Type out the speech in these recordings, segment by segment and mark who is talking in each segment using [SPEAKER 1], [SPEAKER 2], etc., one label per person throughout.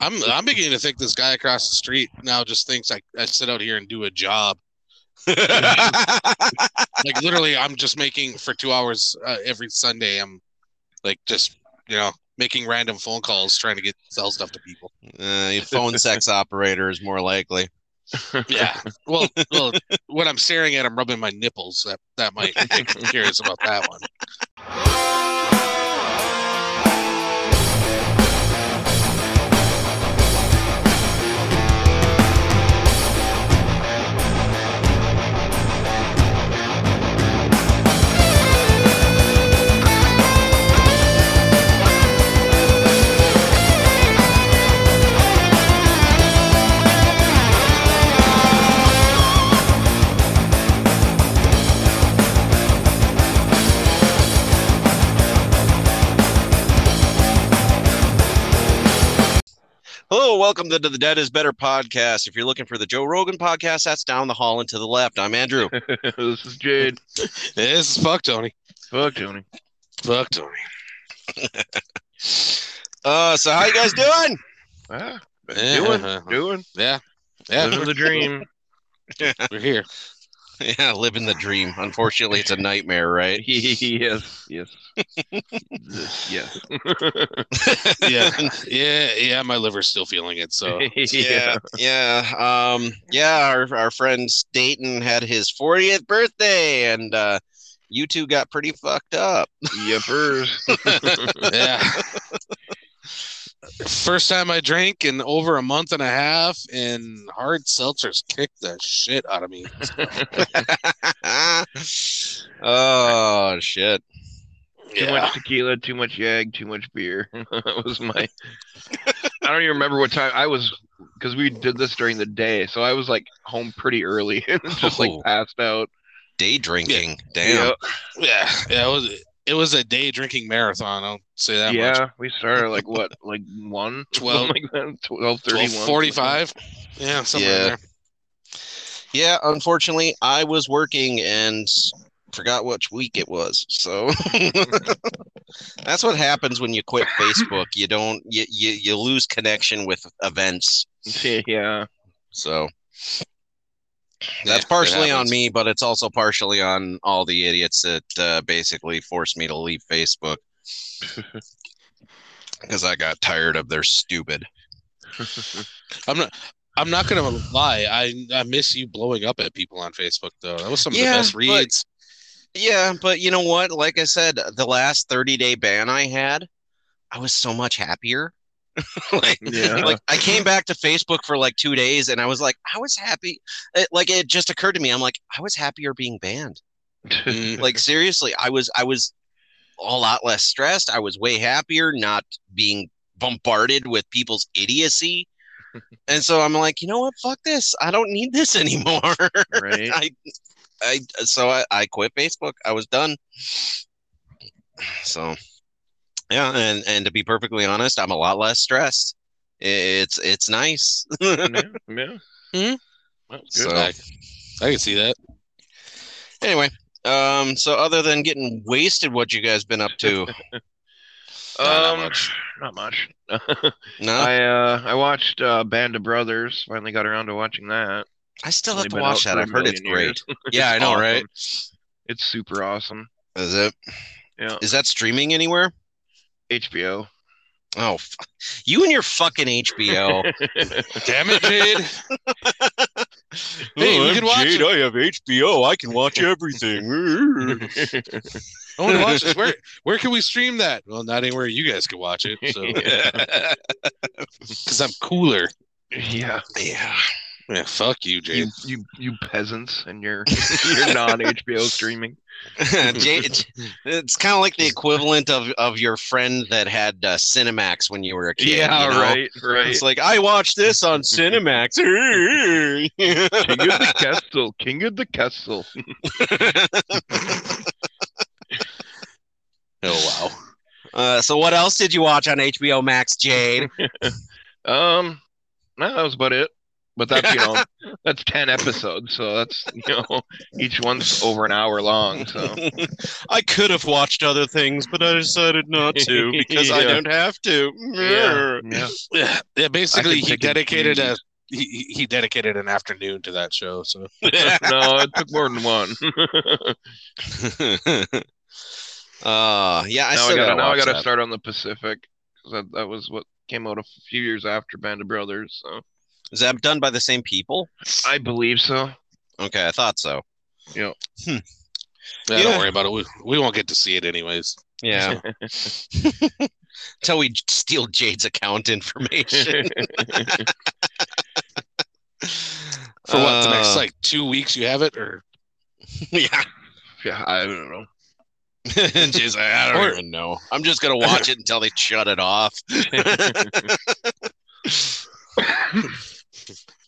[SPEAKER 1] I'm I'm beginning to think this guy across the street now just thinks I, I sit out here and do a job.
[SPEAKER 2] Uh,
[SPEAKER 1] like literally, I'm just making for two hours uh, every Sunday. I'm like just you know making random phone calls trying to get sell stuff to people.
[SPEAKER 2] Uh, your phone sex operator is more likely.
[SPEAKER 1] Yeah. Well, well, when I'm staring at him rubbing my nipples, that that might I'm curious about that one.
[SPEAKER 2] Hello, welcome to the Dead is Better podcast. If you're looking for the Joe Rogan podcast, that's down the hall and to the left. I'm Andrew.
[SPEAKER 3] this is Jade.
[SPEAKER 1] This is fuck Tony.
[SPEAKER 3] Fuck Tony.
[SPEAKER 1] Fuck Tony.
[SPEAKER 2] Uh, so how you guys doing?
[SPEAKER 3] Ah,
[SPEAKER 1] Yeah,
[SPEAKER 3] doing,
[SPEAKER 1] uh-huh.
[SPEAKER 3] doing,
[SPEAKER 1] Yeah. Yeah.
[SPEAKER 3] living the dream.
[SPEAKER 1] We're here.
[SPEAKER 2] yeah, living the dream. Unfortunately, it's a nightmare, right?
[SPEAKER 3] yes, yes, This- yes.
[SPEAKER 1] Yeah. Yeah. Yeah. My liver's still feeling it. So
[SPEAKER 2] Yeah, yeah, um, yeah. Our our friend Dayton had his 40th birthday, and uh, you two got pretty fucked up.
[SPEAKER 3] Yepers.
[SPEAKER 1] yeah. First time I drank in over a month and a half, and hard seltzers kicked the shit out of me.
[SPEAKER 2] oh shit!
[SPEAKER 3] Too much tequila, too much yag, too much beer. that was my. I don't even remember what time I was because we did this during the day, so I was like home pretty early and just like
[SPEAKER 2] Oh.
[SPEAKER 3] passed out.
[SPEAKER 2] Day drinking. Damn.
[SPEAKER 1] Yeah, yeah, it was it was a day drinking marathon. I'll say
[SPEAKER 3] Yeah,
[SPEAKER 1] that much.
[SPEAKER 3] yeah. We started like what, like one,
[SPEAKER 1] Twelve.
[SPEAKER 3] something like that, twelve thirty,
[SPEAKER 1] Twelve forty-five. Yeah, somewhere
[SPEAKER 2] Yeah.
[SPEAKER 1] in there.
[SPEAKER 2] Yeah, unfortunately, I was working and forgot which week it was. So that's what happens when you quit Facebook. You don't you you, you lose connection with events.
[SPEAKER 3] Yeah,
[SPEAKER 2] So
[SPEAKER 1] Yeah,
[SPEAKER 2] that's
[SPEAKER 1] it
[SPEAKER 2] partially on
[SPEAKER 1] happens.
[SPEAKER 2] me, but it's also partially on all the idiots that uh, basically forced me to leave Facebook because I got tired of their stupid.
[SPEAKER 1] I'm not. I'm not gonna lie. I I miss you blowing up at people on Facebook though. That was some
[SPEAKER 2] Yeah,
[SPEAKER 1] of the best
[SPEAKER 2] but-
[SPEAKER 1] reads.
[SPEAKER 2] Yeah, but you know what? Like I said, the last 30 day ban I had, I was so much happier. like,
[SPEAKER 3] Yeah.
[SPEAKER 2] like I came back to Facebook for like two days and I was like, I was happy. It, like it just occurred to me, I'm like, I was happier being banned.
[SPEAKER 1] Mm,
[SPEAKER 2] Like seriously, I was I was a lot less stressed. I was way happier not being bombarded with people's idiocy. And so I'm like, you know what? Fuck this. I don't need this anymore.
[SPEAKER 3] right.
[SPEAKER 2] I, I, so I, I quit Facebook. I was done. So, yeah, and and to be perfectly honest, I'm a lot less stressed. It's it's nice.
[SPEAKER 3] yeah, yeah.
[SPEAKER 1] Hmm?
[SPEAKER 3] That's good.
[SPEAKER 2] So
[SPEAKER 1] I, I can see that.
[SPEAKER 2] anyway, um, so other than getting wasted, what you guys been up to?
[SPEAKER 1] not
[SPEAKER 3] um,
[SPEAKER 1] much.
[SPEAKER 3] not much.
[SPEAKER 2] No, I,
[SPEAKER 3] I uh, I watched uh, Band of Brothers. Finally got around to watching that.
[SPEAKER 2] still
[SPEAKER 3] only
[SPEAKER 2] have to
[SPEAKER 3] been
[SPEAKER 2] watch
[SPEAKER 3] out
[SPEAKER 2] that.
[SPEAKER 3] for a
[SPEAKER 2] I've heard it's
[SPEAKER 3] million
[SPEAKER 2] great.
[SPEAKER 3] years.
[SPEAKER 2] Yeah, I know,
[SPEAKER 3] Awesome.
[SPEAKER 2] right?
[SPEAKER 3] It's super awesome.
[SPEAKER 2] Is it?
[SPEAKER 3] Yeah.
[SPEAKER 2] Is that streaming anywhere?
[SPEAKER 3] HBO.
[SPEAKER 2] Oh, f- you and your fucking HBO.
[SPEAKER 1] Damn it, Jade. Hey, you can watch it.
[SPEAKER 2] Oh, I have HBO. I can watch everything.
[SPEAKER 1] I want to watch this. Where where can we stream that? Well, not anywhere you guys can watch it. So because I'm cooler.
[SPEAKER 3] yeah,
[SPEAKER 2] yeah.
[SPEAKER 1] Yeah, fuck you, Jade.
[SPEAKER 3] you, you you peasants and your your non HBO streaming.
[SPEAKER 2] J- it's- it's kind of like the equivalent of, of your friend that had uh, Cinemax when you were a kid. you know?
[SPEAKER 3] right, right.
[SPEAKER 2] It's like I watched this on Cinemax.
[SPEAKER 3] King of the Castle, King of the Castle.
[SPEAKER 1] Oh wow.
[SPEAKER 2] uh, so what else did you watch on HBO Max, Jade?
[SPEAKER 3] Um, no, that was about it. But that's you know that's ten episodes, so that's you know each one's over an hour long. So
[SPEAKER 2] I could have watched other things, but I decided not to because I
[SPEAKER 3] Yeah.
[SPEAKER 2] don't have to.
[SPEAKER 3] yeah, yeah.
[SPEAKER 1] Yeah, yeah basically, he
[SPEAKER 3] pick and
[SPEAKER 1] dedicated a
[SPEAKER 3] choose.
[SPEAKER 1] he, he dedicated an afternoon to that show. So
[SPEAKER 3] no, it took more than one.
[SPEAKER 2] uh, yeah, I
[SPEAKER 3] now I
[SPEAKER 2] still
[SPEAKER 3] gotta
[SPEAKER 2] gotta
[SPEAKER 3] now I
[SPEAKER 2] watch
[SPEAKER 3] gotta
[SPEAKER 2] that.
[SPEAKER 3] start on the Pacific 'cause that that was what came out a few years after Band of Brothers. So
[SPEAKER 2] Is that done by the same people?
[SPEAKER 3] I believe so.
[SPEAKER 2] Okay, I thought so.
[SPEAKER 1] yeah,
[SPEAKER 2] Yeah.
[SPEAKER 1] don't worry about it. We, we won't get to see it anyways.
[SPEAKER 2] Yeah. Till we steal Jade's account information.
[SPEAKER 1] For what the next
[SPEAKER 2] Uh,
[SPEAKER 1] like two weeks you have it, or
[SPEAKER 2] Yeah.
[SPEAKER 3] yeah, I don't know.
[SPEAKER 2] Jeez, I, I don't
[SPEAKER 1] Or-
[SPEAKER 2] even know. I'm just gonna watch it until they shut it off.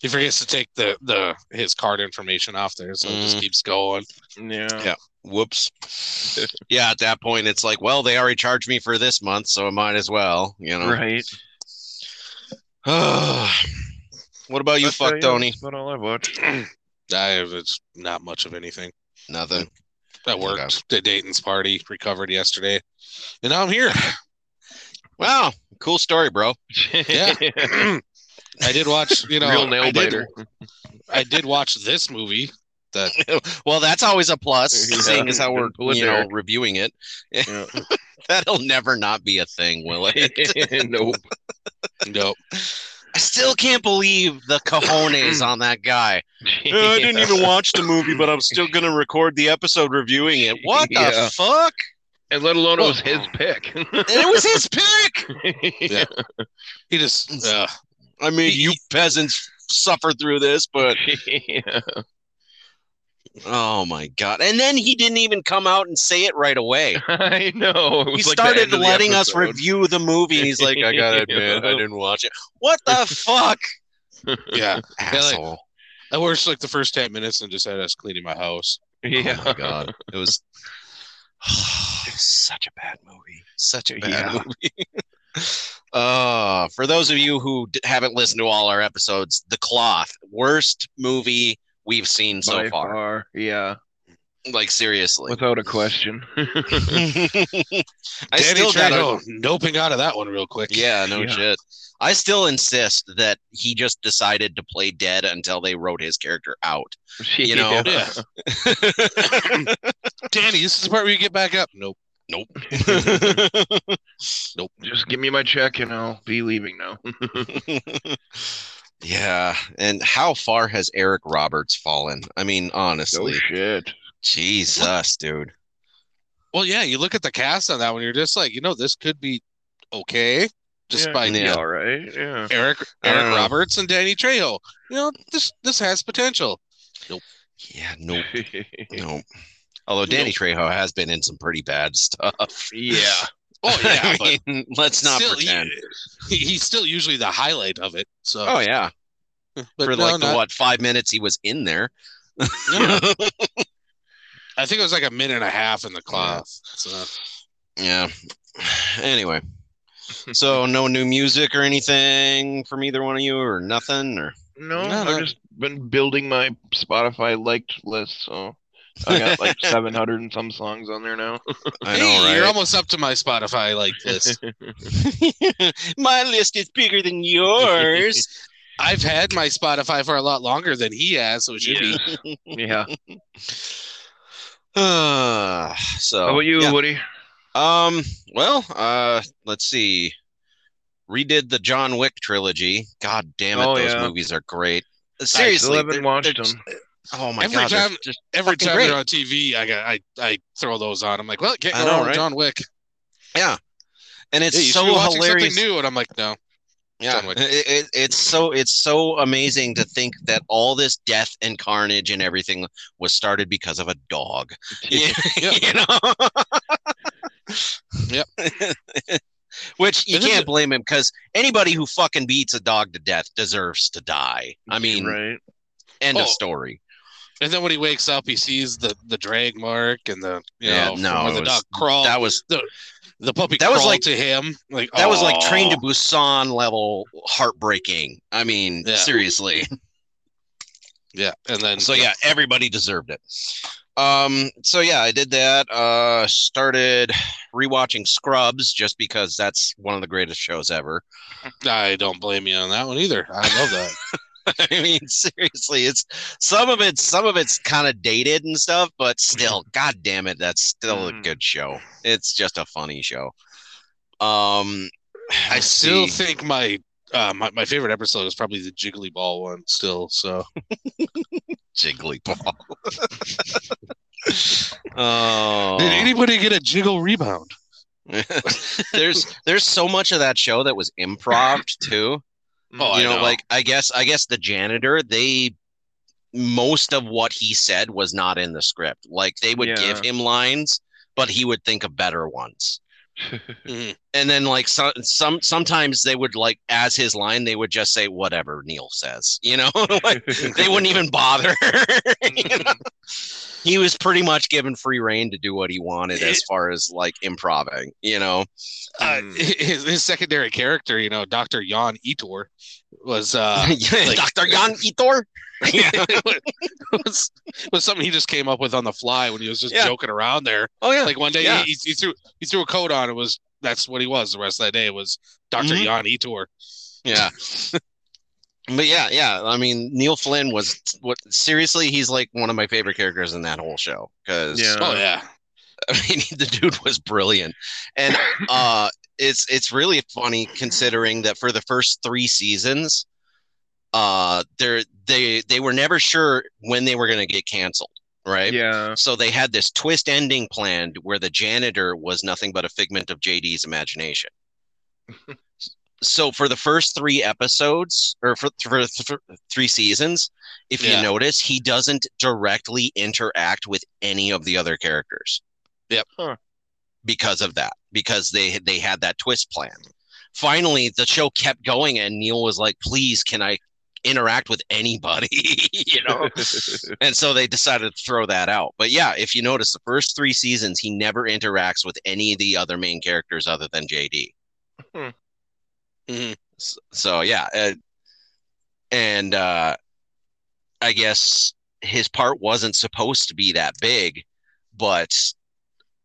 [SPEAKER 1] he forgets to take the the his card information off there, so it just
[SPEAKER 2] Mm.
[SPEAKER 1] keeps going.
[SPEAKER 3] Yeah.
[SPEAKER 2] Whoops. Yeah, at that point it's like, well, they already charged me for this month, so I might as well, you know.
[SPEAKER 3] Right.
[SPEAKER 2] what about you,
[SPEAKER 3] That's
[SPEAKER 2] fuck
[SPEAKER 3] about- yeah,
[SPEAKER 2] Tony?
[SPEAKER 3] That's about all I watched.
[SPEAKER 1] I it's not much of anything.
[SPEAKER 2] Nothing.
[SPEAKER 1] I worked at Dayton's party, recovered yesterday, and now I'm here.
[SPEAKER 2] Wow, cool story, bro.
[SPEAKER 1] Yeah. I did watch, you know,
[SPEAKER 3] Real nail
[SPEAKER 1] I did-
[SPEAKER 3] biter.
[SPEAKER 1] I did watch this movie.
[SPEAKER 2] well, that's always a plus,
[SPEAKER 3] Yeah.
[SPEAKER 2] seeing as how we're
[SPEAKER 3] Pull it,
[SPEAKER 2] you know
[SPEAKER 3] Derek.
[SPEAKER 2] reviewing it.
[SPEAKER 3] Yeah.
[SPEAKER 2] That'll never not be a thing, will it?
[SPEAKER 3] nope.
[SPEAKER 1] Nope.
[SPEAKER 2] I still can't believe the cojones on that guy. I didn't even watch the movie, but I'm still gonna record the episode reviewing it. What the
[SPEAKER 3] Yeah.
[SPEAKER 2] fuck?
[SPEAKER 3] And let alone it was his pick.
[SPEAKER 2] And it was his pick.
[SPEAKER 1] Yeah. He just uh,
[SPEAKER 2] I mean, you peasants suffer through this, but
[SPEAKER 3] Yeah.
[SPEAKER 2] oh my god! And then he didn't even come out and say it right away.
[SPEAKER 3] I know. It
[SPEAKER 2] He
[SPEAKER 3] was like the
[SPEAKER 2] started
[SPEAKER 3] end of the
[SPEAKER 2] letting us
[SPEAKER 3] episode.
[SPEAKER 2] review the movie, and he's like, "I gotta admit, I didn't watch it." What the fuck,
[SPEAKER 1] yeah. like-
[SPEAKER 2] asshole! Oh
[SPEAKER 1] I watched like the first ten minutes and just had us cleaning my house.
[SPEAKER 3] Yeah.
[SPEAKER 2] Oh my god, it was such a bad movie. Such a bad
[SPEAKER 3] Yeah.
[SPEAKER 2] movie. uh, for those of you who d- haven't listened to all our episodes, The Cloth, worst movie we've seen so
[SPEAKER 3] By
[SPEAKER 2] far.
[SPEAKER 3] far. Yeah.
[SPEAKER 2] Like seriously,
[SPEAKER 3] Without a question.
[SPEAKER 2] I
[SPEAKER 1] Danny
[SPEAKER 2] still gotta-
[SPEAKER 1] Trejo noping out of that one real quick.
[SPEAKER 2] Yeah, no
[SPEAKER 3] Yeah.
[SPEAKER 2] shit. I still insist that he just decided to play dead until they wrote his character out. You know?
[SPEAKER 1] Yeah. Danny, this is the part where you get back up. Nope.
[SPEAKER 3] Just give me my check and I'll be leaving now.
[SPEAKER 2] yeah, and how far has Eric Roberts fallen? I mean,
[SPEAKER 3] Oh
[SPEAKER 2] honestly,
[SPEAKER 3] shit.
[SPEAKER 2] Jesus, dude.
[SPEAKER 1] Well, yeah, you look at the cast on that one, you're just like, you know, this could be okay. Just
[SPEAKER 3] Yeah,
[SPEAKER 1] by
[SPEAKER 3] it could be
[SPEAKER 2] yeah.
[SPEAKER 3] all right. Yeah.
[SPEAKER 1] Eric
[SPEAKER 2] I don't
[SPEAKER 1] Eric
[SPEAKER 2] know.
[SPEAKER 1] Roberts and Danny Trejo. You know, this this has potential.
[SPEAKER 2] Yeah, nope, nope. Although Danny
[SPEAKER 1] Nope.
[SPEAKER 2] Trejo has been in some pretty bad stuff.
[SPEAKER 3] yeah.
[SPEAKER 1] Oh yeah, but
[SPEAKER 2] I mean, let's not
[SPEAKER 1] still, he-
[SPEAKER 2] pretend.
[SPEAKER 1] he, he's still usually the highlight of it. So
[SPEAKER 2] Oh yeah,
[SPEAKER 1] but
[SPEAKER 2] for
[SPEAKER 1] no,
[SPEAKER 2] like the
[SPEAKER 1] not-
[SPEAKER 2] what five minutes he was in there.
[SPEAKER 1] no. I think it was like a minute and a half in the cloth. So
[SPEAKER 2] Yeah. Anyway, so no new music or anything from either one of you, or nothing, or
[SPEAKER 3] No,
[SPEAKER 1] No,
[SPEAKER 3] I've
[SPEAKER 1] no.
[SPEAKER 3] just been building my Spotify liked list, so I got like 700 and some songs on there now.
[SPEAKER 2] I
[SPEAKER 1] hey,
[SPEAKER 2] know, right?
[SPEAKER 1] you're almost up to my Spotify like list.
[SPEAKER 2] My list is bigger than yours.
[SPEAKER 1] I've had my Spotify for a lot longer than he has, so it should be.
[SPEAKER 3] Yeah. yeah.
[SPEAKER 2] Uh,
[SPEAKER 3] How
[SPEAKER 2] so
[SPEAKER 3] about you,
[SPEAKER 2] yeah.
[SPEAKER 3] Woody?
[SPEAKER 2] Um. Well. Uh. Let's see. Redid the John Wick trilogy. God damn it,
[SPEAKER 3] Oh,
[SPEAKER 2] those
[SPEAKER 3] yeah.
[SPEAKER 2] movies are great.
[SPEAKER 3] I
[SPEAKER 2] Seriously,
[SPEAKER 3] still haven't
[SPEAKER 2] they're-
[SPEAKER 3] watched
[SPEAKER 2] they're-
[SPEAKER 3] them.
[SPEAKER 2] Oh my
[SPEAKER 1] Every
[SPEAKER 2] god! they're
[SPEAKER 1] time-
[SPEAKER 2] just-
[SPEAKER 1] Every
[SPEAKER 2] Fucking
[SPEAKER 1] time
[SPEAKER 2] great.
[SPEAKER 1] they're on TV, I got I, I throw those on. I'm like, well, can't go
[SPEAKER 2] I know,
[SPEAKER 1] wrong with
[SPEAKER 2] right?
[SPEAKER 1] John Wick.
[SPEAKER 2] and it's
[SPEAKER 1] Hey, you should
[SPEAKER 2] so
[SPEAKER 1] be watching
[SPEAKER 2] hilarious.
[SPEAKER 1] something new, and I'm like, no.
[SPEAKER 2] Yeah,
[SPEAKER 1] John Wick.
[SPEAKER 2] it, it, it's so it's so amazing to think that all this death and carnage and everything was started because of a dog.
[SPEAKER 1] Yep.
[SPEAKER 2] you know.
[SPEAKER 1] Yep.
[SPEAKER 2] Which you
[SPEAKER 1] This is
[SPEAKER 2] can't
[SPEAKER 1] a-
[SPEAKER 2] blame him because anybody who fucking beats a dog to death deserves to die. I mean,
[SPEAKER 3] right.
[SPEAKER 2] end
[SPEAKER 1] Oh.
[SPEAKER 2] of story.
[SPEAKER 1] And then when he wakes up, he sees the the drag mark and the you
[SPEAKER 2] Yeah,
[SPEAKER 1] know
[SPEAKER 2] no,
[SPEAKER 1] where
[SPEAKER 2] it
[SPEAKER 1] the
[SPEAKER 2] was-
[SPEAKER 1] dog crawled.
[SPEAKER 2] That was
[SPEAKER 1] the puppy
[SPEAKER 2] that was
[SPEAKER 1] crawled
[SPEAKER 2] like-
[SPEAKER 1] to him. Like
[SPEAKER 2] that was like Train
[SPEAKER 1] "Aw."
[SPEAKER 2] to Busan level heartbreaking. I mean,
[SPEAKER 1] Yeah.
[SPEAKER 2] seriously.
[SPEAKER 1] Yeah, and then
[SPEAKER 2] so yeah, everybody deserved it. Um, so yeah, I did that. Uh, started rewatching Scrubs just because that's one of the greatest shows ever.
[SPEAKER 1] I don't blame you on that one either. I love that.
[SPEAKER 2] I mean, seriously, it's some of it, some of it's kind of dated and stuff, but still, god damn it, that's still a
[SPEAKER 3] Mm.
[SPEAKER 2] good show. It's just a funny show. Um,
[SPEAKER 1] I still
[SPEAKER 2] see.
[SPEAKER 1] think my uh, my my favorite episode is probably the Jiggly Ball one still. So
[SPEAKER 2] Jigglypuff. oh,
[SPEAKER 1] did anybody get a jiggle rebound?
[SPEAKER 2] there's there's so much of that show that was improv too.
[SPEAKER 1] Oh, I
[SPEAKER 2] you know,
[SPEAKER 1] know.
[SPEAKER 2] like I guess I guess the janitor they most of what he said was not in the script. Like they would give him lines, but he would think of better ones. Mm-hmm. And then like some some sometimes they would like as his line they would just say whatever Neil says. You know, like they wouldn't even bother. he was pretty much given free reign to do what he wanted as far as like improving. You know,
[SPEAKER 1] Uh,
[SPEAKER 3] Hmm.
[SPEAKER 1] his, his secondary character, you know, Doctor Jan Etor, was uh, like-
[SPEAKER 2] Doctor Jan Itor.
[SPEAKER 1] was, was something he just came up with on the fly when he was just
[SPEAKER 2] Yeah.
[SPEAKER 1] joking around there.
[SPEAKER 2] Oh yeah,
[SPEAKER 1] Like one day
[SPEAKER 2] Yeah.
[SPEAKER 1] he, he threw he threw a coat on. It was that's what he was. The rest of that day was Doctor
[SPEAKER 2] Mhm.
[SPEAKER 1] Jan Etor.
[SPEAKER 2] Yeah. but yeah, yeah. I mean, Neil Flynn was what seriously, he's like one of my favorite characters in that whole show because
[SPEAKER 3] Yeah.
[SPEAKER 1] oh yeah,
[SPEAKER 2] I mean, the dude was brilliant. And uh it's it's really funny considering that for the first 3 seasons uh they they they were never sure when they were going to get canceled, right?
[SPEAKER 3] yeah.
[SPEAKER 2] So they had this twist ending planned where the janitor was nothing but a figment of JD's imagination. so for the first three episodes, or for, for, for three seasons, if
[SPEAKER 1] Yeah.
[SPEAKER 2] you notice, he doesn't directly interact with any of the other characters.
[SPEAKER 1] Yep.
[SPEAKER 3] Huh.
[SPEAKER 2] Because of that, because they they had that twist plan. Finally, the show kept going, and Neil was like, "Please, can I interact with anybody?" you know. And so they decided to throw that out. But yeah, if you notice, the first three seasons, he never interacts with any of the other main characters other than JD.
[SPEAKER 1] Mhm.
[SPEAKER 2] S- So yeah, uh, and uh, I guess his part wasn't supposed to be that big, but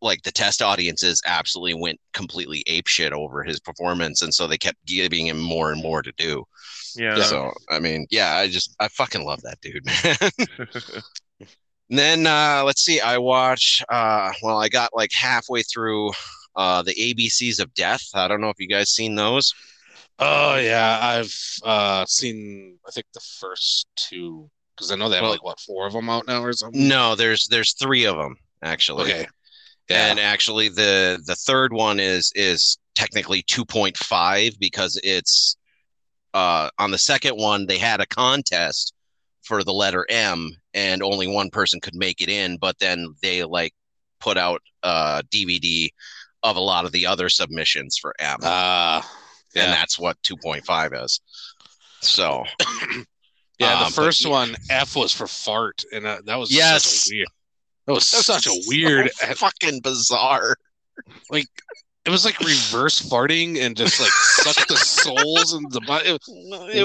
[SPEAKER 2] like the test audiences absolutely went completely apeshit over his performance, and so they kept giving him more and more to do.
[SPEAKER 3] yeah.
[SPEAKER 2] So I mean, yeah, I just I fucking love that dude, man. And then uh, let's see, I watched. Uh, well, I got like halfway through uh, the ABCs of Death. I don't know if you guys seen those.
[SPEAKER 1] Oh yeah, I've uh seen I think the first two because I know they have
[SPEAKER 2] Well-
[SPEAKER 1] like what four of them out now or something.
[SPEAKER 2] No, there's there's three of them actually.
[SPEAKER 1] Okay.
[SPEAKER 2] Mm, And actually, the the third one is is technically 2.5 because it's uh, on the second one they had a contest for the letter M, and only one person could make it in. But then they like put out uh, a DVD of a lot of the other submissions for M.
[SPEAKER 1] Uh
[SPEAKER 2] and
[SPEAKER 1] yeah.
[SPEAKER 2] that's what 2.5 is. So
[SPEAKER 1] yeah, the
[SPEAKER 2] um, but-
[SPEAKER 1] first one F was for fart and uh, that was
[SPEAKER 2] Yes.
[SPEAKER 1] such a weird. That was such a
[SPEAKER 2] so
[SPEAKER 1] weird
[SPEAKER 2] fucking bizarre.
[SPEAKER 1] it was like reverse farting and just like sucked the souls and the body. It,
[SPEAKER 2] It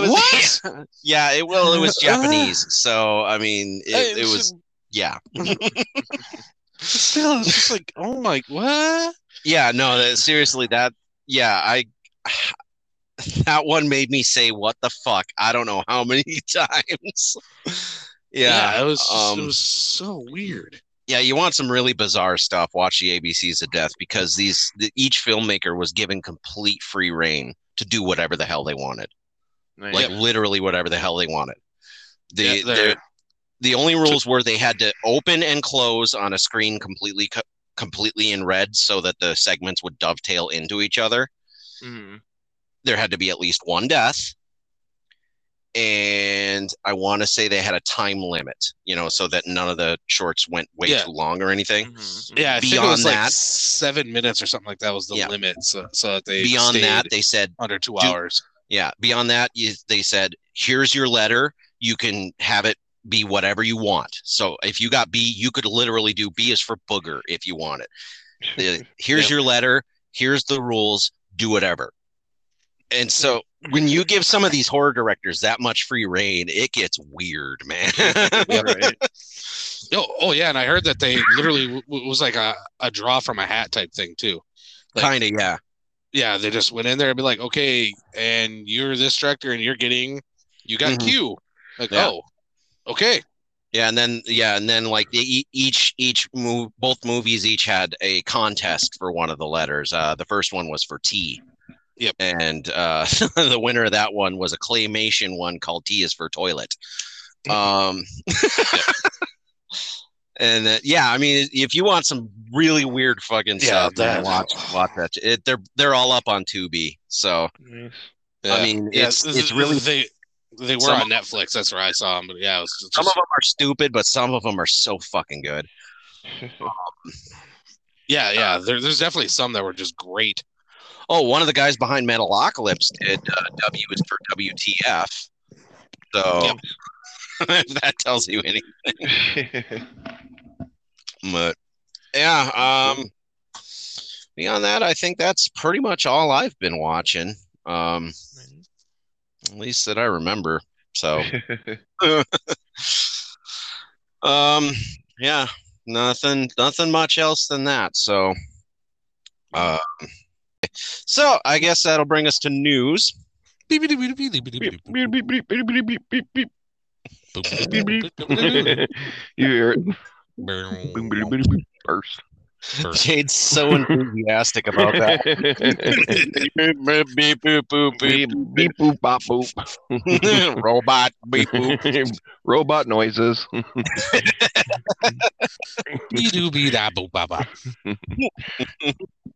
[SPEAKER 2] was,
[SPEAKER 1] what?
[SPEAKER 2] Yeah, it well, it was Japanese, so I mean, it, it was yeah,
[SPEAKER 1] still it's just like oh my what?
[SPEAKER 2] yeah. No, that, seriously, that yeah, I that one made me say what the fuck. I don't know how many times. Yeah,
[SPEAKER 1] it was just, it
[SPEAKER 2] um,
[SPEAKER 1] was so weird.
[SPEAKER 2] yeah, you want some really bizarre stuff. Watch the ABCs of Death because these the, each filmmaker was given complete free reign to do whatever the hell they wanted,
[SPEAKER 3] Nice.
[SPEAKER 2] like literally whatever the hell they wanted. The
[SPEAKER 1] Yeah, they're-
[SPEAKER 2] their- the only rules were they had to open and close on a screen completely co- completely in red so that the segments would dovetail into each other.
[SPEAKER 3] Mhm.
[SPEAKER 2] There had to be at least one death. And I want to say they had a time limit, you know, so that none of the shorts went way
[SPEAKER 1] Yeah.
[SPEAKER 2] too long or anything.
[SPEAKER 3] Mhm.
[SPEAKER 1] Yeah, I think it
[SPEAKER 2] mm-hmm. beyond
[SPEAKER 1] was like
[SPEAKER 2] that-
[SPEAKER 1] seven minutes or something like that was the
[SPEAKER 2] Yeah.
[SPEAKER 1] limit. So, so that they
[SPEAKER 2] Beyond
[SPEAKER 1] stayed
[SPEAKER 2] that, they said
[SPEAKER 1] under two
[SPEAKER 2] do-
[SPEAKER 1] hours.
[SPEAKER 2] Yeah. Beyond that, you, they said, here's your letter. You can have it be whatever you want. So if you got B, you could literally do B is for booger if you want it. Uh, Here's
[SPEAKER 1] Yep.
[SPEAKER 2] your letter. Here's the rules. Do whatever. And so when you give some of these horror directors that much free reign, it gets weird, man.
[SPEAKER 3] Right.
[SPEAKER 1] Oh, oh yeah, and I heard that they literally w- w- it was like a, a draw from a hat type thing too. Like-
[SPEAKER 2] kind of, yeah.
[SPEAKER 1] Yeah, they just went in there and be like, okay, and you're this director, and you're getting you got
[SPEAKER 2] Mhm.
[SPEAKER 1] Q. Like,
[SPEAKER 2] Yeah.
[SPEAKER 1] oh, okay,
[SPEAKER 2] Yeah, and then yeah, and then like the, e- each each move, both movies each had a contest for one of the letters. Uh, the first one was for T.
[SPEAKER 1] Yep.
[SPEAKER 2] And uh, the winner of that one was a claymation one called T is for toilet.
[SPEAKER 1] Mm-hmm.
[SPEAKER 2] Um, and uh, yeah, I mean, if you want some really weird fucking
[SPEAKER 1] Yeah,
[SPEAKER 2] stuff, man,
[SPEAKER 1] that-
[SPEAKER 2] watch watch that. It, they're they're all up on Tubi, so
[SPEAKER 3] Nice.
[SPEAKER 2] I
[SPEAKER 1] Yeah.
[SPEAKER 2] mean,
[SPEAKER 1] Yeah,
[SPEAKER 2] it's
[SPEAKER 1] this-
[SPEAKER 2] it's really
[SPEAKER 1] they they were
[SPEAKER 2] Some-
[SPEAKER 1] on Netflix. That's where I saw them. But yeah, it was just,
[SPEAKER 2] some of them are stupid, but some of them are so fucking good.
[SPEAKER 1] yeah, yeah. There, there's definitely some that were just great.
[SPEAKER 2] Oh, one of the guys behind Metalocalypse did uh, W is for WTF. So
[SPEAKER 1] Yep.
[SPEAKER 2] if that tells you anything. But yeah, um, beyond that, I think that's pretty much all I've been watching. Um, at least that I remember. So
[SPEAKER 3] Oh.
[SPEAKER 2] um, yeah, nothing, nothing much else than that. So, uh, so I guess that'll bring us to news.
[SPEAKER 3] Beep, beep, beep, beep, beep, beep, beep, beep, beep. you hear it? Boom, boom, boom, boom. Burst.
[SPEAKER 2] Jade's so enthusiastic about that. beep, boop, beep, boop, boop,
[SPEAKER 3] beep, beep, boop, bop, boop.
[SPEAKER 2] beep. Robot, beep, boop.
[SPEAKER 3] Robot noises.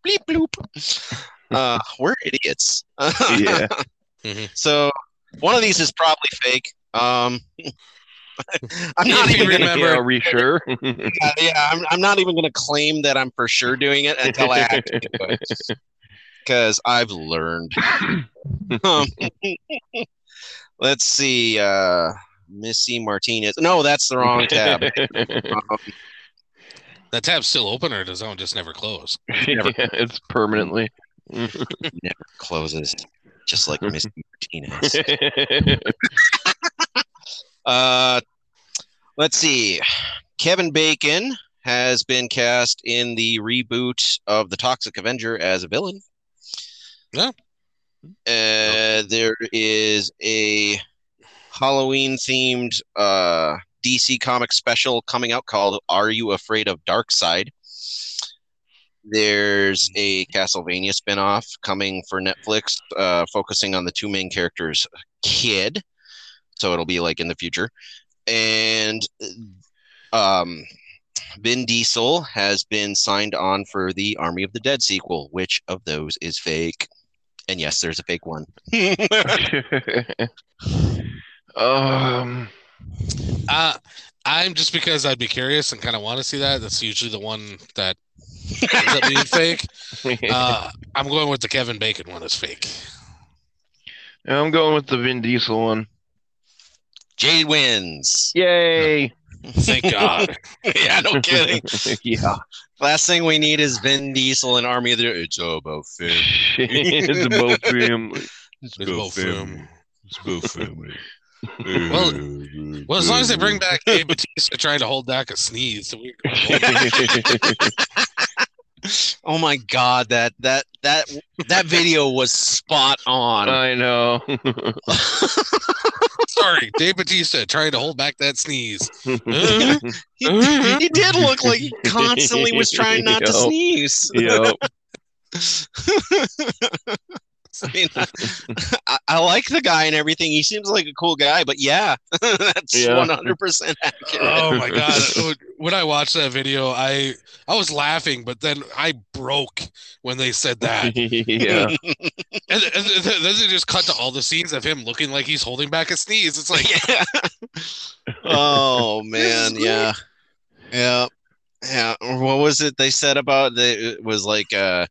[SPEAKER 2] Bleep, bloop. Uh, we're idiots.
[SPEAKER 3] yeah.
[SPEAKER 2] So one of these is probably fake. Um, I'm not even gonna,
[SPEAKER 1] Remember-
[SPEAKER 3] Yeah, are we sure?
[SPEAKER 2] yeah, yeah, I'm, I'm not even gonna claim that I'm for sure doing it until I actually do it. Because I've learned. Um, let's see. Uh, Missy Martinez. No, that's the wrong tab. Um,
[SPEAKER 1] That tab's still open, or does that one just never close?
[SPEAKER 3] it's permanently.
[SPEAKER 2] closes just like Missy Martinez.
[SPEAKER 3] That's
[SPEAKER 2] Uh, let's see. Kevin Bacon has been cast in the reboot of the Toxic Avenger as a villain.
[SPEAKER 1] Yeah.
[SPEAKER 2] Uh, there is a Halloween themed uh, DC comic special coming out called Are You Afraid of Dark Side? There's a Castlevania spin-off coming for Netflix, uh, focusing on the two main characters, Kid, so it'll be like in the future. And um, Vin Diesel has been signed on for the Army of the Dead sequel. Which of those is fake? And yes, there's a fake one.
[SPEAKER 3] um,
[SPEAKER 1] Uh, I'm just because I'd be curious and kind of want to see that. That's usually the one that ends up being fake. Uh, I'm going with the Kevin Bacon one is fake.
[SPEAKER 3] I'm going with the Vin Diesel one.
[SPEAKER 2] Jade wins.
[SPEAKER 3] Yay!
[SPEAKER 1] Thank God.
[SPEAKER 2] yeah, no kidding.
[SPEAKER 3] yeah.
[SPEAKER 2] Last thing we need is Vin Diesel and Army of the Dead. It's all about family.
[SPEAKER 3] it's about family.
[SPEAKER 2] It's
[SPEAKER 1] It's both film.
[SPEAKER 2] It's about family.
[SPEAKER 1] Well- Well, as long as they bring back Dave Batista trying to hold back a sneeze, we-
[SPEAKER 2] Oh my god, that that that that video was spot on.
[SPEAKER 3] I know.
[SPEAKER 1] sorry, Dave Batista trying to hold back that sneeze.
[SPEAKER 2] Mm-hmm. he, he did look like he constantly was trying not to
[SPEAKER 3] Yo.
[SPEAKER 2] sneeze.
[SPEAKER 3] yep.
[SPEAKER 2] I, mean, I, I like the guy and everything. He seems like a cool guy, but yeah, that's
[SPEAKER 3] Yeah.
[SPEAKER 2] one hundred percent accurate.
[SPEAKER 1] Oh my god! When I watched that video, I I was laughing, but then I broke when they said that.
[SPEAKER 3] yeah.
[SPEAKER 1] And, and then they just cut to all the scenes of him looking like he's holding back a sneeze. It's like,
[SPEAKER 2] Yeah. Oh man,
[SPEAKER 1] great.
[SPEAKER 2] yeah, yeah, yeah. What was it they said about the, it? Was like uh,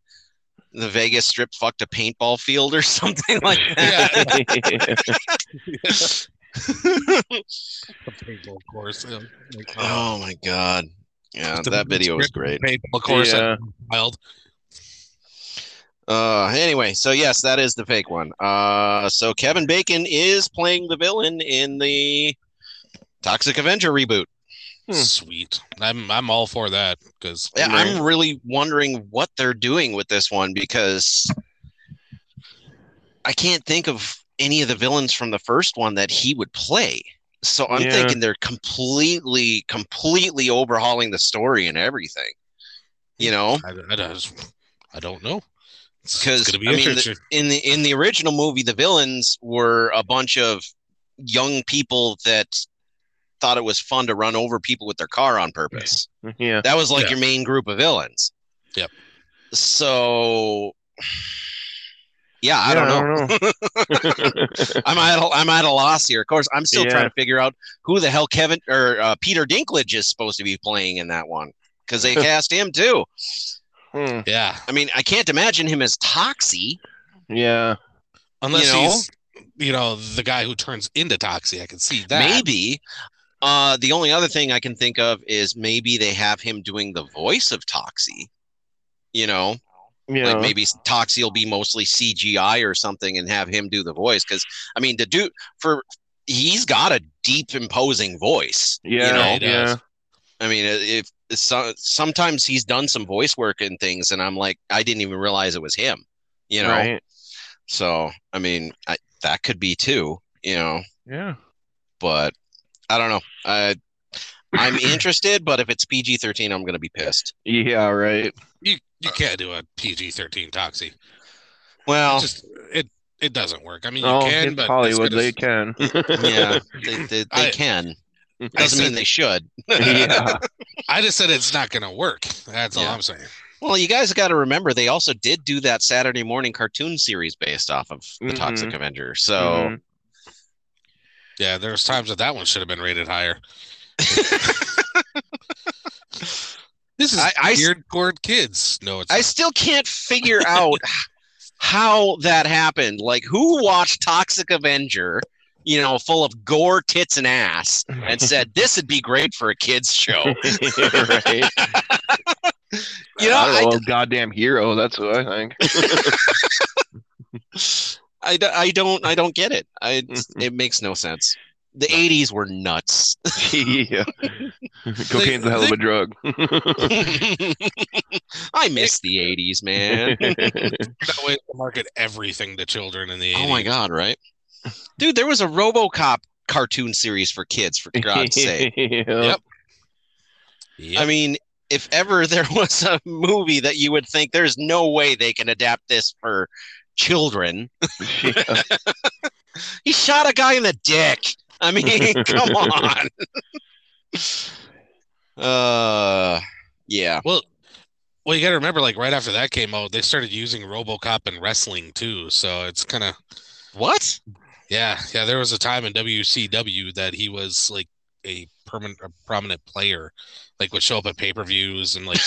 [SPEAKER 2] the Vegas Strip fucked a paintball field or something like that.
[SPEAKER 1] yeah, paintball, of course. Yeah. Like, wow.
[SPEAKER 2] Oh my god, yeah,
[SPEAKER 1] The
[SPEAKER 2] that video was
[SPEAKER 1] script
[SPEAKER 2] great.
[SPEAKER 1] Paintball, of course.
[SPEAKER 3] Yeah.
[SPEAKER 1] Wild.
[SPEAKER 2] Uh, anyway, so yes, that is the fake one. Uh, so Kevin Bacon is playing the villain in the Toxic Avenger reboot.
[SPEAKER 3] Hmm.
[SPEAKER 1] Sweet. I'm I'm all for that because
[SPEAKER 2] Yeah,
[SPEAKER 3] Right.
[SPEAKER 2] I'm really wondering what they're doing with this one because I can't think of any of the villains from the first one that he would play. So I'm
[SPEAKER 3] Yeah.
[SPEAKER 2] thinking they're completely, completely overhauling the story and everything. You know,
[SPEAKER 1] I, I, just- I don't know. It's, it's
[SPEAKER 2] 'Cause,
[SPEAKER 1] gonna be
[SPEAKER 2] I mean, the-
[SPEAKER 1] interesting.
[SPEAKER 2] in the in the original movie, the villains were a bunch of young people that thought it was fun to run over people with their car on purpose.
[SPEAKER 3] Yeah.
[SPEAKER 2] That was like
[SPEAKER 1] Yeah.
[SPEAKER 2] your main group of villains.
[SPEAKER 1] Yep.
[SPEAKER 2] So, yeah, I don't know. I'm at a, I'm at a loss here. Of course, I'm still
[SPEAKER 3] Yeah.
[SPEAKER 2] trying to figure out who the hell Kevin or uh, Peter Dinklage is supposed to be playing in that one because they cast him too.
[SPEAKER 3] Hmm,
[SPEAKER 1] Yeah,
[SPEAKER 2] I mean, I can't imagine him as Toxie.
[SPEAKER 3] yeah.
[SPEAKER 1] unless
[SPEAKER 2] You know?
[SPEAKER 1] he's you know the guy who turns into Toxie. I can see that.
[SPEAKER 2] Maybe. Uh, the only other thing I can think of is maybe they have him doing the voice of Toxie. You know,
[SPEAKER 3] Yeah.
[SPEAKER 2] Like maybe Toxie will be mostly CGI or something and have him do the voice. Cause I mean, the dude for he's got a deep, imposing voice.
[SPEAKER 3] yeah.
[SPEAKER 1] know,
[SPEAKER 3] yeah.
[SPEAKER 1] does.
[SPEAKER 2] I mean, if so, sometimes he's done some voice work and things, and I'm like, I didn't even realize it was him, you know?
[SPEAKER 3] Right.
[SPEAKER 2] So, I mean, I, that could be too, you know,
[SPEAKER 3] Yeah.
[SPEAKER 2] but I don't know. I, I'm interested, but if it's PG 13, I'm going to be pissed.
[SPEAKER 3] Yeah. Right.
[SPEAKER 1] You you can't do a PG-13 Toxie.
[SPEAKER 2] Well,
[SPEAKER 1] Just it it doesn't work. I mean, you
[SPEAKER 3] Oh,
[SPEAKER 1] can,
[SPEAKER 3] it's
[SPEAKER 1] but
[SPEAKER 3] Hollywood.
[SPEAKER 1] It's gonna,
[SPEAKER 3] They can.
[SPEAKER 2] yeah, they, they, they
[SPEAKER 1] I-
[SPEAKER 2] can.
[SPEAKER 1] I
[SPEAKER 2] Doesn't mean
[SPEAKER 1] said-
[SPEAKER 2] they should.
[SPEAKER 3] yeah.
[SPEAKER 1] I just said it's not gonna work. That's all
[SPEAKER 2] Yeah.
[SPEAKER 1] I'm saying.
[SPEAKER 2] Well, you guys got to remember they also did do that Saturday morning cartoon series based off of the
[SPEAKER 1] Mm-hmm.
[SPEAKER 2] Toxic Avenger. So
[SPEAKER 3] Mhm.
[SPEAKER 1] Yeah, there's times that that one should have been rated higher. this is
[SPEAKER 2] I- I s-
[SPEAKER 1] geared toward kids. No, it's
[SPEAKER 2] I
[SPEAKER 1] not.
[SPEAKER 2] still can't figure out how that happened. Like, who watched Toxic Avenger, you know, full of gore, tits, and ass, and said this would be great for a kids show?
[SPEAKER 3] Yeah, right.
[SPEAKER 2] You know,
[SPEAKER 3] I
[SPEAKER 2] I,
[SPEAKER 3] don't know, goddamn hero. That's what I think.
[SPEAKER 2] I, d- I don't I don't get it. I it makes no sense. The '80s were nuts.
[SPEAKER 3] yeah. Cocaine's a hell of
[SPEAKER 1] they-
[SPEAKER 3] a drug.
[SPEAKER 2] I miss the '80s, man.
[SPEAKER 1] that way to market everything to children in the 80s.
[SPEAKER 2] Oh my god, right? Dude, there was a RoboCop cartoon series for kids for God's sake.
[SPEAKER 3] Yep.
[SPEAKER 1] Yep.
[SPEAKER 2] I mean, if ever there was a movie that you would think there's no way they can adapt this for children,
[SPEAKER 3] Yeah.
[SPEAKER 2] he shot a guy in the dick. I mean, come on. uh yeah.
[SPEAKER 1] well, well, you got to remember, like right after that came out, they started using RoboCop and wrestling too. So it's kind of
[SPEAKER 2] What?
[SPEAKER 1] yeah, yeah. There was a time in WCW that he was like a permanent, a prominent player, like would show up at pay per views and like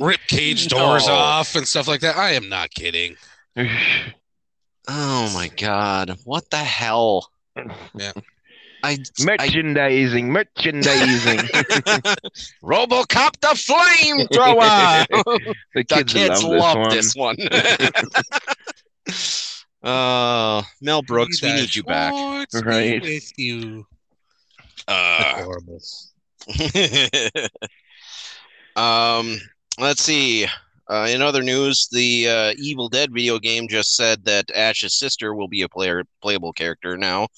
[SPEAKER 1] rip cage doors
[SPEAKER 2] No.
[SPEAKER 1] off and stuff like that. I am not kidding.
[SPEAKER 2] Oh my god. What the hell?
[SPEAKER 1] Yeah.
[SPEAKER 2] I, I
[SPEAKER 3] merchandising, merchandising.
[SPEAKER 2] RoboCop the flamethrower.
[SPEAKER 3] the
[SPEAKER 2] The
[SPEAKER 3] kids, love, this
[SPEAKER 2] one. uh, Mel Brooks, we need you back.
[SPEAKER 1] Schwartz be
[SPEAKER 3] Right.
[SPEAKER 1] With you.
[SPEAKER 2] Uh,
[SPEAKER 1] Horrible.
[SPEAKER 2] um, let's see. Uh, in other news, the uh, Evil Dead video game just said that Ash's sister will be a player playable character now.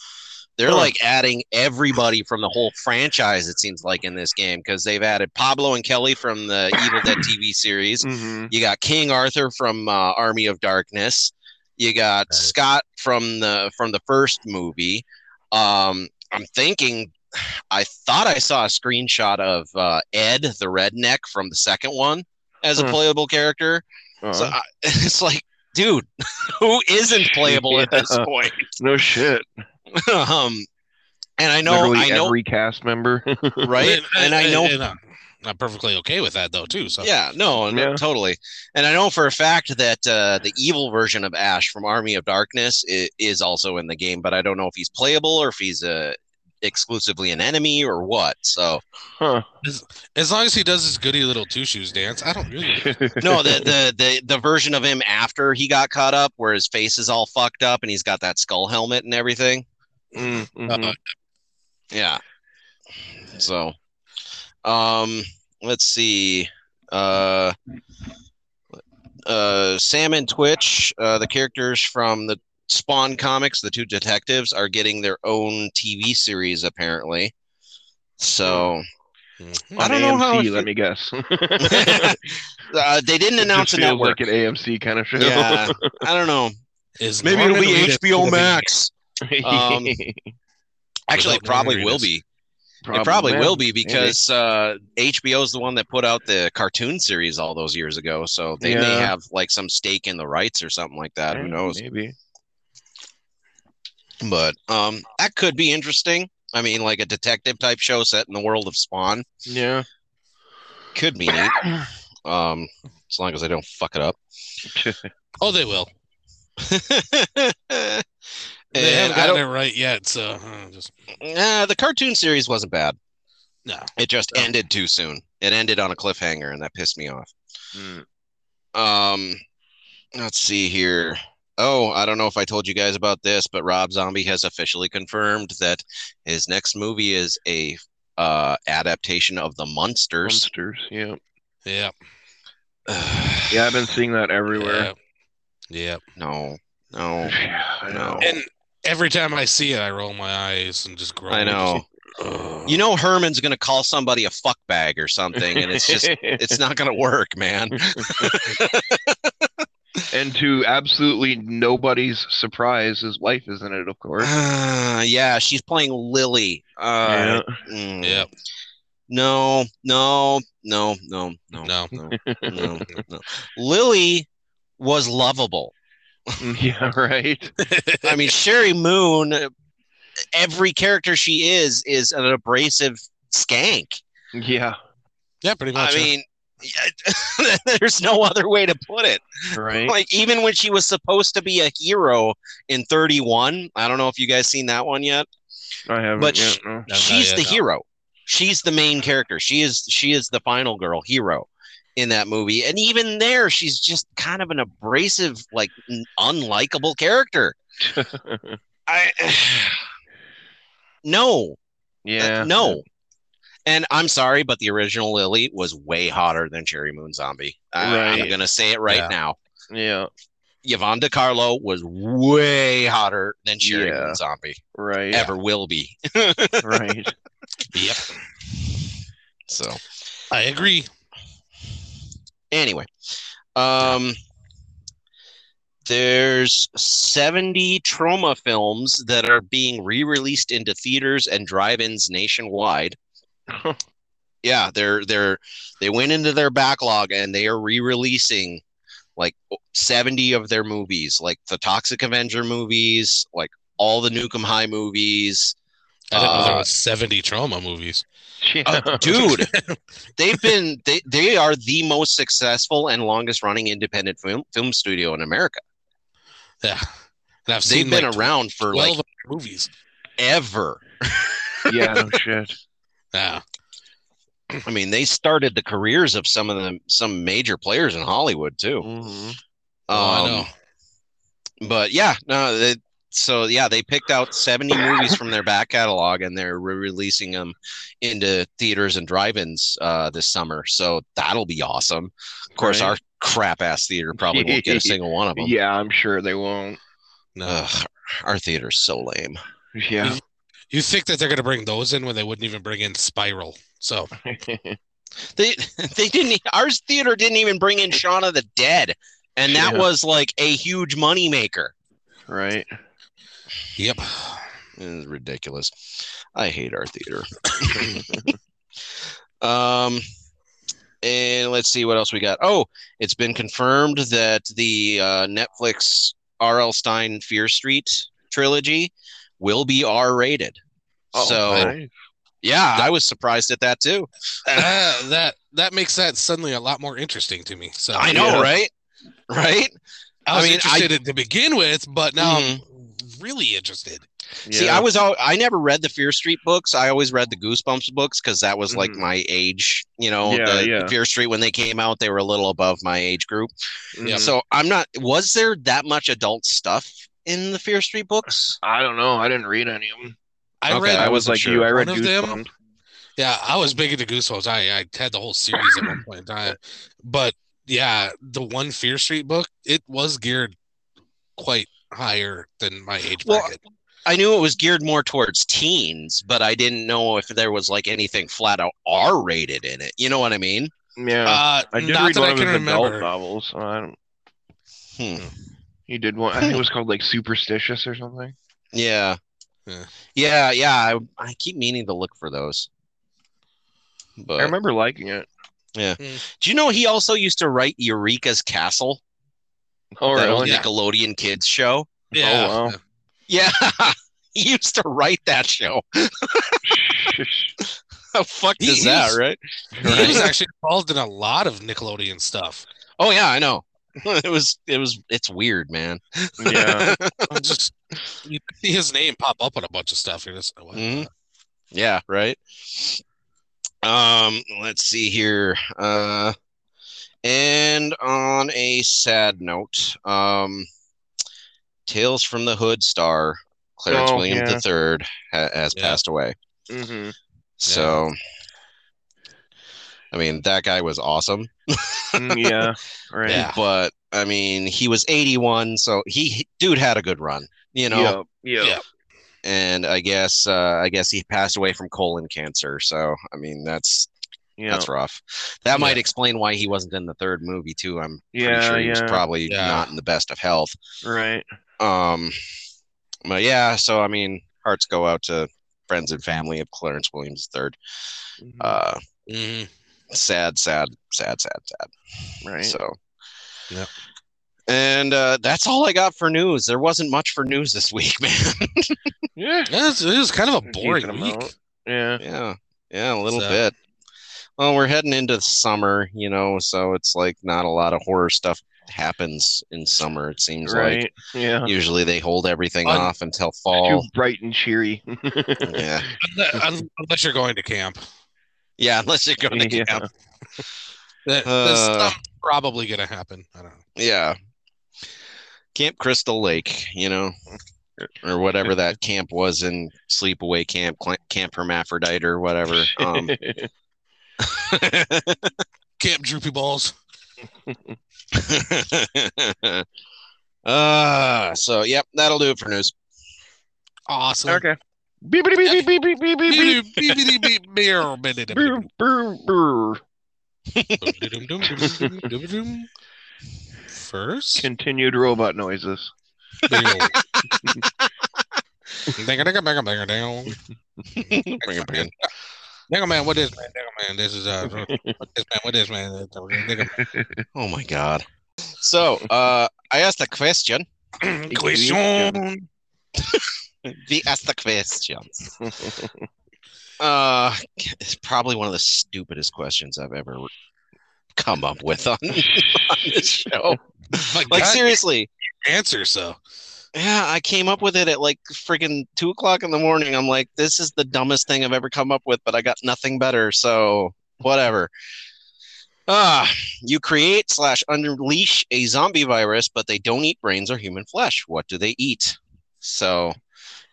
[SPEAKER 2] They're
[SPEAKER 3] Huh.
[SPEAKER 2] like adding everybody from the whole franchise, it seems like, in this game because they've added Pablo and Kelly from the Evil Dead TV series.
[SPEAKER 3] one. Mhm.
[SPEAKER 2] You got King Arthur from uh, Army of Darkness. You got
[SPEAKER 1] Right.
[SPEAKER 2] Scott from the from the first movie. Um, I'm thinking, I thought I saw a screenshot of uh, Ed the redneck from the second one as a
[SPEAKER 3] Hmm.
[SPEAKER 2] playable character. So
[SPEAKER 3] Uh,
[SPEAKER 2] I, it's like, dude, who isn't playable at this
[SPEAKER 3] Yeah.
[SPEAKER 2] point?
[SPEAKER 3] no shit.
[SPEAKER 2] um, and I know,
[SPEAKER 3] Literally
[SPEAKER 2] I know,
[SPEAKER 3] every cast member.
[SPEAKER 2] right? And I know
[SPEAKER 1] uh, and I'm- I'm perfectly okay with that though too. So
[SPEAKER 2] Yeah, no, no,
[SPEAKER 3] Yeah.
[SPEAKER 2] totally. And I know for a fact that uh, the evil version of Ash from Army of Darkness is, is also in the game, but I don't know if he's playable or if he's a exclusively an enemy or what? So
[SPEAKER 3] Huh.
[SPEAKER 1] As long as he does his goody little two shoes dance, I don't
[SPEAKER 2] Mm-hmm.
[SPEAKER 1] really.
[SPEAKER 3] Mm-hmm.
[SPEAKER 2] no, the, the the the version of him after he got caught up, where his face is all fucked up and he's got that skull helmet and everything.
[SPEAKER 3] Mm, mhm.
[SPEAKER 1] Uh,
[SPEAKER 2] Yeah. So, um, let's see. Uh, uh, Sam and Twitch, uh, the characters from the Spawn comics, the two detectives, are getting their own TV series apparently. So
[SPEAKER 1] mhm.
[SPEAKER 3] On
[SPEAKER 2] I don't know how
[SPEAKER 3] AMC,
[SPEAKER 2] it-
[SPEAKER 3] Let me guess.
[SPEAKER 2] uh, they didn't announce
[SPEAKER 3] it
[SPEAKER 2] a
[SPEAKER 3] just feels
[SPEAKER 2] network.
[SPEAKER 3] like an AMC kind of show.
[SPEAKER 2] yeah, I don't know.
[SPEAKER 1] Mm-hmm. Is
[SPEAKER 2] Maybe
[SPEAKER 1] Norman
[SPEAKER 2] it'll be
[SPEAKER 1] Reedus gonna
[SPEAKER 2] HBO Max. Um, Actually, it
[SPEAKER 1] Without Norman
[SPEAKER 2] probably will
[SPEAKER 1] Reedus.
[SPEAKER 2] be. It probably will be because uh, HBO is the one that put out the cartoon series all those years ago, so they may
[SPEAKER 3] Yeah.
[SPEAKER 2] have like some stake in the rights or something like that. Who knows?
[SPEAKER 3] Maybe.
[SPEAKER 2] But um, that could be interesting. I mean, like a detective type show set in the world of Spawn
[SPEAKER 3] Yeah.
[SPEAKER 2] could be neat. Um, as long as I don't fuck it up.
[SPEAKER 1] Oh, they will.
[SPEAKER 2] and
[SPEAKER 1] They haven't
[SPEAKER 2] I
[SPEAKER 1] gotten
[SPEAKER 2] don't.
[SPEAKER 1] it right yet, so uh, just
[SPEAKER 2] Nah, the cartoon series wasn't bad.
[SPEAKER 1] no.
[SPEAKER 2] It just
[SPEAKER 1] No.
[SPEAKER 2] ended too soon. It ended on a cliffhanger, and that pissed me off.
[SPEAKER 3] Mm.
[SPEAKER 2] Um, let's see here. Oh, I don't know if I told you guys about this, but Rob Zombie has officially confirmed that his next movie is a uh adaptation of The Munsters.
[SPEAKER 3] Monsters. Yeah.
[SPEAKER 1] Yeah.
[SPEAKER 3] Yeah, I've been seeing that everywhere.
[SPEAKER 1] Yeah.
[SPEAKER 2] No, no,
[SPEAKER 3] I know.
[SPEAKER 1] yeah. And every time I see it, I roll my eyes and just groan.
[SPEAKER 2] I know.
[SPEAKER 1] Ugh.
[SPEAKER 2] You know Herman's gonna call somebody a fuckbag or something, and it's just it's not gonna work, man.
[SPEAKER 3] and to absolutely nobody's surprise, his wife is in it, of course.
[SPEAKER 2] Uh, yeah, she's playing Lily. Uh, mm.
[SPEAKER 1] Yeah.
[SPEAKER 2] No, no, no, no, no,
[SPEAKER 1] No.
[SPEAKER 2] no, no, no. Lily was lovable.
[SPEAKER 3] yeah. yeah, right.
[SPEAKER 2] I mean, Sherry Moon, every character she is, is an abrasive skank.
[SPEAKER 3] Yeah,
[SPEAKER 1] Yeah, pretty much.
[SPEAKER 2] I
[SPEAKER 1] huh?
[SPEAKER 2] mean, there's no other way to put it.
[SPEAKER 3] right.
[SPEAKER 2] Like, even when she was supposed to be a hero in 31, I don't know if you guys seen that one yet.
[SPEAKER 3] I haven't
[SPEAKER 2] but
[SPEAKER 3] yet.
[SPEAKER 2] sh- uh,
[SPEAKER 3] no.
[SPEAKER 1] No, not
[SPEAKER 2] she's
[SPEAKER 1] yet,
[SPEAKER 2] the
[SPEAKER 1] no.
[SPEAKER 2] hero. She's the main character. She is she is the final girl hero in that movie. And even there, she's just kind of an abrasive, like n- unlikable character. I no, Uh,
[SPEAKER 3] yeah.
[SPEAKER 2] no. And I'm sorry, but the original Lily was way hotter than Cherry Moon Zombie. I, am
[SPEAKER 3] Right.
[SPEAKER 2] gonna say it right
[SPEAKER 1] Yeah.
[SPEAKER 2] now.
[SPEAKER 3] Yeah.
[SPEAKER 2] Yvonne DiCarlo was way hotter than Cherry
[SPEAKER 3] Yeah.
[SPEAKER 2] Moon Zombie
[SPEAKER 3] Right.
[SPEAKER 2] ever will be.
[SPEAKER 3] Right.
[SPEAKER 1] Yep.
[SPEAKER 2] So
[SPEAKER 1] I agree.
[SPEAKER 2] anyway um there's 70 trauma films that are being re-released into theaters and drive-ins nationwide yeah they're they're they went into their backlog and they are re-releasing like 70 of their movies like the toxic avenger movies like all the nukem high movies
[SPEAKER 1] I didn't know there
[SPEAKER 2] Uh,
[SPEAKER 1] was 70 trauma movies.
[SPEAKER 3] yeah.
[SPEAKER 2] uh, dude they've been they, they are the most successful and longest running independent film film studio in america
[SPEAKER 1] Yeah. And I've
[SPEAKER 2] they've
[SPEAKER 1] seen
[SPEAKER 2] been
[SPEAKER 1] like,
[SPEAKER 2] around for
[SPEAKER 1] 12
[SPEAKER 2] like
[SPEAKER 1] of their movies.
[SPEAKER 2] ever
[SPEAKER 3] yeah. No shit.
[SPEAKER 1] Yeah.
[SPEAKER 2] i mean they started the careers of some of them some major players in hollywood too
[SPEAKER 3] Mhm.
[SPEAKER 1] Oh, I
[SPEAKER 2] Um,
[SPEAKER 1] know.
[SPEAKER 2] but yeah no they, so yeah they picked out 70 movies from their back catalog and they're re-releasing them into theaters and drive-ins uh, this summer so that'll be awesome of course
[SPEAKER 3] Right.
[SPEAKER 2] our crap ass theater probably won't get a single one of them
[SPEAKER 3] Yeah, I'm sure they won't.
[SPEAKER 1] No.
[SPEAKER 2] Ugh, our theater's so lame.
[SPEAKER 3] Yeah.
[SPEAKER 1] You think that they're going to bring those in when they wouldn't even bring in Spiral. So,
[SPEAKER 3] Mm-hmm.
[SPEAKER 2] They they didn't. e, Our theater didn't even bring in Shaun of the Dead, and that
[SPEAKER 3] Yeah.
[SPEAKER 2] was like a huge moneymaker.
[SPEAKER 3] right.
[SPEAKER 1] yep.
[SPEAKER 2] It's ridiculous. I hate our theater. um, and let's see what else we got. Oh, it's been confirmed that the uh, Netflix R.L. Stein Fear Street trilogy will be R-rated.
[SPEAKER 3] Oh,
[SPEAKER 2] so
[SPEAKER 3] nice.
[SPEAKER 2] yeah, I was surprised at that too.
[SPEAKER 1] Ah, that that makes that suddenly a lot more interesting to me. So
[SPEAKER 2] I know,
[SPEAKER 3] Yeah.
[SPEAKER 2] right? Right.
[SPEAKER 1] I was
[SPEAKER 2] I Mm-hmm. mean, I-
[SPEAKER 1] interested in- to begin with, but now I'm really interested.
[SPEAKER 2] See, I was all, I never read the Fear Street books. I always read the Goosebumps books because that was like
[SPEAKER 3] Mhm.
[SPEAKER 2] my age. You know,
[SPEAKER 3] Yeah,
[SPEAKER 2] the,
[SPEAKER 3] yeah.
[SPEAKER 2] the Fear Street when they came out, they were a little above my age group.
[SPEAKER 3] Mm-hmm.
[SPEAKER 1] Yeah.
[SPEAKER 2] So I'm not. Was there that much adult stuff in the Fear Street books?
[SPEAKER 3] I don't know. I didn't read any of them.
[SPEAKER 1] I
[SPEAKER 2] Okay,
[SPEAKER 1] read.
[SPEAKER 3] I was like you. I read
[SPEAKER 1] one of them.
[SPEAKER 3] Goosebumps.
[SPEAKER 1] Yeah, I was big into Goosebumps. I I had the whole series at one point in time, but yeah, the one Fear Street book it was geared quite higher than my age
[SPEAKER 2] Well,
[SPEAKER 1] bracket.
[SPEAKER 2] I knew it was geared more towards teens, but I didn't know if there was like anything flat out R rated in it. You know what I mean?
[SPEAKER 3] Yeah.
[SPEAKER 1] Uh,
[SPEAKER 3] I did
[SPEAKER 1] not
[SPEAKER 3] read
[SPEAKER 1] that
[SPEAKER 3] one
[SPEAKER 1] I
[SPEAKER 3] of
[SPEAKER 1] can
[SPEAKER 3] his adult
[SPEAKER 1] remember.
[SPEAKER 3] novels. so I don't,
[SPEAKER 2] Hmm.
[SPEAKER 3] he did one. I think it was called like Superstitious or something.
[SPEAKER 2] Yeah.
[SPEAKER 1] Yeah.
[SPEAKER 2] Yeah. Yeah. I, I keep meaning to look for those.
[SPEAKER 3] I
[SPEAKER 2] But
[SPEAKER 3] remember liking it.
[SPEAKER 2] do you know he also used to write Eureka's Castle,
[SPEAKER 3] Oh,
[SPEAKER 2] that old
[SPEAKER 3] really?
[SPEAKER 1] yeah.
[SPEAKER 2] Nickelodeon kids show?
[SPEAKER 1] Yeah,
[SPEAKER 3] Oh, wow.
[SPEAKER 2] Yeah. he used to write that show. How fucked
[SPEAKER 1] He-
[SPEAKER 2] is that,
[SPEAKER 1] he's-
[SPEAKER 2] right?
[SPEAKER 1] he was actually involved in a lot of Nickelodeon stuff.
[SPEAKER 2] Oh yeah, I know. It was it was it's weird, man.
[SPEAKER 3] yeah.
[SPEAKER 1] I'm just you see his name pop up on a bunch of stuff. You're just what?
[SPEAKER 3] Mm-hmm.
[SPEAKER 2] Mhm. Yeah, right. Um, let's see here. Uh and on a sad note, um Tales from the Hood star Clarence
[SPEAKER 3] Oh,
[SPEAKER 2] William
[SPEAKER 3] yeah.
[SPEAKER 2] III ha- has
[SPEAKER 1] Yeah.
[SPEAKER 2] passed away. Mm-hmm.
[SPEAKER 3] hmm
[SPEAKER 2] So I mean, that guy was awesome,
[SPEAKER 3] Mm, yeah. Right.
[SPEAKER 1] Yeah.
[SPEAKER 2] but I mean, he was 81, so he dude had a good run, you know.
[SPEAKER 3] Yep, yep.
[SPEAKER 1] Yeah.
[SPEAKER 2] and I guess uh, I guess he passed away from colon cancer. So I mean that's
[SPEAKER 3] Yeah.
[SPEAKER 2] that's rough. That might
[SPEAKER 1] Yeah.
[SPEAKER 2] explain why he wasn't in the third movie too. I'm pretty
[SPEAKER 3] Yeah,
[SPEAKER 2] sure he was
[SPEAKER 3] yeah.
[SPEAKER 2] probably
[SPEAKER 1] Yeah.
[SPEAKER 2] not in the best of health.
[SPEAKER 3] Right.
[SPEAKER 2] Um, but yeah, so I mean hearts go out to friends and family of Clarence Williams III.
[SPEAKER 3] Mhm.
[SPEAKER 2] Uh,
[SPEAKER 1] Mhm.
[SPEAKER 2] sad, sad, sad, sad, sad.
[SPEAKER 3] Mm-hmm. right.
[SPEAKER 2] So.
[SPEAKER 1] Yep.
[SPEAKER 2] And uh, that's all I got for news. There wasn't much for news this week, man.
[SPEAKER 3] yeah.
[SPEAKER 1] Yeah, it's- it was kind of a
[SPEAKER 3] Decent
[SPEAKER 1] boring week.
[SPEAKER 3] amount. Yeah.
[SPEAKER 2] Yeah, yeah, a little
[SPEAKER 1] So-
[SPEAKER 2] bit. Well, we're heading into the summer, you know, so it's like not a lot of horror stuff happens in summer. It seems
[SPEAKER 3] Right. Yeah.
[SPEAKER 2] like usually they hold everything
[SPEAKER 1] Un-
[SPEAKER 2] off until
[SPEAKER 3] Too
[SPEAKER 2] fall.
[SPEAKER 3] bright and cheery.
[SPEAKER 2] yeah,
[SPEAKER 1] Unle- un- Unless you're going to camp,
[SPEAKER 2] yeah, unless you're going to
[SPEAKER 3] Yeah.
[SPEAKER 2] camp.
[SPEAKER 1] that, that's
[SPEAKER 2] Uh.
[SPEAKER 1] not probably going to happen. I don't know.
[SPEAKER 2] Yeah, Camp Crystal Lake, you know, or whatever that camp was in Sleepaway Camp, Cl- Camp Hermaphrodite, or whatever. Um,
[SPEAKER 1] Camp Droopy Balls.
[SPEAKER 2] uh, so yep, that'll do it for news.
[SPEAKER 1] Awesome.
[SPEAKER 3] okay. Beep, beep, beep, beep, beep, beep, beep, beep.
[SPEAKER 1] Beep, beep, beep, beep, beep, beep, beep, beep,
[SPEAKER 3] Brr, brr, brr.
[SPEAKER 1] beep, dum, dum, dum, dum, dum, dum. First.
[SPEAKER 3] Continued robot noises.
[SPEAKER 1] There you go. Ding a ding a bing a bing a ding.
[SPEAKER 2] Bring it in.
[SPEAKER 1] Nigga man, what is man? Nigga man, this is uh, what is man? What is man? Nigga
[SPEAKER 2] Oh my god. So uh I asked a question.
[SPEAKER 1] man. Question.
[SPEAKER 2] We asked the question. Uh it's probably one of the stupidest questions I've ever come up with on this show.
[SPEAKER 1] Like,
[SPEAKER 2] Like
[SPEAKER 1] God,
[SPEAKER 2] seriously.
[SPEAKER 1] answer so.
[SPEAKER 2] Yeah, I came up with it at like freaking two o'clock in the morning. I'm like, this is the dumbest thing I've ever come up with, but I got nothing better, so whatever. Ah, you create slash unleash a zombie virus, but they don't eat brains or human flesh. What do they eat? So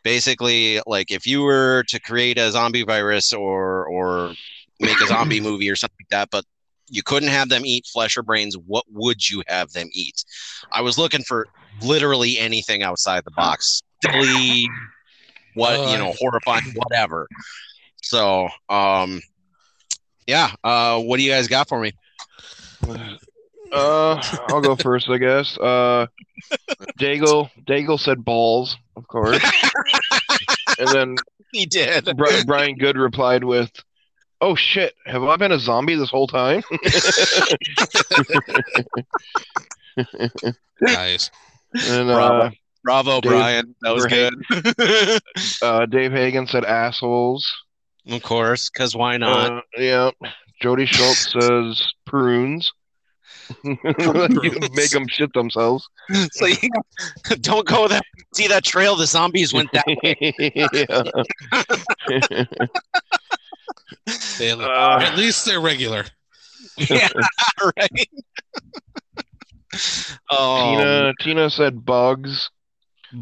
[SPEAKER 2] basically, like if you were to create a zombie virus or or make a zombie movie or something like that, but you couldn't have them eat flesh or brains, what would you have them eat? I was looking for literally anything outside the box. Silly, what
[SPEAKER 1] Oh,
[SPEAKER 2] you
[SPEAKER 1] I-
[SPEAKER 2] know, horrifying, whatever. So, um, yeah. Uh, what do you guys got for me?
[SPEAKER 3] Uh, I'll go first, I guess. Uh, Daigle, Daigle said balls, of course. and then
[SPEAKER 2] He did.
[SPEAKER 3] Bri- Brian Good replied with, "Oh shit, have I been a zombie this whole time?"
[SPEAKER 1] Nice.
[SPEAKER 3] And uh,
[SPEAKER 2] Bravo. Bravo,
[SPEAKER 3] Dude,
[SPEAKER 2] Brian. That was
[SPEAKER 3] great.
[SPEAKER 2] good.
[SPEAKER 3] uh, Dave Hagen said assholes.
[SPEAKER 2] of course, because why not?
[SPEAKER 3] Uh, yeah. Jody Schultz says prunes. you make them shit themselves.
[SPEAKER 2] So you don't go that. See that trail? The zombies went that.
[SPEAKER 3] Yeah.
[SPEAKER 1] They look-
[SPEAKER 3] Uh,
[SPEAKER 1] at least they're regular.
[SPEAKER 2] yeah, right. oh,
[SPEAKER 3] Tina, Tina said bugs.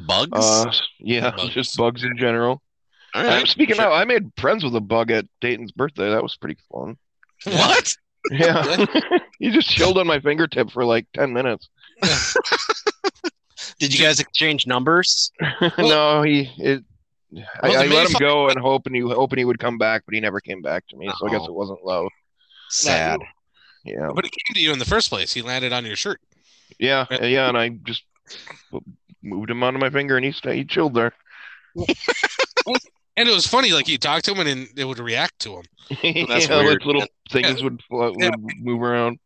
[SPEAKER 2] bugs.
[SPEAKER 3] Uh, yeah,
[SPEAKER 1] Bugs.
[SPEAKER 3] just bugs in general.
[SPEAKER 2] All
[SPEAKER 3] I'm
[SPEAKER 2] right.
[SPEAKER 3] speaking
[SPEAKER 2] sure.
[SPEAKER 3] of, I made friends with a bug at Dayton's birthday. That was pretty fun.
[SPEAKER 2] What?
[SPEAKER 3] Yeah, he just chilled on my fingertip for like ten minutes.
[SPEAKER 2] Did you guys exchange numbers?
[SPEAKER 3] no, he it. I,
[SPEAKER 1] Well, the
[SPEAKER 3] I let him
[SPEAKER 1] Mayfly-
[SPEAKER 3] go and hope and he hoping he would come back, but he never came back to me. So I guess
[SPEAKER 2] Uh-oh.
[SPEAKER 3] it wasn't low.
[SPEAKER 2] Sad.
[SPEAKER 3] Yeah,
[SPEAKER 1] But it came to you in the first place. He landed on your shirt.
[SPEAKER 3] yeah, yeah. And I just moved him onto my finger, and he stayed. He chilled there.
[SPEAKER 1] And it was funny, like you talked to him and then it would react to him.
[SPEAKER 2] that's
[SPEAKER 3] yeah,
[SPEAKER 2] weird.
[SPEAKER 3] like little things would flo-
[SPEAKER 1] Yeah.
[SPEAKER 3] would move around.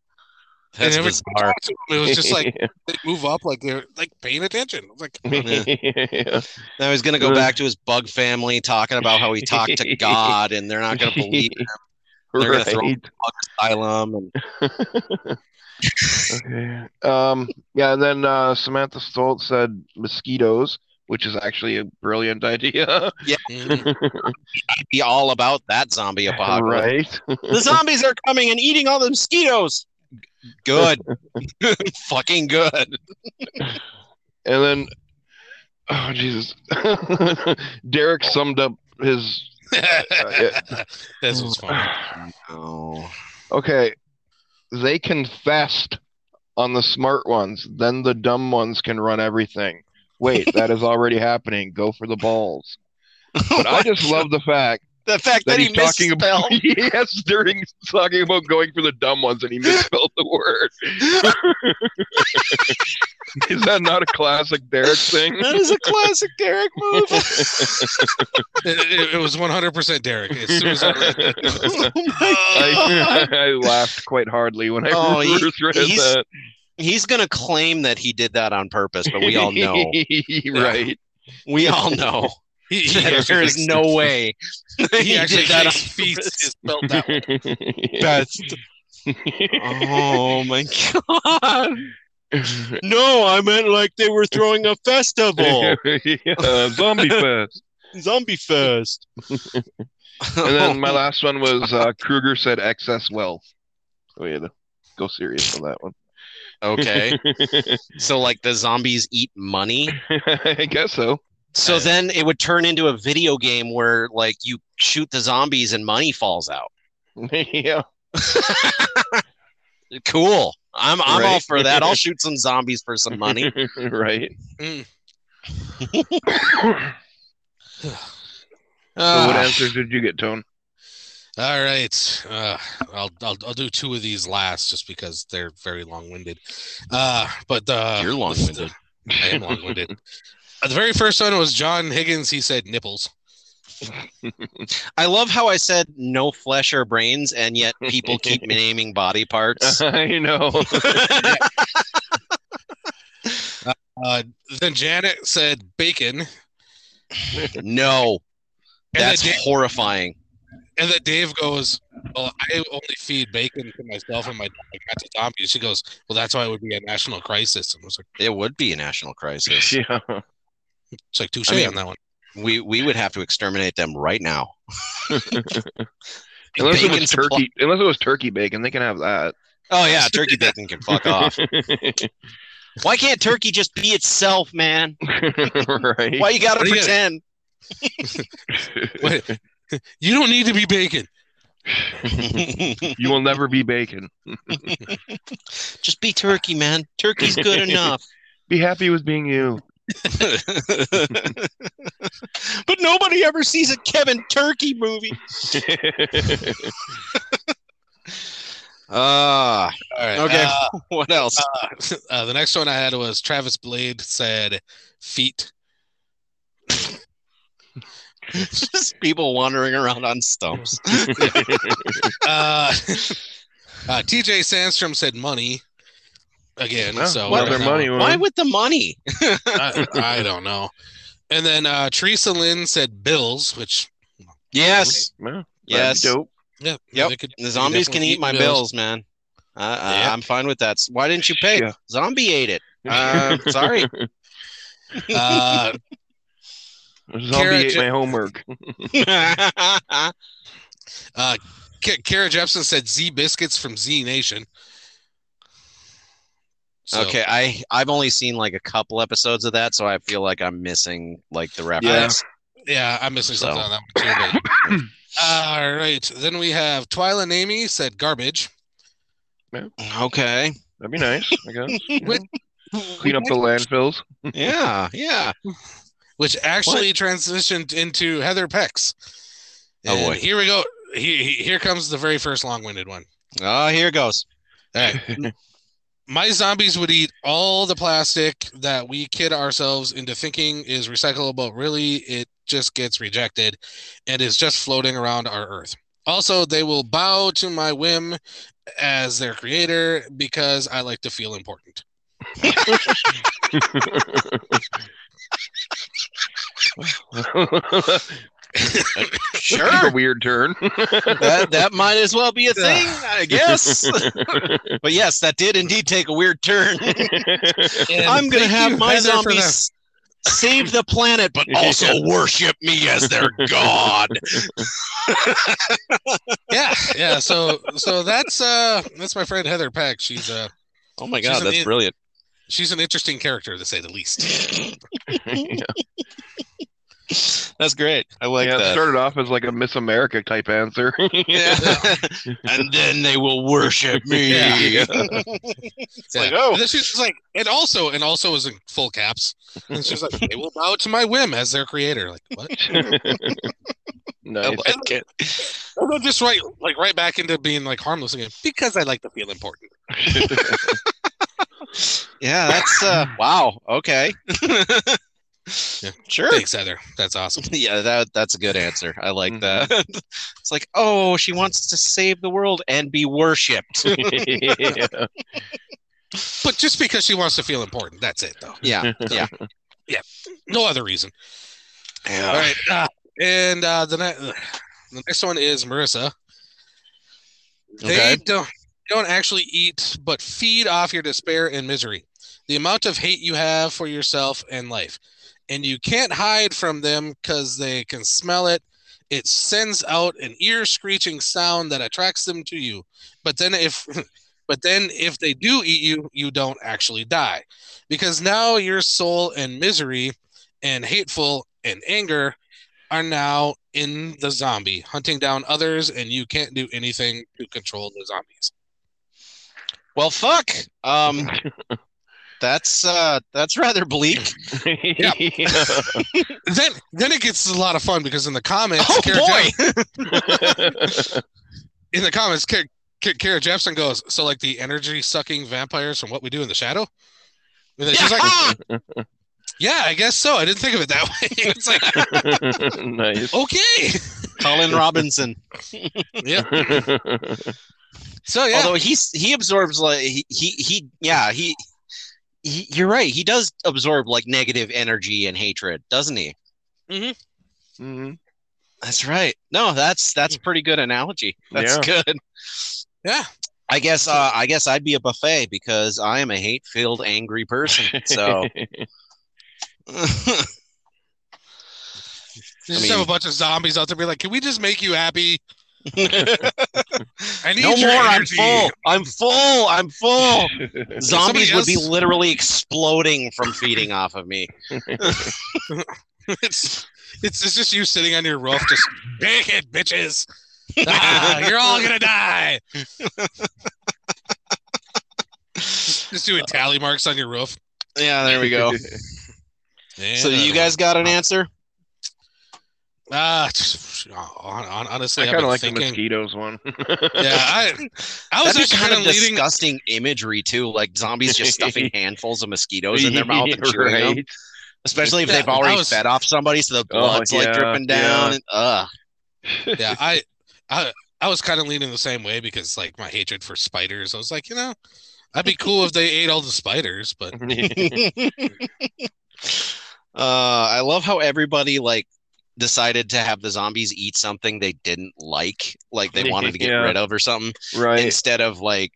[SPEAKER 2] That's
[SPEAKER 1] and every time I
[SPEAKER 2] bizarre.
[SPEAKER 1] talked to him, it was just like they move up, like they're like paying attention. I was like,
[SPEAKER 3] Yeah.
[SPEAKER 2] Now he's gonna go
[SPEAKER 3] Uh.
[SPEAKER 2] back to his bug family, talking about how he talked to God, and they're not gonna believe They're gonna
[SPEAKER 3] right.
[SPEAKER 2] throw asylum. And
[SPEAKER 3] Okay. Um, yeah, and then uh, Samantha Stolt said mosquitoes, which is actually a brilliant idea.
[SPEAKER 2] Mm-hmm.
[SPEAKER 1] "Mm,
[SPEAKER 2] I'd be all about that zombie apocalypse.
[SPEAKER 3] Right.
[SPEAKER 2] The zombies are coming and eating all the mosquitoes. Good, fucking good.
[SPEAKER 3] And then, oh Jesus, Derek summed up his. uh,
[SPEAKER 1] that's what's funny.
[SPEAKER 2] Oh,
[SPEAKER 3] Okay, they confessed on the smart ones, then the dumb ones can run everything. Wait, that is already happening. Go for the balls. But I just love the fact
[SPEAKER 2] the fact
[SPEAKER 3] that
[SPEAKER 2] that,
[SPEAKER 3] he's
[SPEAKER 2] he
[SPEAKER 3] talking
[SPEAKER 2] misspelled.
[SPEAKER 3] about yes during talking about going for the dumb ones and he misspelled the word. Is that not a classic Derek thing?
[SPEAKER 2] that is a classic Derek move.
[SPEAKER 1] It, it- it was 100% Derek. As soon as I read that,
[SPEAKER 2] oh my God.
[SPEAKER 3] I, I laughed quite hardly when I
[SPEAKER 2] Oh, he-
[SPEAKER 3] first read
[SPEAKER 2] he's-
[SPEAKER 3] that.
[SPEAKER 2] He's gonna claim that he did that on purpose, but we all know.
[SPEAKER 3] right?
[SPEAKER 2] We all know
[SPEAKER 1] he, he
[SPEAKER 2] that
[SPEAKER 1] actually
[SPEAKER 2] there is
[SPEAKER 1] thinks-
[SPEAKER 2] no way
[SPEAKER 1] He,
[SPEAKER 2] did
[SPEAKER 1] actually
[SPEAKER 2] that
[SPEAKER 1] thinks
[SPEAKER 2] on
[SPEAKER 1] feet
[SPEAKER 2] purpose.
[SPEAKER 1] is spelled that way.
[SPEAKER 2] best. oh my god! No, I meant like they were throwing a festival,
[SPEAKER 3] Yeah, Uh, zombie fest.
[SPEAKER 2] zombie fest.
[SPEAKER 3] And then my last one was uh, Kruger said excess wealth. So we had to Oh, go serious on that one.
[SPEAKER 2] okay, so like the zombies eat money.
[SPEAKER 3] I guess so.
[SPEAKER 2] So
[SPEAKER 1] Uh,
[SPEAKER 2] then it would turn into a video game where like you shoot the zombies and money falls out.
[SPEAKER 3] yeah.
[SPEAKER 2] Cool. I'm I'm all
[SPEAKER 3] Right.
[SPEAKER 2] for that. I'll shoot some zombies for some money.
[SPEAKER 3] right.
[SPEAKER 1] Mm.
[SPEAKER 3] So what
[SPEAKER 2] Ah.
[SPEAKER 3] answers did you get, Tone?
[SPEAKER 1] All right, uh, I'll, I'll I'll do two of these last just because they're very long-winded. Uh, but uh,
[SPEAKER 2] You're long-winded.
[SPEAKER 1] I am long-winded. Uh, the very first one was John Higgins. He said nipples.
[SPEAKER 2] I love how I said no flesh or brains, and yet people keep naming body parts.
[SPEAKER 3] I know.
[SPEAKER 1] Uh, then Janet said bacon, and
[SPEAKER 2] no, that's
[SPEAKER 1] then, Da-
[SPEAKER 2] horrifying.
[SPEAKER 1] and then Dave goes, "Well, I only feed bacon to myself and my dog, not to zombies." She goes, "Well, that's why it would be a national crisis." And I was like,
[SPEAKER 2] It would be a national crisis.
[SPEAKER 3] yeah.
[SPEAKER 1] "It's like touche
[SPEAKER 2] I mean,
[SPEAKER 1] on that one."
[SPEAKER 2] We we would have to exterminate them right now.
[SPEAKER 3] Unless it
[SPEAKER 2] Bacon
[SPEAKER 3] was
[SPEAKER 2] supply-
[SPEAKER 3] turkey, unless it was turkey bacon, they can have that.
[SPEAKER 2] Oh yeah, turkey bacon can fuck off. Why can't turkey just be itself, man?
[SPEAKER 3] right.
[SPEAKER 2] Why you gotta
[SPEAKER 1] What do you-
[SPEAKER 2] pretend?
[SPEAKER 1] Wait, you don't need to be bacon.
[SPEAKER 3] You will never be bacon.
[SPEAKER 2] just be turkey, man. Turkey's good enough.
[SPEAKER 3] Be happy with being you.
[SPEAKER 2] but nobody ever sees a Kevin Turkey movie. Ah,
[SPEAKER 1] All right.
[SPEAKER 2] okay.
[SPEAKER 1] uh,
[SPEAKER 2] what else?
[SPEAKER 1] uh, the next one I had was Travis Blade said feet.
[SPEAKER 2] just people wandering around on stumps.
[SPEAKER 1] Uh, uh, TJ Sandstrom said money again.
[SPEAKER 3] Well,
[SPEAKER 1] so
[SPEAKER 3] another
[SPEAKER 1] uh,
[SPEAKER 3] money one.
[SPEAKER 2] Why with the money?
[SPEAKER 1] I, I don't know. And then uh, Teresa Lynn said bills, which
[SPEAKER 2] Yes,
[SPEAKER 3] Well, that'd be
[SPEAKER 2] yes.
[SPEAKER 3] Dope.
[SPEAKER 1] yeah,
[SPEAKER 2] Yep.
[SPEAKER 1] they could-
[SPEAKER 2] The zombies can
[SPEAKER 1] definitely
[SPEAKER 2] eat my bills, man. Uh, uh,
[SPEAKER 1] Yeah.
[SPEAKER 2] I'm fine with that. Why didn't you pay?
[SPEAKER 3] Yeah.
[SPEAKER 2] Zombie ate it.
[SPEAKER 3] Um,
[SPEAKER 2] Uh, sorry.
[SPEAKER 1] Uh,
[SPEAKER 3] Zombie
[SPEAKER 1] Carrot
[SPEAKER 3] ate
[SPEAKER 1] ju-
[SPEAKER 3] my homework.
[SPEAKER 1] uh, K- Kara Jepson said Z biscuits from Z Nation. So,
[SPEAKER 2] Okay, I I've only seen like a couple episodes of that, so I feel like I'm missing like the reference.
[SPEAKER 1] Yeah, I'm missing
[SPEAKER 2] So.
[SPEAKER 1] something on that one too. But... All right. Then we have Twyla Amy said garbage.
[SPEAKER 2] Mm, Okay.
[SPEAKER 3] That'd be nice, I guess.
[SPEAKER 1] Wait.
[SPEAKER 3] Clean up the landfills.
[SPEAKER 2] Yeah, yeah.
[SPEAKER 1] which actually transitioned into Heather Peck's.
[SPEAKER 2] Oh,
[SPEAKER 1] And
[SPEAKER 2] boy.
[SPEAKER 1] Here we go. He, he- here comes the very first long-winded one.
[SPEAKER 2] Oh, here goes.
[SPEAKER 1] All right. My zombies would eat all the plastic that we kid ourselves into thinking is recyclable. Really, it just gets rejected and is just floating around our earth. Also, they will bow to my whim as their creator because I like to feel important.
[SPEAKER 3] Took
[SPEAKER 2] Sure.
[SPEAKER 3] a weird turn.
[SPEAKER 2] that that might as well be a
[SPEAKER 1] Yeah.
[SPEAKER 2] thing, I guess. but yes, that did indeed take a weird turn.
[SPEAKER 1] And
[SPEAKER 2] I'm gonna
[SPEAKER 1] thank you,
[SPEAKER 2] have my
[SPEAKER 1] Heather, for that.
[SPEAKER 2] zombies save the planet, but also worship me as their god.
[SPEAKER 1] Yeah, yeah. So, so that's uh, that's my friend Heather Peck. She's uh,
[SPEAKER 2] Oh my
[SPEAKER 1] She's
[SPEAKER 2] god,
[SPEAKER 1] an
[SPEAKER 2] that's
[SPEAKER 1] in-
[SPEAKER 2] brilliant.
[SPEAKER 1] She's an interesting character to say the least.
[SPEAKER 2] That's great. I like
[SPEAKER 3] yeah, it
[SPEAKER 2] that.
[SPEAKER 3] started off as like a Miss America type answer.
[SPEAKER 2] Yeah. and then they will worship me.
[SPEAKER 1] Yeah. Yeah.
[SPEAKER 3] like, oh.
[SPEAKER 1] And then she's just like, and also, and also is in full caps. And she's like, they will bow to my whim as their creator. Like what?
[SPEAKER 2] I
[SPEAKER 3] nice.
[SPEAKER 2] like it.
[SPEAKER 1] And then just right, like right back into being like harmless again because I like to feel important.
[SPEAKER 2] Yeah, that's uh wow. Okay. Sure.
[SPEAKER 1] Thanks, Heather. That's awesome.
[SPEAKER 2] Yeah, that that's a good answer. I like
[SPEAKER 3] Mhm.
[SPEAKER 2] that. it's like, oh, she wants to save the world and be worshipped.
[SPEAKER 3] yeah.
[SPEAKER 1] But just because she wants to feel important, that's it though.
[SPEAKER 2] yeah.
[SPEAKER 1] No other reason.
[SPEAKER 2] yeah.
[SPEAKER 1] All right. Uh, and uh, the ne- the next one is Marissa. They
[SPEAKER 2] Okay.
[SPEAKER 1] don't don't actually eat, but feed off your despair and misery. The amount of hate you have for yourself and life, and you can't hide from them because they can smell it. It sends out an ear screeching sound that attracts them to you. But then if but then if they do eat you, you don't actually die. Because now your soul and misery and hateful and anger are now in the zombie, hunting down others, and you can't do anything to control the zombies.
[SPEAKER 2] Well, fuck. Um, that's uh, that's rather bleak.
[SPEAKER 1] Then, then it gets a lot of fun because in the comments,
[SPEAKER 2] Oh,
[SPEAKER 1] Kara
[SPEAKER 2] boy.
[SPEAKER 1] Jep- in the comments, Kara, Kara Jepsen goes, "So like the energy sucking vampires from What We Do in the Shadow." And then she's like,
[SPEAKER 2] Yeah.
[SPEAKER 1] "Yeah, I guess so. I didn't think of it that way." it's like,
[SPEAKER 3] nice.
[SPEAKER 1] okay,
[SPEAKER 2] Colin Robinson.
[SPEAKER 1] yeah. So yeah,
[SPEAKER 2] Although he's he absorbs like he he, he yeah he, he you're right he does absorb like negative energy and hatred doesn't he? Mm-hmm.
[SPEAKER 3] Mhm.
[SPEAKER 2] That's right. No, that's that's a pretty good analogy. That's good.
[SPEAKER 1] yeah,
[SPEAKER 2] I guess uh, I guess I'd be a buffet because I am a hate filled angry person. So
[SPEAKER 1] you
[SPEAKER 2] I
[SPEAKER 1] just have a
[SPEAKER 2] mean-
[SPEAKER 1] bunch of zombies out there, be like, "Can we just make you happy?" I need
[SPEAKER 2] no
[SPEAKER 1] your
[SPEAKER 2] more. I'm
[SPEAKER 1] energy.
[SPEAKER 2] full. I'm full. I'm full. Zombies would be
[SPEAKER 1] else-
[SPEAKER 2] literally exploding from feeding off of me.
[SPEAKER 1] It's it's, it's just you sitting on your roof, just big it, bitches. Ah, you're all gonna die. Just doing tally marks on your roof.
[SPEAKER 2] Yeah, there we go. so you guys got an answer?
[SPEAKER 1] Ah, just- hon- hon- honestly,
[SPEAKER 3] I
[SPEAKER 1] I've
[SPEAKER 3] kind of
[SPEAKER 1] been
[SPEAKER 3] like the
[SPEAKER 1] thinking.
[SPEAKER 3] mosquitoes one.
[SPEAKER 1] Yeah, I, I was
[SPEAKER 2] That'd be
[SPEAKER 1] actually
[SPEAKER 2] kind of
[SPEAKER 1] leading.
[SPEAKER 2] disgusting imagery too, like zombies just stuffing handfuls of mosquitoes in their mouth and
[SPEAKER 3] Yeah,
[SPEAKER 2] chewing them.
[SPEAKER 3] right.
[SPEAKER 2] Especially if
[SPEAKER 1] Yeah,
[SPEAKER 2] they've already
[SPEAKER 1] I was-
[SPEAKER 2] fed off somebody, so the
[SPEAKER 3] Oh,
[SPEAKER 2] blood's like
[SPEAKER 3] yeah,
[SPEAKER 2] dripping down. And, ugh.
[SPEAKER 1] Yeah, I, I, I was kind of leaning the same way because like my hatred for spiders. I was like, you know, I'd be cool if they ate all the spiders, but
[SPEAKER 2] Uh, I love how everybody like decided to have the zombies eat something they didn't like, like they wanted to get
[SPEAKER 3] Yeah.
[SPEAKER 2] rid of or something,
[SPEAKER 3] right.
[SPEAKER 2] instead of like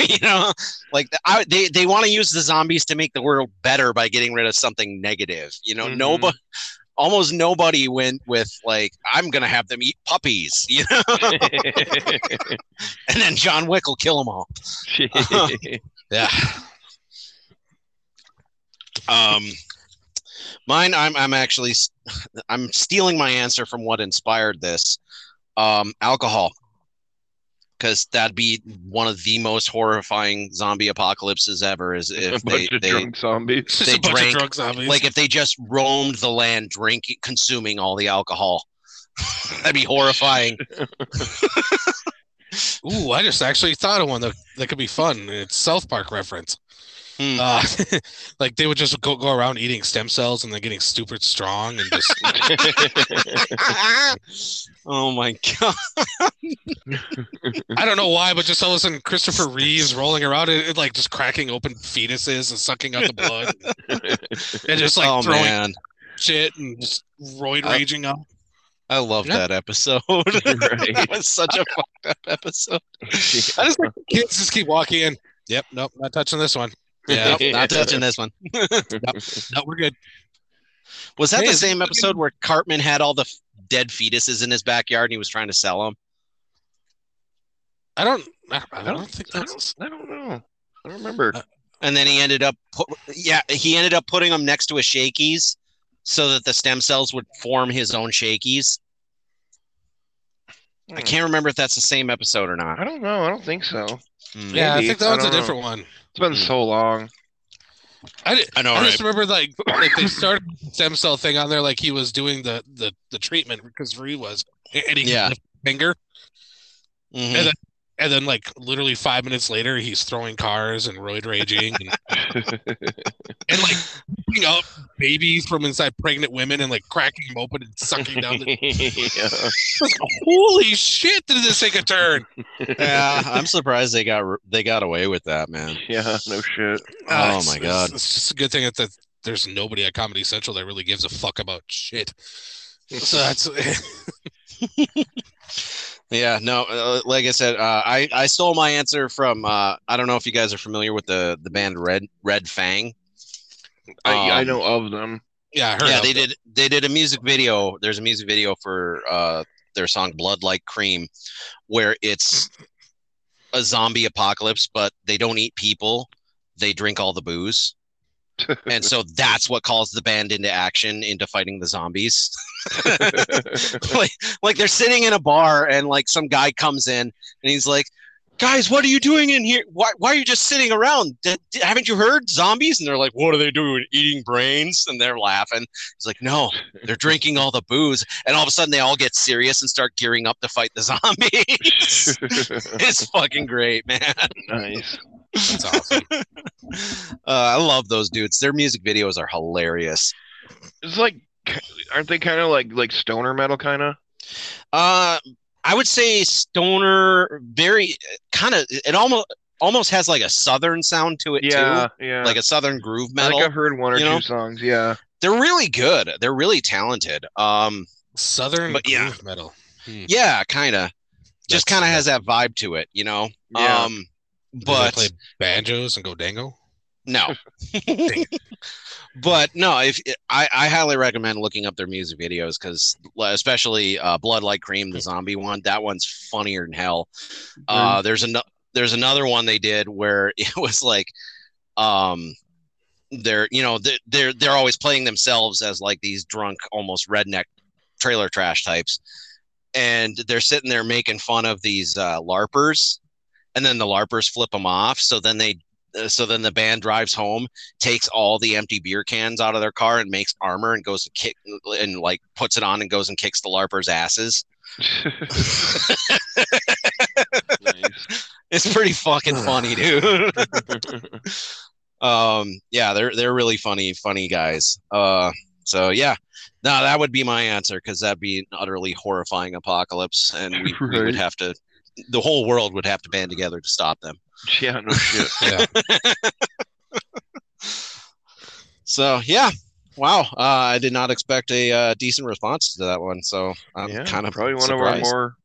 [SPEAKER 2] you know, like I, they they want to use the zombies to make the world better by getting rid of something negative. You know,
[SPEAKER 3] Mm-hmm.
[SPEAKER 1] Mhm.
[SPEAKER 2] nobody, almost nobody went with like I'm gonna have them eat puppies. You know, and then John Wick will kill them all.
[SPEAKER 1] Yeah.
[SPEAKER 2] Um, mine, I'm I'm actually s- I'm stealing my answer from what inspired this, um, alcohol, because that'd be one of the most horrifying zombie apocalypses ever. Is
[SPEAKER 3] a
[SPEAKER 2] if they,
[SPEAKER 3] bunch of
[SPEAKER 2] they
[SPEAKER 3] drunk zombies.
[SPEAKER 1] It's just
[SPEAKER 2] They
[SPEAKER 1] a bunch
[SPEAKER 2] drank,
[SPEAKER 1] of drug zombies.
[SPEAKER 2] like if they just roamed the land, drinking, consuming all the alcohol. that'd be horrifying.
[SPEAKER 1] Ooh, I just actually thought of one that, that could be fun. It's South Park reference.
[SPEAKER 2] Hmm.
[SPEAKER 1] Uh, like they would just go, go around eating stem cells and then getting stupid strong and just
[SPEAKER 2] oh my god!
[SPEAKER 1] I don't know why, but just all of a sudden Christopher Reeves rolling around and, and, like just cracking open fetuses and sucking out the blood and just like
[SPEAKER 2] oh
[SPEAKER 1] throwing
[SPEAKER 2] man,
[SPEAKER 1] shit and just roid
[SPEAKER 2] Uh,
[SPEAKER 1] raging up.
[SPEAKER 2] I love
[SPEAKER 1] Yeah.
[SPEAKER 2] that episode. that was such a fucked up episode.
[SPEAKER 1] I just like kids just keep walking in. Yep, nope, not touching this one. Yeah,
[SPEAKER 2] Nope, not touching this one.
[SPEAKER 1] no, we're good.
[SPEAKER 2] Was that
[SPEAKER 1] Hey,
[SPEAKER 2] the
[SPEAKER 1] is-
[SPEAKER 2] same episode where Cartman had all the f- dead fetuses in his backyard and he was trying to sell them?
[SPEAKER 1] I don't. I, I don't think
[SPEAKER 3] I
[SPEAKER 1] that's.
[SPEAKER 3] I don't know. I don't remember.
[SPEAKER 2] Uh, And then he ended up, put, yeah, he ended up putting them next to his shakies so that the stem cells would form his own shakies. I
[SPEAKER 3] Hmm.
[SPEAKER 2] can't remember if that's the same episode or not.
[SPEAKER 3] I don't know. I don't think so. It's
[SPEAKER 2] Hmm.
[SPEAKER 1] Yeah, I
[SPEAKER 3] Maybe.
[SPEAKER 1] think that
[SPEAKER 3] I
[SPEAKER 1] one's a
[SPEAKER 3] don't know.
[SPEAKER 1] different one.
[SPEAKER 3] been
[SPEAKER 2] Hmm.
[SPEAKER 3] so long.
[SPEAKER 1] I, did,
[SPEAKER 2] I know,
[SPEAKER 1] I
[SPEAKER 2] right?
[SPEAKER 1] just remember like like they started the stem cell thing on there, like he was doing the the the treatment because Ree was, and he
[SPEAKER 2] Yeah.
[SPEAKER 1] yeah. finger,
[SPEAKER 2] Mhm.
[SPEAKER 1] and then and then like literally five minutes later, he's throwing cars and roid raging and, and like picking up babies from inside pregnant women and like cracking them open and sucking down. The,
[SPEAKER 3] Yeah.
[SPEAKER 1] holy shit! Did this take a turn?
[SPEAKER 2] yeah, I'm surprised they got they got away with that, man.
[SPEAKER 3] Yeah, no shit.
[SPEAKER 1] Uh,
[SPEAKER 2] Oh
[SPEAKER 1] it's-
[SPEAKER 2] my
[SPEAKER 1] it's-
[SPEAKER 2] God.
[SPEAKER 1] It's, just a good thing that, that there's nobody at Comedy Central that really gives a fuck about shit. So that's
[SPEAKER 2] Yeah, no, uh, like I said, uh, I I stole my answer from uh, I don't know if you guys are familiar with the the band Red Red Fang.
[SPEAKER 3] I, I
[SPEAKER 2] Um,
[SPEAKER 3] know of them.
[SPEAKER 1] yeah. I heard
[SPEAKER 2] Yeah,
[SPEAKER 1] of
[SPEAKER 2] they
[SPEAKER 1] it.
[SPEAKER 2] did they did a music video. There's a music video for uh, their song Blood Like Cream where it's a zombie apocalypse but they don't eat people. They drink all the booze. And so that's what calls the band into action into fighting the zombies. like, like they're sitting in a bar and like some guy comes in and he's like guys what are you doing in here why, why are you just sitting around D- d- haven't you heard zombies and they're like what are they doing eating brains and they're laughing he's like no they're drinking all the booze and all of a sudden they all get serious and start gearing up to fight the zombies it's fucking great man
[SPEAKER 3] nice.
[SPEAKER 1] That's awesome.
[SPEAKER 2] uh, i love those dudes their music videos are hilarious
[SPEAKER 3] It's like, aren't they kind of like like stoner metal kind of?
[SPEAKER 2] Uh, I would say stoner, very kind of. It almost almost has like a southern sound to it
[SPEAKER 3] Yeah, yeah.
[SPEAKER 2] too, like a southern groove
[SPEAKER 3] I
[SPEAKER 2] metal.
[SPEAKER 3] think I've heard one or
[SPEAKER 2] you
[SPEAKER 3] two
[SPEAKER 2] know?
[SPEAKER 3] songs. Yeah.
[SPEAKER 2] They're really good. They're really talented. Um,
[SPEAKER 1] Southern
[SPEAKER 2] But yeah.
[SPEAKER 1] groove metal.
[SPEAKER 2] yeah, kind of.
[SPEAKER 1] That's-
[SPEAKER 2] Just kind of has that vibe to it, you know.
[SPEAKER 3] Yeah.
[SPEAKER 2] Um,
[SPEAKER 1] Do they
[SPEAKER 2] but
[SPEAKER 1] play banjos and go dango.
[SPEAKER 2] No. but no, if I, I highly recommend looking up their music videos because especially uh, Blood Like Cream, the zombie one, that one's funnier than hell. Uh, there's an, there's another one they did where it was like, um, they're you know they're they're, they're always playing themselves as like these drunk, almost redneck trailer trash types, and they're sitting there making fun of these uh, larpers. And then the larpers flip them off, so then they uh, so then the band drives home, takes all the empty beer cans out of their car and makes armor and goes to kick and like puts it on and goes and kicks the larpers asses.
[SPEAKER 3] nice.
[SPEAKER 2] It's pretty fucking funny, dude. um, yeah, they're they're really funny, funny guys. Uh, so yeah, no, that would be my answer because that'd be an utterly horrifying apocalypse, and we, we
[SPEAKER 3] Right.
[SPEAKER 2] would have to, the whole world would have to band together to stop them.
[SPEAKER 3] Yeah, no shit.
[SPEAKER 1] Yeah.
[SPEAKER 2] So yeah, wow. Uh, I did not expect a uh, decent response to that one. So I'm
[SPEAKER 3] yeah,
[SPEAKER 2] kind of
[SPEAKER 3] probably one
[SPEAKER 2] surprised.
[SPEAKER 3] of our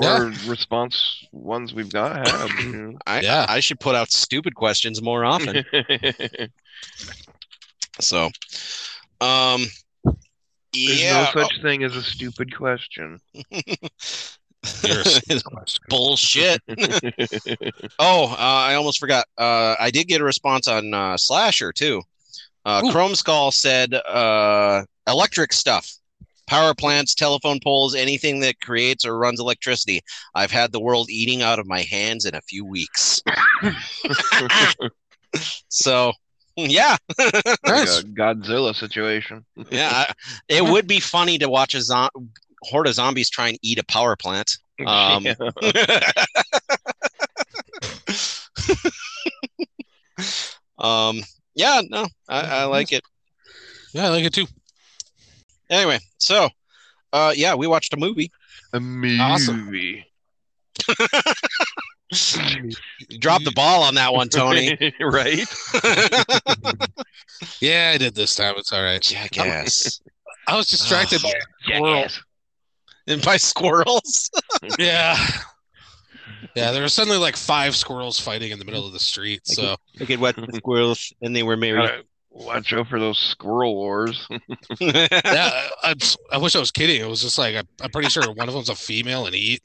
[SPEAKER 3] more response ones we've got have. you
[SPEAKER 2] I,
[SPEAKER 1] Yeah.
[SPEAKER 2] I should put out stupid questions more often.
[SPEAKER 3] know.
[SPEAKER 2] So, um,
[SPEAKER 3] There's
[SPEAKER 2] yeah, oh.
[SPEAKER 3] no such thing as a stupid question.
[SPEAKER 2] Oh,
[SPEAKER 1] You're a stupid
[SPEAKER 2] bullshit. oh, uh, I almost forgot. Uh, I did get a response on uh, Slasher too. Uh,
[SPEAKER 1] Ooh.
[SPEAKER 2] Chrome Skull said uh, electric stuff, power plants, telephone poles, anything that creates or runs electricity. I've had the world eating out of my hands in a few weeks. so, yeah,
[SPEAKER 3] Like
[SPEAKER 1] Nice.
[SPEAKER 3] a Godzilla situation.
[SPEAKER 2] yeah, I- it would be funny to watch a zo- horde of zombies try and eat a power plant. Um,
[SPEAKER 3] Yeah.
[SPEAKER 2] um, yeah, no, I, I like it.
[SPEAKER 1] Yeah, I like it too.
[SPEAKER 2] Anyway, so uh, yeah, we watched a movie.
[SPEAKER 3] A movie.
[SPEAKER 1] Awesome.
[SPEAKER 2] Dropped the ball on that one, Tony.
[SPEAKER 3] right?
[SPEAKER 1] Yeah, I did this time. It's all right.
[SPEAKER 2] Jackass.
[SPEAKER 1] I was distracted by
[SPEAKER 2] and by squirrels.
[SPEAKER 1] yeah. Yeah, there were suddenly like five squirrels fighting in the middle of the street. So
[SPEAKER 2] I could wet the squirrels, and they were married.
[SPEAKER 3] Gotta Watch out for those squirrel wars.
[SPEAKER 1] yeah, I, I wish I was kidding. It was just like I'm, I'm pretty sure one of them's a female and eat,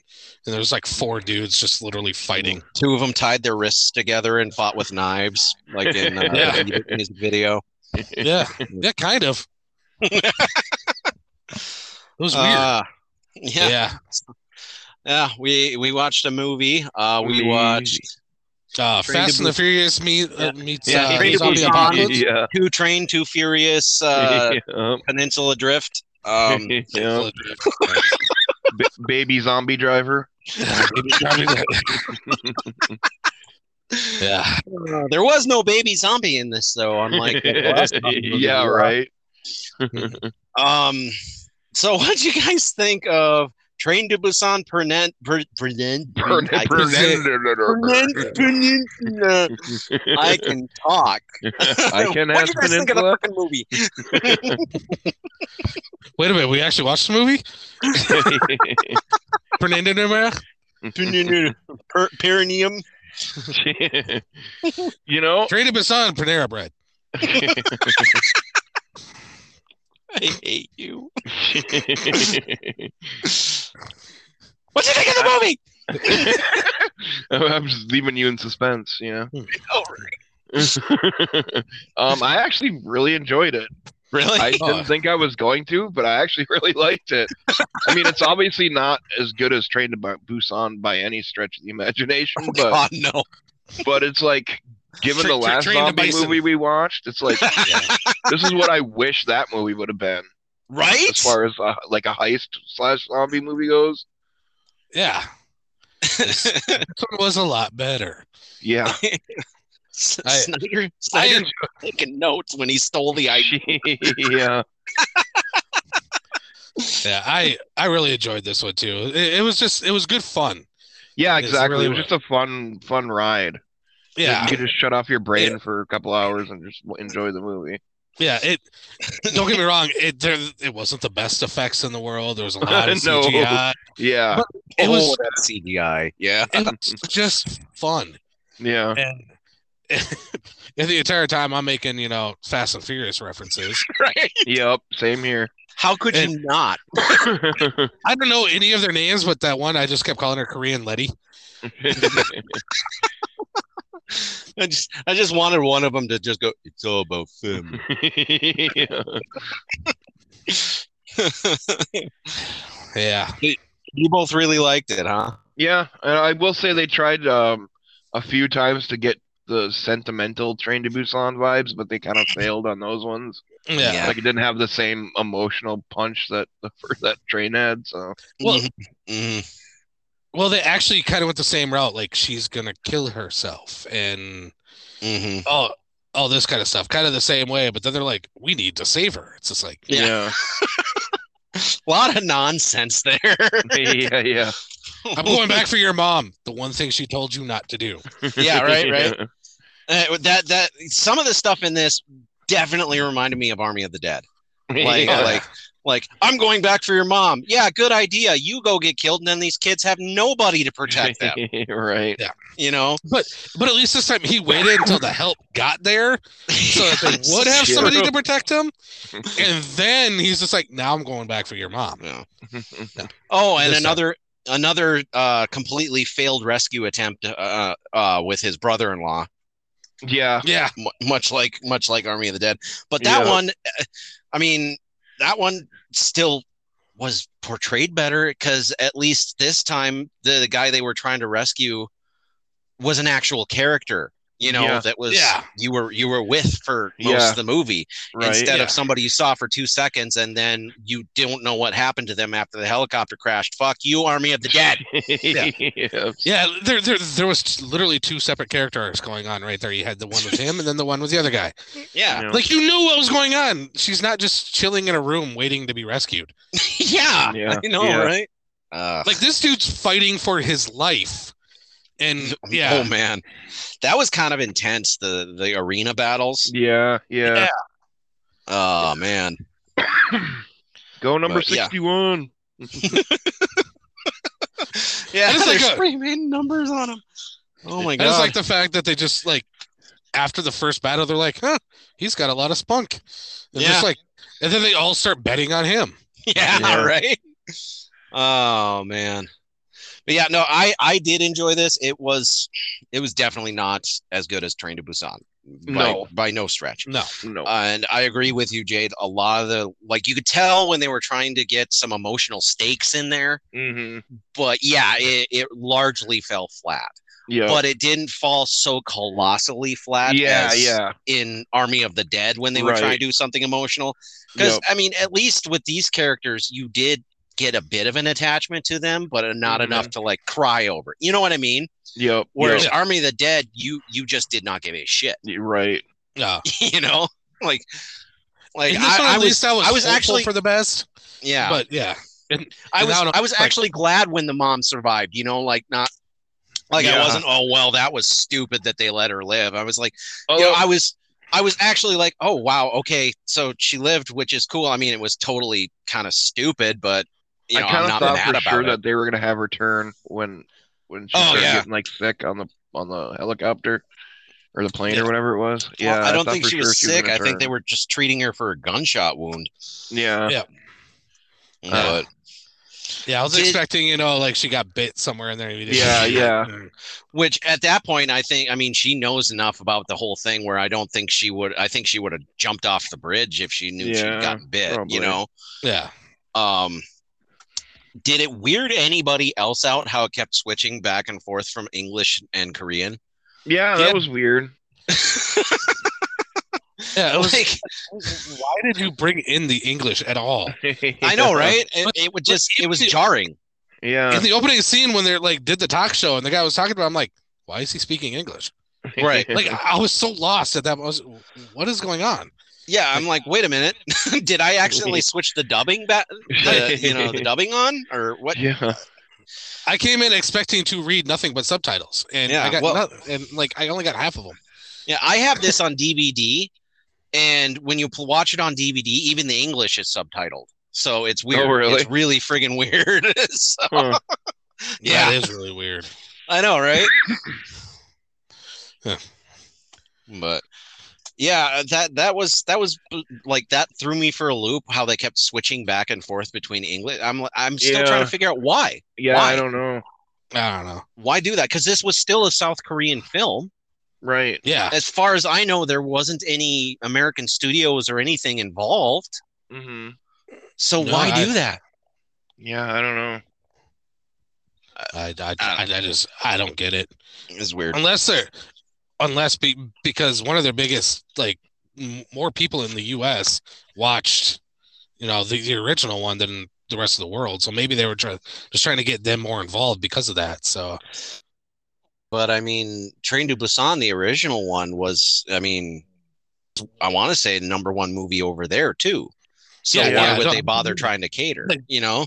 [SPEAKER 1] and there's like four dudes just literally fighting.
[SPEAKER 2] Two of them tied their wrists together and fought with knives, like in, uh,
[SPEAKER 1] Yeah.
[SPEAKER 2] in his video.
[SPEAKER 1] Yeah, yeah, kind of. It was weird.
[SPEAKER 2] Uh,
[SPEAKER 1] yeah.
[SPEAKER 2] yeah, yeah. We we watched a movie. Uh, we
[SPEAKER 3] Movie.
[SPEAKER 2] watched
[SPEAKER 1] Uh,
[SPEAKER 2] Train to
[SPEAKER 1] Fast and the Furious meet, uh, meets
[SPEAKER 2] Yeah,
[SPEAKER 1] uh,
[SPEAKER 2] Train to
[SPEAKER 1] Zombie
[SPEAKER 2] Busan.
[SPEAKER 1] Apocalypse.
[SPEAKER 3] Yeah.
[SPEAKER 2] Two Train, Two Furious, uh,
[SPEAKER 3] Yep.
[SPEAKER 2] Peninsula Drift. Um,
[SPEAKER 3] Yep. Ba- baby zombie driver.
[SPEAKER 1] yeah.
[SPEAKER 2] there was no baby zombie in this, though. Unlike the last zombie movie
[SPEAKER 3] yeah,
[SPEAKER 2] we
[SPEAKER 3] right.
[SPEAKER 2] Um, so what do you guys think of Train to Busan Pernen per, Pernen
[SPEAKER 3] Burn
[SPEAKER 2] I
[SPEAKER 3] it, burn it.
[SPEAKER 2] Pernen Pernen uh, I can talk.
[SPEAKER 3] I
[SPEAKER 2] what
[SPEAKER 3] can
[SPEAKER 2] do
[SPEAKER 3] ask
[SPEAKER 2] you guys think of the
[SPEAKER 3] Peninsula.
[SPEAKER 2] fucking movie?
[SPEAKER 1] Wait a minute. We actually watched the movie? Fernando Numa?
[SPEAKER 2] Pernen- per, perineum.
[SPEAKER 3] you know,
[SPEAKER 1] Train to Busan, Panera Bread.
[SPEAKER 2] I hate you.
[SPEAKER 3] I'm
[SPEAKER 2] What do you think of the movie?
[SPEAKER 3] just leaving you in suspense, you
[SPEAKER 1] Hmm.
[SPEAKER 3] know.
[SPEAKER 2] Oh,
[SPEAKER 3] um, I actually really enjoyed it.
[SPEAKER 2] really?
[SPEAKER 3] I
[SPEAKER 1] Oh.
[SPEAKER 3] didn't think I was going to, but I actually really liked it. I mean, it's obviously not as good as Train to Bu- Busan by any stretch of the imagination,
[SPEAKER 2] oh,
[SPEAKER 3] but
[SPEAKER 2] God, no.
[SPEAKER 3] but it's like given
[SPEAKER 1] Tra-
[SPEAKER 3] the
[SPEAKER 1] tra-
[SPEAKER 3] last
[SPEAKER 1] Train to
[SPEAKER 3] zombie
[SPEAKER 1] Bison.
[SPEAKER 3] movie we watched, it's like this is what I wish that movie would have been as
[SPEAKER 2] Right?
[SPEAKER 3] far as uh, like a heist slash zombie movie goes.
[SPEAKER 1] Yeah. This, this one was a lot better.
[SPEAKER 3] Yeah,
[SPEAKER 2] S-
[SPEAKER 1] I-
[SPEAKER 2] Snyder,
[SPEAKER 1] I
[SPEAKER 2] Snyder taking notes when he stole the idea.
[SPEAKER 3] yeah.
[SPEAKER 1] Yeah, I, I really enjoyed this one too. It, it was just, it was good fun.
[SPEAKER 3] Yeah,
[SPEAKER 1] It's
[SPEAKER 3] exactly.
[SPEAKER 1] really
[SPEAKER 3] it was just a fun, fun ride.
[SPEAKER 1] Yeah.
[SPEAKER 3] you could just shut off your brain for a couple hours and just enjoy the movie.
[SPEAKER 1] Yeah, it. Don't get me wrong. It there. It wasn't the best effects in the world. There was a lot of
[SPEAKER 3] No.
[SPEAKER 1] CGI.
[SPEAKER 3] Yeah,
[SPEAKER 1] It was.
[SPEAKER 2] that CGI. Yeah.
[SPEAKER 1] It was just fun.
[SPEAKER 3] yeah.
[SPEAKER 1] And, and the entire time I'm making, you know, Fast and Furious references.
[SPEAKER 2] Right?
[SPEAKER 3] Yep, same here.
[SPEAKER 2] How could you not?
[SPEAKER 1] I don't know any of their names, but that one I just kept calling her Korean Letty.
[SPEAKER 2] I just, I just wanted one of them to just go. It's all about film.
[SPEAKER 1] Yeah.
[SPEAKER 2] you both really liked it, huh?
[SPEAKER 3] Yeah, and I will say they tried um, a few times to get the sentimental Train to Busan vibes, but they kind of failed on those ones.
[SPEAKER 1] Yeah.
[SPEAKER 2] Yeah.
[SPEAKER 3] Like it didn't have the same emotional punch that the first, that train had. So
[SPEAKER 1] Well-
[SPEAKER 2] Mhm.
[SPEAKER 1] Well, they actually kind of went the same route. Like she's gonna kill herself, and
[SPEAKER 2] Mhm.
[SPEAKER 1] oh, all this kind of stuff, kind of the same way. But then they're like, we need to save her. It's just like,
[SPEAKER 2] Yeah. a lot of nonsense there.
[SPEAKER 3] yeah, yeah, yeah.
[SPEAKER 1] I'm going back for your mom. The one thing she told you not to do.
[SPEAKER 2] Yeah, right, right. Uh, that that some of the stuff in this definitely reminded me of Army of the Dead. Like
[SPEAKER 3] Yeah.
[SPEAKER 2] like Like, I'm going back for your mom. Yeah, good idea. You go get killed, and then these kids have nobody to protect them.
[SPEAKER 3] right.
[SPEAKER 2] You know,
[SPEAKER 1] But at least this time he waited until the help got there so that they
[SPEAKER 2] Yes,
[SPEAKER 1] would have
[SPEAKER 2] true.
[SPEAKER 1] somebody to protect him. And then he's just like, now I'm going back for your mom.
[SPEAKER 2] Yeah. Oh, and
[SPEAKER 1] This time.
[SPEAKER 2] another another uh, completely failed rescue attempt uh, uh, with his brother-in-law.
[SPEAKER 3] yeah.
[SPEAKER 1] Yeah.
[SPEAKER 2] mu- much like much like Army of the Dead. But that
[SPEAKER 3] Yeah.
[SPEAKER 2] one, uh, I mean, that one still was portrayed better because at least this time the, the guy they were trying to rescue was an actual character. You know
[SPEAKER 3] Yeah.
[SPEAKER 2] that was
[SPEAKER 1] Yeah.
[SPEAKER 2] you were you were with for most
[SPEAKER 3] Yeah.
[SPEAKER 2] of the movie
[SPEAKER 3] Right.
[SPEAKER 2] instead
[SPEAKER 1] yeah.
[SPEAKER 2] of somebody you saw for two seconds and then you don't know what happened to them after the helicopter crashed. Fuck you, Army of the Dead.
[SPEAKER 3] yeah.
[SPEAKER 1] Yeah. There, there, there was t- literally two separate character arcs going on right there. You had the one with him and then the one with the other guy.
[SPEAKER 2] Yeah,
[SPEAKER 3] Yeah.
[SPEAKER 1] Like you knew what was going on. She's not just chilling in a room waiting to be rescued.
[SPEAKER 2] yeah,
[SPEAKER 3] Yeah.
[SPEAKER 2] I ah, know,
[SPEAKER 3] Yeah.
[SPEAKER 2] right? Uh,
[SPEAKER 1] Like this dude's fighting for his life. And yeah.
[SPEAKER 2] Oh man, that was kind of intense. The the arena battles.
[SPEAKER 3] Yeah. Yeah.
[SPEAKER 2] Oh man,
[SPEAKER 3] Go number
[SPEAKER 2] But, yeah.
[SPEAKER 3] sixty-one.
[SPEAKER 2] yeah,
[SPEAKER 1] That is like
[SPEAKER 2] there's
[SPEAKER 1] a-
[SPEAKER 2] screaming numbers on them. Oh my
[SPEAKER 1] I just
[SPEAKER 2] god,
[SPEAKER 1] like the fact that they just like after the first battle, they're like, huh, he's got a lot of spunk. And
[SPEAKER 2] Yeah.
[SPEAKER 1] just like and then they all start betting on him.
[SPEAKER 2] yeah,
[SPEAKER 3] Yeah.
[SPEAKER 2] right. Oh man, but yeah, no, I I did enjoy this. It was it was definitely not as good as Train to Busan. By,
[SPEAKER 3] No.
[SPEAKER 2] by no stretch.
[SPEAKER 1] No.
[SPEAKER 3] No.
[SPEAKER 2] And I agree with you, Jade. A lot of the like you could tell when they were trying to get some emotional stakes in there,
[SPEAKER 3] mm-hmm.
[SPEAKER 2] but yeah, it, it largely fell flat.
[SPEAKER 3] Yeah.
[SPEAKER 2] but it didn't fall so colossally flat
[SPEAKER 3] yeah.
[SPEAKER 2] as
[SPEAKER 3] Yeah.
[SPEAKER 2] in Army of the Dead when they were
[SPEAKER 3] Right.
[SPEAKER 2] trying to do something emotional. Because,
[SPEAKER 3] Yep.
[SPEAKER 2] I mean, at least with these characters, you did get a bit of an attachment to them, but not
[SPEAKER 3] Mhm.
[SPEAKER 2] enough to like cry over. You know what I mean?
[SPEAKER 3] Yep.
[SPEAKER 2] Whereas
[SPEAKER 1] Mm-hmm. Yeah.
[SPEAKER 2] Army of the Dead, you you just did not give a shit.
[SPEAKER 3] Yep. Right.
[SPEAKER 1] Yeah.
[SPEAKER 2] you know? Like, like
[SPEAKER 1] In this
[SPEAKER 2] I,
[SPEAKER 1] one,
[SPEAKER 2] I
[SPEAKER 1] at
[SPEAKER 2] was,
[SPEAKER 1] least I was,
[SPEAKER 2] I was
[SPEAKER 1] hopeful
[SPEAKER 2] actually-
[SPEAKER 1] for the best.
[SPEAKER 2] yeah,
[SPEAKER 1] But yeah.
[SPEAKER 2] I was,
[SPEAKER 1] without a-
[SPEAKER 2] I was
[SPEAKER 1] like-
[SPEAKER 2] actually glad when the mom survived, you know, like not, like I
[SPEAKER 3] Yeah.
[SPEAKER 2] wasn't, oh, well, that was stupid that they let her live. I was like,
[SPEAKER 3] Oh,
[SPEAKER 2] you know, I was I was actually like, oh wow, okay, so she lived, which is cool. I mean, it was totally kind of stupid, but you know,
[SPEAKER 3] I kind
[SPEAKER 2] I'm
[SPEAKER 3] of
[SPEAKER 2] not
[SPEAKER 3] thought
[SPEAKER 2] mad
[SPEAKER 3] for
[SPEAKER 2] about
[SPEAKER 3] sure
[SPEAKER 2] it.
[SPEAKER 3] that they were gonna have her turn when when she
[SPEAKER 2] Oh,
[SPEAKER 3] started
[SPEAKER 2] yeah.
[SPEAKER 3] getting like sick on the on the helicopter or the plane
[SPEAKER 2] Yeah.
[SPEAKER 3] or whatever it was.
[SPEAKER 2] Well,
[SPEAKER 3] Yeah,
[SPEAKER 2] I don't
[SPEAKER 3] thought
[SPEAKER 2] think
[SPEAKER 3] for
[SPEAKER 2] she
[SPEAKER 3] sure
[SPEAKER 2] was sick.
[SPEAKER 3] gonna
[SPEAKER 2] I think they
[SPEAKER 3] turn.
[SPEAKER 2] were just treating her for a gunshot wound.
[SPEAKER 3] Yeah.
[SPEAKER 2] But-
[SPEAKER 1] Yeah, I was
[SPEAKER 2] Did-
[SPEAKER 1] expecting, you know, like she got bit somewhere in there. and we didn't
[SPEAKER 3] Yeah,
[SPEAKER 1] see it.
[SPEAKER 3] yeah.
[SPEAKER 1] Mm.
[SPEAKER 2] which at that point, I think, I mean, she knows enough about the whole thing where I don't think she would. I think she would have jumped off the bridge if she knew
[SPEAKER 3] Yeah,
[SPEAKER 2] she'd gotten bit.
[SPEAKER 3] probably.
[SPEAKER 2] You know.
[SPEAKER 1] Yeah.
[SPEAKER 2] Um, did it weird anybody else out how it kept switching back and forth from English and Korean?
[SPEAKER 3] Yeah, that
[SPEAKER 1] Yeah.
[SPEAKER 3] was weird.
[SPEAKER 1] Yeah. It was,
[SPEAKER 2] like
[SPEAKER 1] why did you bring in the English at all?
[SPEAKER 2] I know, right? It, it would just it was jarring.
[SPEAKER 3] Yeah.
[SPEAKER 1] in the opening scene when they're like did the talk show and the guy was talking about, I'm like, why is he speaking English?
[SPEAKER 2] Right.
[SPEAKER 1] Like I I was so lost at that. I was, what is going on?
[SPEAKER 2] Yeah, I'm like, wait a minute, did I accidentally switch the dubbing back? The, you know, the dubbing on or what?
[SPEAKER 3] yeah.
[SPEAKER 1] I came in expecting to read nothing but subtitles, and
[SPEAKER 2] Yeah,
[SPEAKER 1] I got
[SPEAKER 2] well-
[SPEAKER 1] noth- and like I only got half of them.
[SPEAKER 2] Yeah, I have this on DVD, and when you pl- watch it on DVD, even the English is subtitled, so it's weird.
[SPEAKER 3] really?
[SPEAKER 2] It's really friggin' weird. So,
[SPEAKER 3] Huh.
[SPEAKER 2] yeah,
[SPEAKER 1] that is really weird.
[SPEAKER 2] I know, right?
[SPEAKER 1] Yeah.
[SPEAKER 2] But yeah, that that was that was like that threw me for a loop. How they kept switching back and forth between English. I'm I'm still trying
[SPEAKER 3] Yeah.
[SPEAKER 2] to figure out why.
[SPEAKER 3] Yeah,
[SPEAKER 2] Why?
[SPEAKER 3] I don't know.
[SPEAKER 1] I don't know.
[SPEAKER 2] Why do that? Because this was still a South Korean film.
[SPEAKER 3] Right.
[SPEAKER 1] Yeah,
[SPEAKER 2] As far as I know, there wasn't any American studios or anything involved.
[SPEAKER 3] hmm
[SPEAKER 2] So
[SPEAKER 1] No,
[SPEAKER 2] why
[SPEAKER 1] I-
[SPEAKER 2] do that?
[SPEAKER 3] Yeah, I don't know.
[SPEAKER 1] I I, I, I just I don't get it
[SPEAKER 2] It's weird.
[SPEAKER 1] unless they're unless be, because one of their biggest like m- more people in the U.S. watched you know the, the original one than the rest of the world, so maybe they were trying just trying to get them more involved because of that. So
[SPEAKER 2] But I mean, Train to Busan, the original one was, I mean, I want to say number one movie over there too. So
[SPEAKER 1] Yeah,
[SPEAKER 2] why
[SPEAKER 1] yeah,
[SPEAKER 2] would
[SPEAKER 1] no.
[SPEAKER 2] they bother trying to cater?
[SPEAKER 1] Like-
[SPEAKER 2] You know?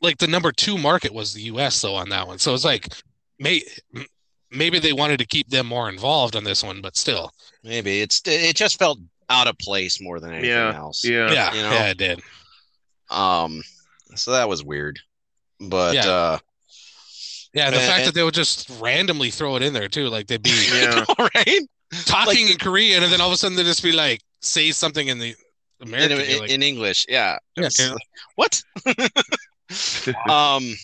[SPEAKER 1] like the number two market was the U.S. though on that one. So it's like may m- maybe they wanted to keep them more involved on this one, but still,
[SPEAKER 2] Maybe it's it just felt out of place more than anything
[SPEAKER 3] Yeah,
[SPEAKER 2] else.
[SPEAKER 3] Yeah.
[SPEAKER 1] yeah,
[SPEAKER 2] you know?
[SPEAKER 1] yeah, it did.
[SPEAKER 2] Um, so that was weird. But
[SPEAKER 1] Yeah.
[SPEAKER 2] uh,
[SPEAKER 1] Yeah, the
[SPEAKER 2] And-
[SPEAKER 1] fact
[SPEAKER 2] and-
[SPEAKER 1] that they would just randomly throw it in there too, like they'd be
[SPEAKER 2] Yeah.
[SPEAKER 1] all right talking in Korean, and then all of a sudden they'd just be like, say something in the
[SPEAKER 2] in,
[SPEAKER 1] American. you're
[SPEAKER 2] in,
[SPEAKER 1] like,
[SPEAKER 2] in English, yeah. It
[SPEAKER 1] Yeah,
[SPEAKER 2] was
[SPEAKER 1] yeah.
[SPEAKER 2] like, What? um,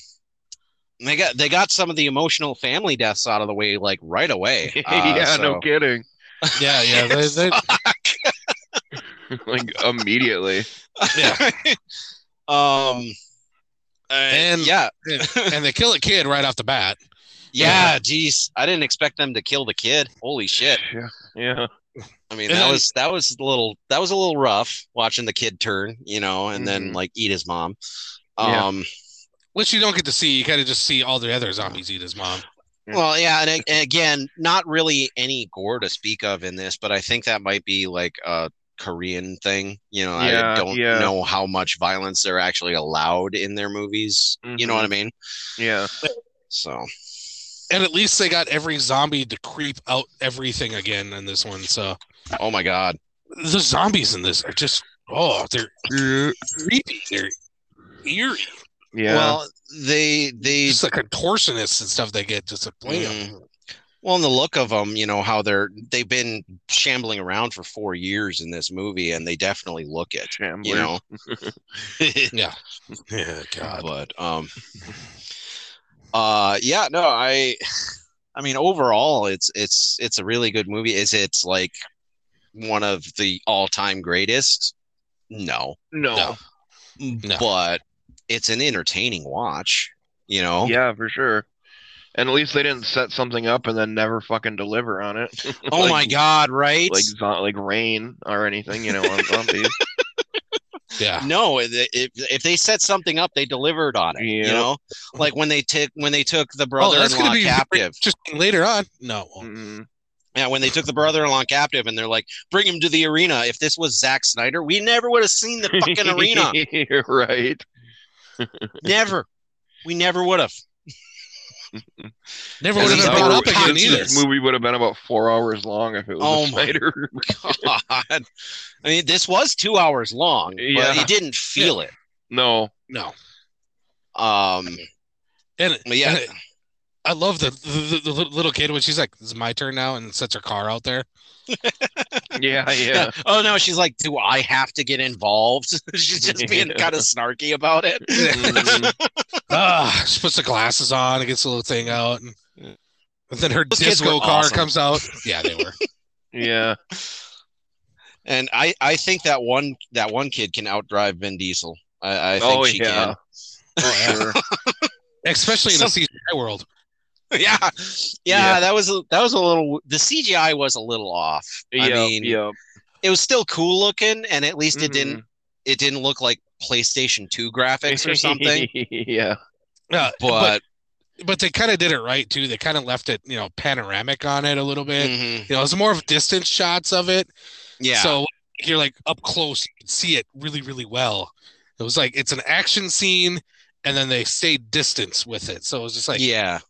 [SPEAKER 2] they got they got some of the emotional family deaths out of the way like right away. Uh,
[SPEAKER 3] yeah,
[SPEAKER 2] so-
[SPEAKER 3] no kidding.
[SPEAKER 1] yeah, yeah, they, they,
[SPEAKER 3] like immediately.
[SPEAKER 1] yeah,
[SPEAKER 2] Um, uh,
[SPEAKER 1] And-
[SPEAKER 2] yeah,
[SPEAKER 1] and they kill a kid right off the bat.
[SPEAKER 2] yeah. Geez, I didn't expect them to kill the kid. Holy shit!
[SPEAKER 3] Yeah. Yeah.
[SPEAKER 2] I mean,
[SPEAKER 1] And
[SPEAKER 2] that
[SPEAKER 1] then-
[SPEAKER 2] was that was a little that was a little rough watching the kid turn, you know, and then
[SPEAKER 3] Mhm.
[SPEAKER 2] like eat his mom.
[SPEAKER 3] Yeah.
[SPEAKER 2] Um,
[SPEAKER 1] Which you don't get to see. You kind of just see all the other zombies eat his mom.
[SPEAKER 3] Yeah.
[SPEAKER 2] well, yeah, and, a- and again, not really any gore to speak of in this, but I think that might be like a Korean thing. You know, I
[SPEAKER 3] Yeah,
[SPEAKER 2] don't
[SPEAKER 3] yeah.
[SPEAKER 2] know how much violence they're actually allowed in their movies. You know
[SPEAKER 3] Mhm.
[SPEAKER 2] what I mean?
[SPEAKER 3] Yeah.
[SPEAKER 2] So,
[SPEAKER 1] And at least they got every zombie to creep out everything again in this one. So
[SPEAKER 2] oh my god,
[SPEAKER 1] the zombies in this are just oh, they're creepy. They're eerie.
[SPEAKER 3] Yeah.
[SPEAKER 2] Well, they they
[SPEAKER 1] Just the contortionists and stuff they get just to play 'em.
[SPEAKER 2] Mm. Well, and the look of them, you know how they're they've been shambling around for four years in this movie, and they definitely look it,
[SPEAKER 3] Shamblers.
[SPEAKER 2] you know.
[SPEAKER 1] Yeah. Yeah, God.
[SPEAKER 2] but um, uh, yeah, no, I, I mean, overall, it's it's it's a really good movie. Is it like one of the all time greatest? No,
[SPEAKER 3] No.
[SPEAKER 1] No.
[SPEAKER 2] but it's an entertaining watch, you know.
[SPEAKER 3] Yeah, for sure. And at least they didn't set something up and then never fucking deliver on it.
[SPEAKER 2] Oh
[SPEAKER 3] Like-
[SPEAKER 2] my god, right?
[SPEAKER 3] Like zo- like rain or anything, you know, on zombies.
[SPEAKER 1] Yeah.
[SPEAKER 2] No, if, if if they set something up, they delivered on it. You
[SPEAKER 3] Yeah.
[SPEAKER 2] know, like when they took when they took the
[SPEAKER 1] Oh, that's
[SPEAKER 2] brother-in-law
[SPEAKER 1] gonna be very
[SPEAKER 2] captive.
[SPEAKER 1] interesting later on. No.
[SPEAKER 3] Mm.
[SPEAKER 2] Yeah, when they took the brother-in-law captive, and they're like, "Bring him to the arena." If this was Zack Snyder, we never would have seen the fucking arena.
[SPEAKER 3] right.
[SPEAKER 2] Never, we never would have.
[SPEAKER 1] Never
[SPEAKER 2] And
[SPEAKER 1] would have
[SPEAKER 2] these
[SPEAKER 1] been
[SPEAKER 2] other
[SPEAKER 1] brought up again
[SPEAKER 2] concepts.
[SPEAKER 1] either.
[SPEAKER 3] This movie would have been about four hours long if it was
[SPEAKER 2] Oh
[SPEAKER 3] a
[SPEAKER 2] my-
[SPEAKER 3] Snyder.
[SPEAKER 2] God, I mean, this was two hours long,
[SPEAKER 3] Yeah.
[SPEAKER 2] but you didn't feel it.
[SPEAKER 3] No.
[SPEAKER 1] No.
[SPEAKER 2] Um,
[SPEAKER 1] And
[SPEAKER 2] But yeah.
[SPEAKER 1] and I love the, the, the, the little kid when she's like, "It's my turn now," and sets her car out there.
[SPEAKER 3] Yeah, yeah.
[SPEAKER 2] Oh no, she's like, "Do I have to get involved?" she's just being
[SPEAKER 3] Yeah.
[SPEAKER 2] kind of snarky about it.
[SPEAKER 3] Mm.
[SPEAKER 1] Ah, she puts the glasses on and gets the little thing out, and, and then her
[SPEAKER 2] Those kids
[SPEAKER 1] disco
[SPEAKER 2] were
[SPEAKER 1] car
[SPEAKER 2] awesome.
[SPEAKER 1] comes out. Yeah, they were.
[SPEAKER 3] yeah.
[SPEAKER 2] And I, I think that one that one kid can outdrive Vin Diesel. I, I think
[SPEAKER 3] Oh
[SPEAKER 2] she
[SPEAKER 3] yeah.
[SPEAKER 1] Oh,
[SPEAKER 3] Sure.
[SPEAKER 1] Especially in the
[SPEAKER 2] Some-
[SPEAKER 1] CGI world.
[SPEAKER 2] can. yeah. yeah,
[SPEAKER 3] Yeah.
[SPEAKER 2] That was a, that was a little. The CGI was a little off. I
[SPEAKER 3] Yep,
[SPEAKER 2] mean,
[SPEAKER 3] yep.
[SPEAKER 2] it was still cool looking, and at least it didn't
[SPEAKER 3] Mhm.
[SPEAKER 2] it didn't look like PlayStation Two graphics or something.
[SPEAKER 3] Mm-hmm. yeah.
[SPEAKER 1] Yeah,
[SPEAKER 2] but
[SPEAKER 1] but but they kind of did it right too. They kind of left it, you know, panoramic on it a little bit.
[SPEAKER 2] mhm,
[SPEAKER 1] You know, it's more of distance shots of it.
[SPEAKER 2] yeah,
[SPEAKER 1] So you're like up close, you can see it really, really well. It was like it's an action scene, and then they stayed distance with it. So it was just like
[SPEAKER 2] yeah,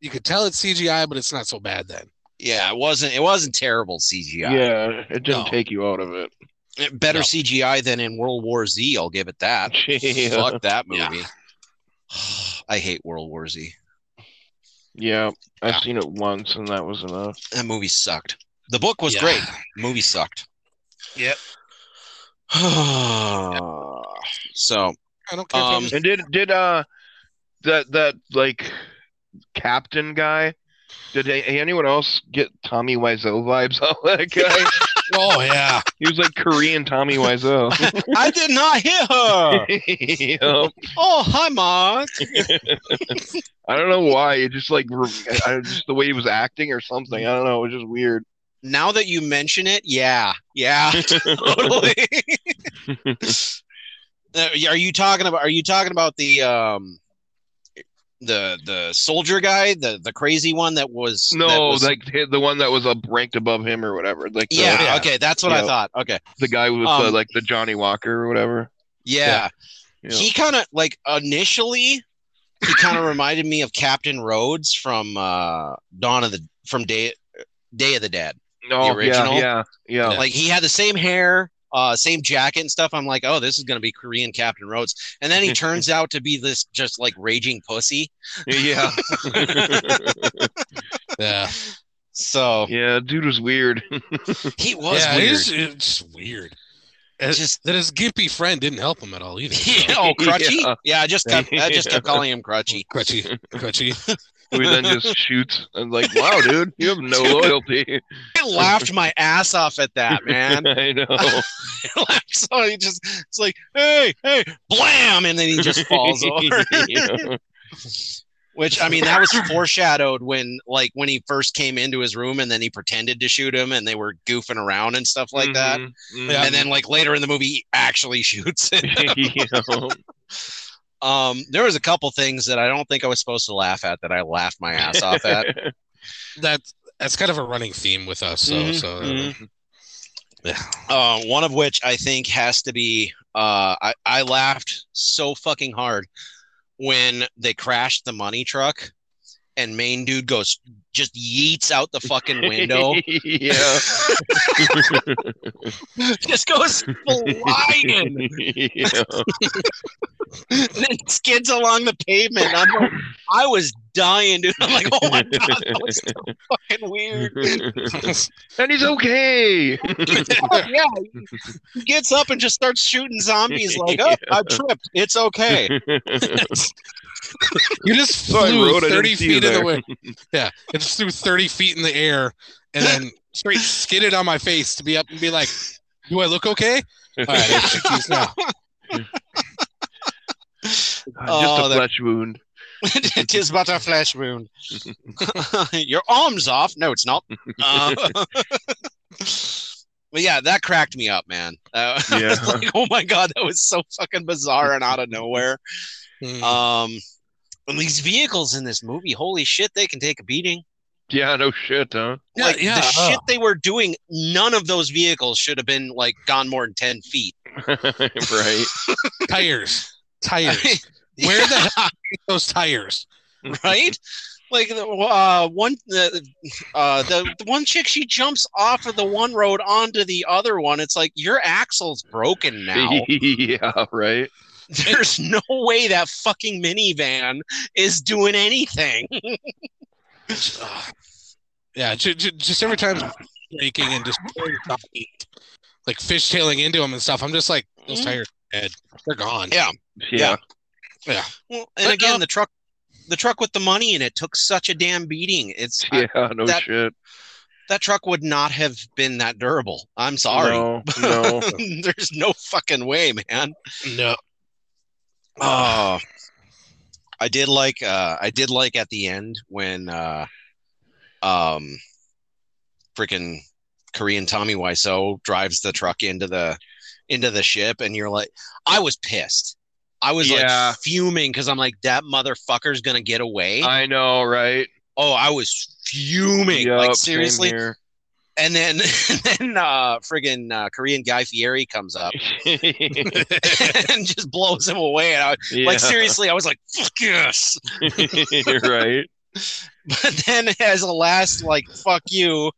[SPEAKER 1] you could tell it's CGI, but it's not so bad then.
[SPEAKER 2] yeah. It wasn't it wasn't terrible CGI.
[SPEAKER 3] Yeah. It didn't
[SPEAKER 1] No.
[SPEAKER 3] take you out of it.
[SPEAKER 2] Eh, Better
[SPEAKER 1] No.
[SPEAKER 2] CGI than in World War Z. I'll give it that.
[SPEAKER 3] Yeah.
[SPEAKER 2] Fuck that
[SPEAKER 1] Yeah.
[SPEAKER 2] movie. I hate World War Z.
[SPEAKER 3] Yeah. I've
[SPEAKER 1] Yeah.
[SPEAKER 3] seen it once and that was enough.
[SPEAKER 2] That movie sucked. The book was
[SPEAKER 1] Yeah.
[SPEAKER 2] great. Movie sucked.
[SPEAKER 1] Yep.
[SPEAKER 2] so
[SPEAKER 1] I don't care.
[SPEAKER 2] Um,
[SPEAKER 1] if
[SPEAKER 3] And did did uh that that like captain guy? Did a- anyone else get Tommy Wiseau vibes out of that guy?
[SPEAKER 1] it- oh yeah,
[SPEAKER 3] he was like Korean Tommy Wiseau.
[SPEAKER 2] I did not hit her.
[SPEAKER 3] Yep.
[SPEAKER 2] Oh, hi, Ma.
[SPEAKER 3] I don't know why. It just like re- I, I- just the way he was acting or something. I don't know. It was just weird.
[SPEAKER 2] Now that you mention it, yeah, yeah, totally. Uh, are you talking about? Are you talking about the um, the the soldier guy, the the crazy one that was?
[SPEAKER 3] No,
[SPEAKER 2] that was-
[SPEAKER 3] like the, the one that was up ranked above him or whatever. Like the,
[SPEAKER 2] yeah,
[SPEAKER 1] Yeah.
[SPEAKER 2] okay, that's what I
[SPEAKER 3] Yeah.
[SPEAKER 2] thought. Okay,
[SPEAKER 3] the guy with the,
[SPEAKER 2] Um,
[SPEAKER 3] like the Johnny Walker or whatever.
[SPEAKER 2] yeah.
[SPEAKER 3] Yeah.
[SPEAKER 2] he kind of like initially he kind of reminded me of captain rhodes from uh dawn of the from day day of the dead
[SPEAKER 3] oh, yeah,
[SPEAKER 2] original?
[SPEAKER 3] yeah, yeah,
[SPEAKER 2] like he had the same hair uh, same jacket and stuff. I'm like, oh, this is gonna be Korean Captain Rhodes, and then he turns out to be this just like raging pussy.
[SPEAKER 3] Yeah.
[SPEAKER 1] Yeah,
[SPEAKER 2] So
[SPEAKER 3] yeah, dude was weird.
[SPEAKER 2] he was
[SPEAKER 1] yeah,
[SPEAKER 2] weird.
[SPEAKER 1] It is, it's weird. And
[SPEAKER 2] Just-
[SPEAKER 1] that his gimpy friend didn't help him at all either.
[SPEAKER 2] Yeah, oh, Crutchy. Yeah.
[SPEAKER 3] Yeah.
[SPEAKER 2] I just kept I just kept
[SPEAKER 3] Yeah.
[SPEAKER 2] calling him Crutchy.
[SPEAKER 1] Crutchy, crutchy.
[SPEAKER 3] Who then just shoots. I'm like, wow, dude, you have no loyalty.
[SPEAKER 2] I laughed my ass off at that man.
[SPEAKER 3] I know.
[SPEAKER 2] I laughed so he just it's like, hey, hey, blam, and then he just falls over.
[SPEAKER 3] Yeah.
[SPEAKER 2] Which I mean, that was foreshadowed when like when he first came into his room and then he pretended to shoot him and they were goofing around and stuff like that.
[SPEAKER 3] Mhm.
[SPEAKER 1] Yeah.
[SPEAKER 2] And then like later in the movie, he actually shoots it.
[SPEAKER 3] Yeah.
[SPEAKER 2] Um, there was a couple things that I don't think I was supposed to laugh at that I laughed my ass off at.
[SPEAKER 1] That that's kind of a running theme with us. So
[SPEAKER 2] Mhm,
[SPEAKER 1] so uh,
[SPEAKER 2] mhm.
[SPEAKER 1] yeah.
[SPEAKER 2] Uh, one of which I think has to be uh, I, I laughed so fucking hard when they crashed the money truck and main dude goes just yeets out the fucking window.
[SPEAKER 3] yeah.
[SPEAKER 2] just goes flying
[SPEAKER 3] yeah.
[SPEAKER 2] and then skids along the pavement. And I'm like, I was dying, dude. I'm like, oh my god, that was so fucking weird.
[SPEAKER 1] Mm-hmm.
[SPEAKER 3] and he's okay.
[SPEAKER 2] yeah, he gets up and just starts shooting zombies. Like, oh, I tripped. It's okay.
[SPEAKER 1] You just
[SPEAKER 3] So I
[SPEAKER 1] flew
[SPEAKER 3] wrote, I didn't
[SPEAKER 1] thirty
[SPEAKER 3] see you
[SPEAKER 1] feet in the
[SPEAKER 3] there.
[SPEAKER 1] wind. Yeah, it just threw thirty feet in the air and then straight skidded on my face to be up and be like, "Do I look okay?" All right, I should choose now.
[SPEAKER 3] just
[SPEAKER 2] Oh,
[SPEAKER 3] a
[SPEAKER 2] that-
[SPEAKER 3] flesh wound.
[SPEAKER 2] it is but a flesh wound. Your arm's off. No, it's not. Uh, but yeah, that cracked me up, man. Uh, I was
[SPEAKER 3] Yeah.
[SPEAKER 2] like, oh my god, that was so fucking bizarre and out of nowhere.
[SPEAKER 1] Hmm.
[SPEAKER 2] Um, and these vehicles in this movie, holy shit, they can take a beating.
[SPEAKER 3] Yeah, no shit, huh?
[SPEAKER 1] Yeah,
[SPEAKER 2] like
[SPEAKER 1] yeah,
[SPEAKER 2] the
[SPEAKER 1] uh.
[SPEAKER 2] shit they were doing, none of those vehicles should have been like gone more than ten feet.
[SPEAKER 3] right.
[SPEAKER 1] tires, tires. Where the hell are those tires?
[SPEAKER 2] right? Like the uh, one, the, uh, the the one chick, she jumps off of the one road onto the other one. It's like your axle's broken now.
[SPEAKER 3] yeah, right.
[SPEAKER 2] There's no way that fucking minivan is doing anything.
[SPEAKER 1] Ugh. yeah, ju- ju- just every time breaking and just like fishtailing into them and stuff. I'm just like, those
[SPEAKER 2] Mhm.
[SPEAKER 1] tires are dead. They're gone.
[SPEAKER 2] Yeah.
[SPEAKER 3] Yeah.
[SPEAKER 2] Mm-hmm. Well, and
[SPEAKER 1] But,
[SPEAKER 2] again,
[SPEAKER 1] uh,
[SPEAKER 2] the truck, the truck with the money in it took such a damn beating. It's
[SPEAKER 3] Yeah,
[SPEAKER 2] I-
[SPEAKER 3] no
[SPEAKER 2] that-
[SPEAKER 3] shit.
[SPEAKER 2] that truck would not have been that durable. I'm sorry.
[SPEAKER 3] No, no.
[SPEAKER 2] There's no fucking way, man.
[SPEAKER 1] No.
[SPEAKER 2] Oh, I did like uh I did like at the end when uh um freaking Korean Tommy Wiseau drives the truck into the into the ship and you're like I was pissed. I was
[SPEAKER 3] Yeah.
[SPEAKER 2] like fuming because I'm like that motherfucker's gonna get away.
[SPEAKER 3] I know, right?
[SPEAKER 2] oh, I was fuming.
[SPEAKER 3] Yup,
[SPEAKER 2] like
[SPEAKER 3] same
[SPEAKER 2] seriously.
[SPEAKER 3] here.
[SPEAKER 2] And then and then uh friggin' uh, Korean Guy Fieri comes up and just blows him away. And I
[SPEAKER 3] yeah.
[SPEAKER 2] like seriously, I was like, fuck yes.
[SPEAKER 3] right.
[SPEAKER 2] But then, as a last, like, fuck you,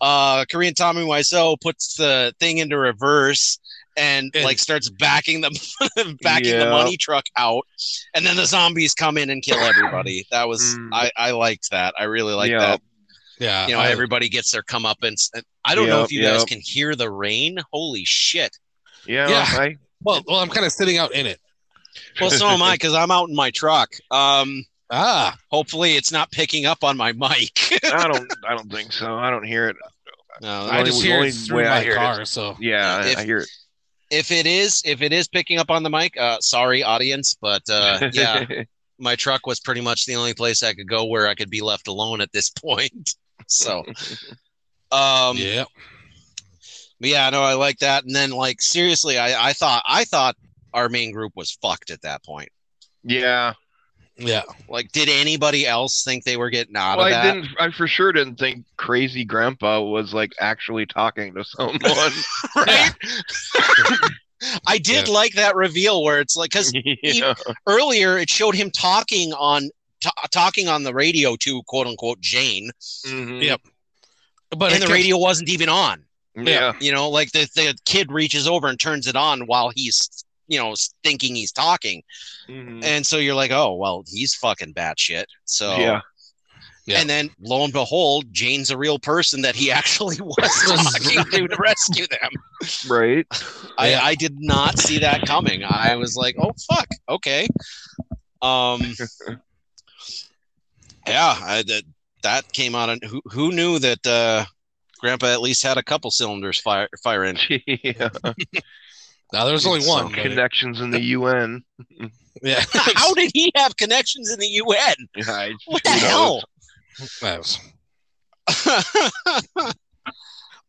[SPEAKER 2] uh, Korean Tommy Wiseau puts the thing into reverse and,
[SPEAKER 1] And-
[SPEAKER 2] like starts backing the backing the
[SPEAKER 3] Yeah.
[SPEAKER 2] money truck out, and then the zombies come in and kill everybody. That was
[SPEAKER 3] Mm.
[SPEAKER 2] I I liked that. I really like
[SPEAKER 3] Yeah.
[SPEAKER 2] that.
[SPEAKER 1] Yeah.
[SPEAKER 2] You know,
[SPEAKER 1] I-
[SPEAKER 2] everybody gets their comeuppance. And I don't know
[SPEAKER 3] Yep,
[SPEAKER 2] if you guys
[SPEAKER 3] yep.
[SPEAKER 2] can hear the rain. Holy shit!
[SPEAKER 3] Yeah.
[SPEAKER 1] Yeah.
[SPEAKER 3] I,
[SPEAKER 1] well, well, I'm kind of sitting out in it.
[SPEAKER 2] Well, so am I because I'm out in my truck. Um,
[SPEAKER 1] Ah,
[SPEAKER 2] hopefully, it's not picking up on my mic.
[SPEAKER 3] I don't. I don't think so. I don't hear it.
[SPEAKER 2] No,
[SPEAKER 1] I
[SPEAKER 3] only-
[SPEAKER 1] just hear
[SPEAKER 3] only
[SPEAKER 1] it through
[SPEAKER 3] way I
[SPEAKER 1] my
[SPEAKER 3] hear it
[SPEAKER 1] car. So
[SPEAKER 3] Yeah,
[SPEAKER 2] If-
[SPEAKER 3] I, I hear it.
[SPEAKER 2] if it is if it is picking up on the mic uh sorry audience but uh yeah my truck was pretty much the only place i could go where i could be left alone at this point so um yeah,
[SPEAKER 1] yeah,
[SPEAKER 2] but yeah no i like that and then like seriously i i thought i thought our main group was fucked at that point
[SPEAKER 3] yeah.
[SPEAKER 1] yeah.
[SPEAKER 2] like did anybody else think they were getting out
[SPEAKER 3] Well,
[SPEAKER 2] of
[SPEAKER 3] I
[SPEAKER 2] that
[SPEAKER 3] didn't. I for sure didn't think Crazy Grandpa was like actually talking to someone.
[SPEAKER 2] right i did
[SPEAKER 1] Yeah.
[SPEAKER 2] like that reveal where it's like because
[SPEAKER 3] yeah.
[SPEAKER 2] earlier it showed him talking on ta talking on the radio to quote unquote jane
[SPEAKER 3] Mhm.
[SPEAKER 1] Yep. But
[SPEAKER 2] and
[SPEAKER 1] it
[SPEAKER 2] the radio wasn't even on
[SPEAKER 3] Yeah.
[SPEAKER 2] You know, like the, the kid reaches over and turns it on while he's, you know, thinking he's talking.
[SPEAKER 1] Mm-hmm.
[SPEAKER 3] Mhm.
[SPEAKER 2] And uh, so you're like, oh, well, he's fucking batshit. So,
[SPEAKER 3] Yeah.
[SPEAKER 1] Yeah.
[SPEAKER 2] And then lo and behold, Jane's a real person that he actually was talking to to rescue them.
[SPEAKER 3] Right.
[SPEAKER 2] I,
[SPEAKER 1] Yeah.
[SPEAKER 2] I did not see that coming. I was like, oh fuck, okay. Um, yeah, I, that that came out. And who who knew that uh, Grandpa at least had a couple cylinders fire fire in.
[SPEAKER 3] yeah.
[SPEAKER 1] Now there's only
[SPEAKER 2] It's
[SPEAKER 1] one. but-
[SPEAKER 3] Connections in the UN.
[SPEAKER 1] yeah.
[SPEAKER 2] How did he have connections in the UN?
[SPEAKER 3] I-
[SPEAKER 2] What the
[SPEAKER 3] who knows?
[SPEAKER 2] hell?
[SPEAKER 1] That was-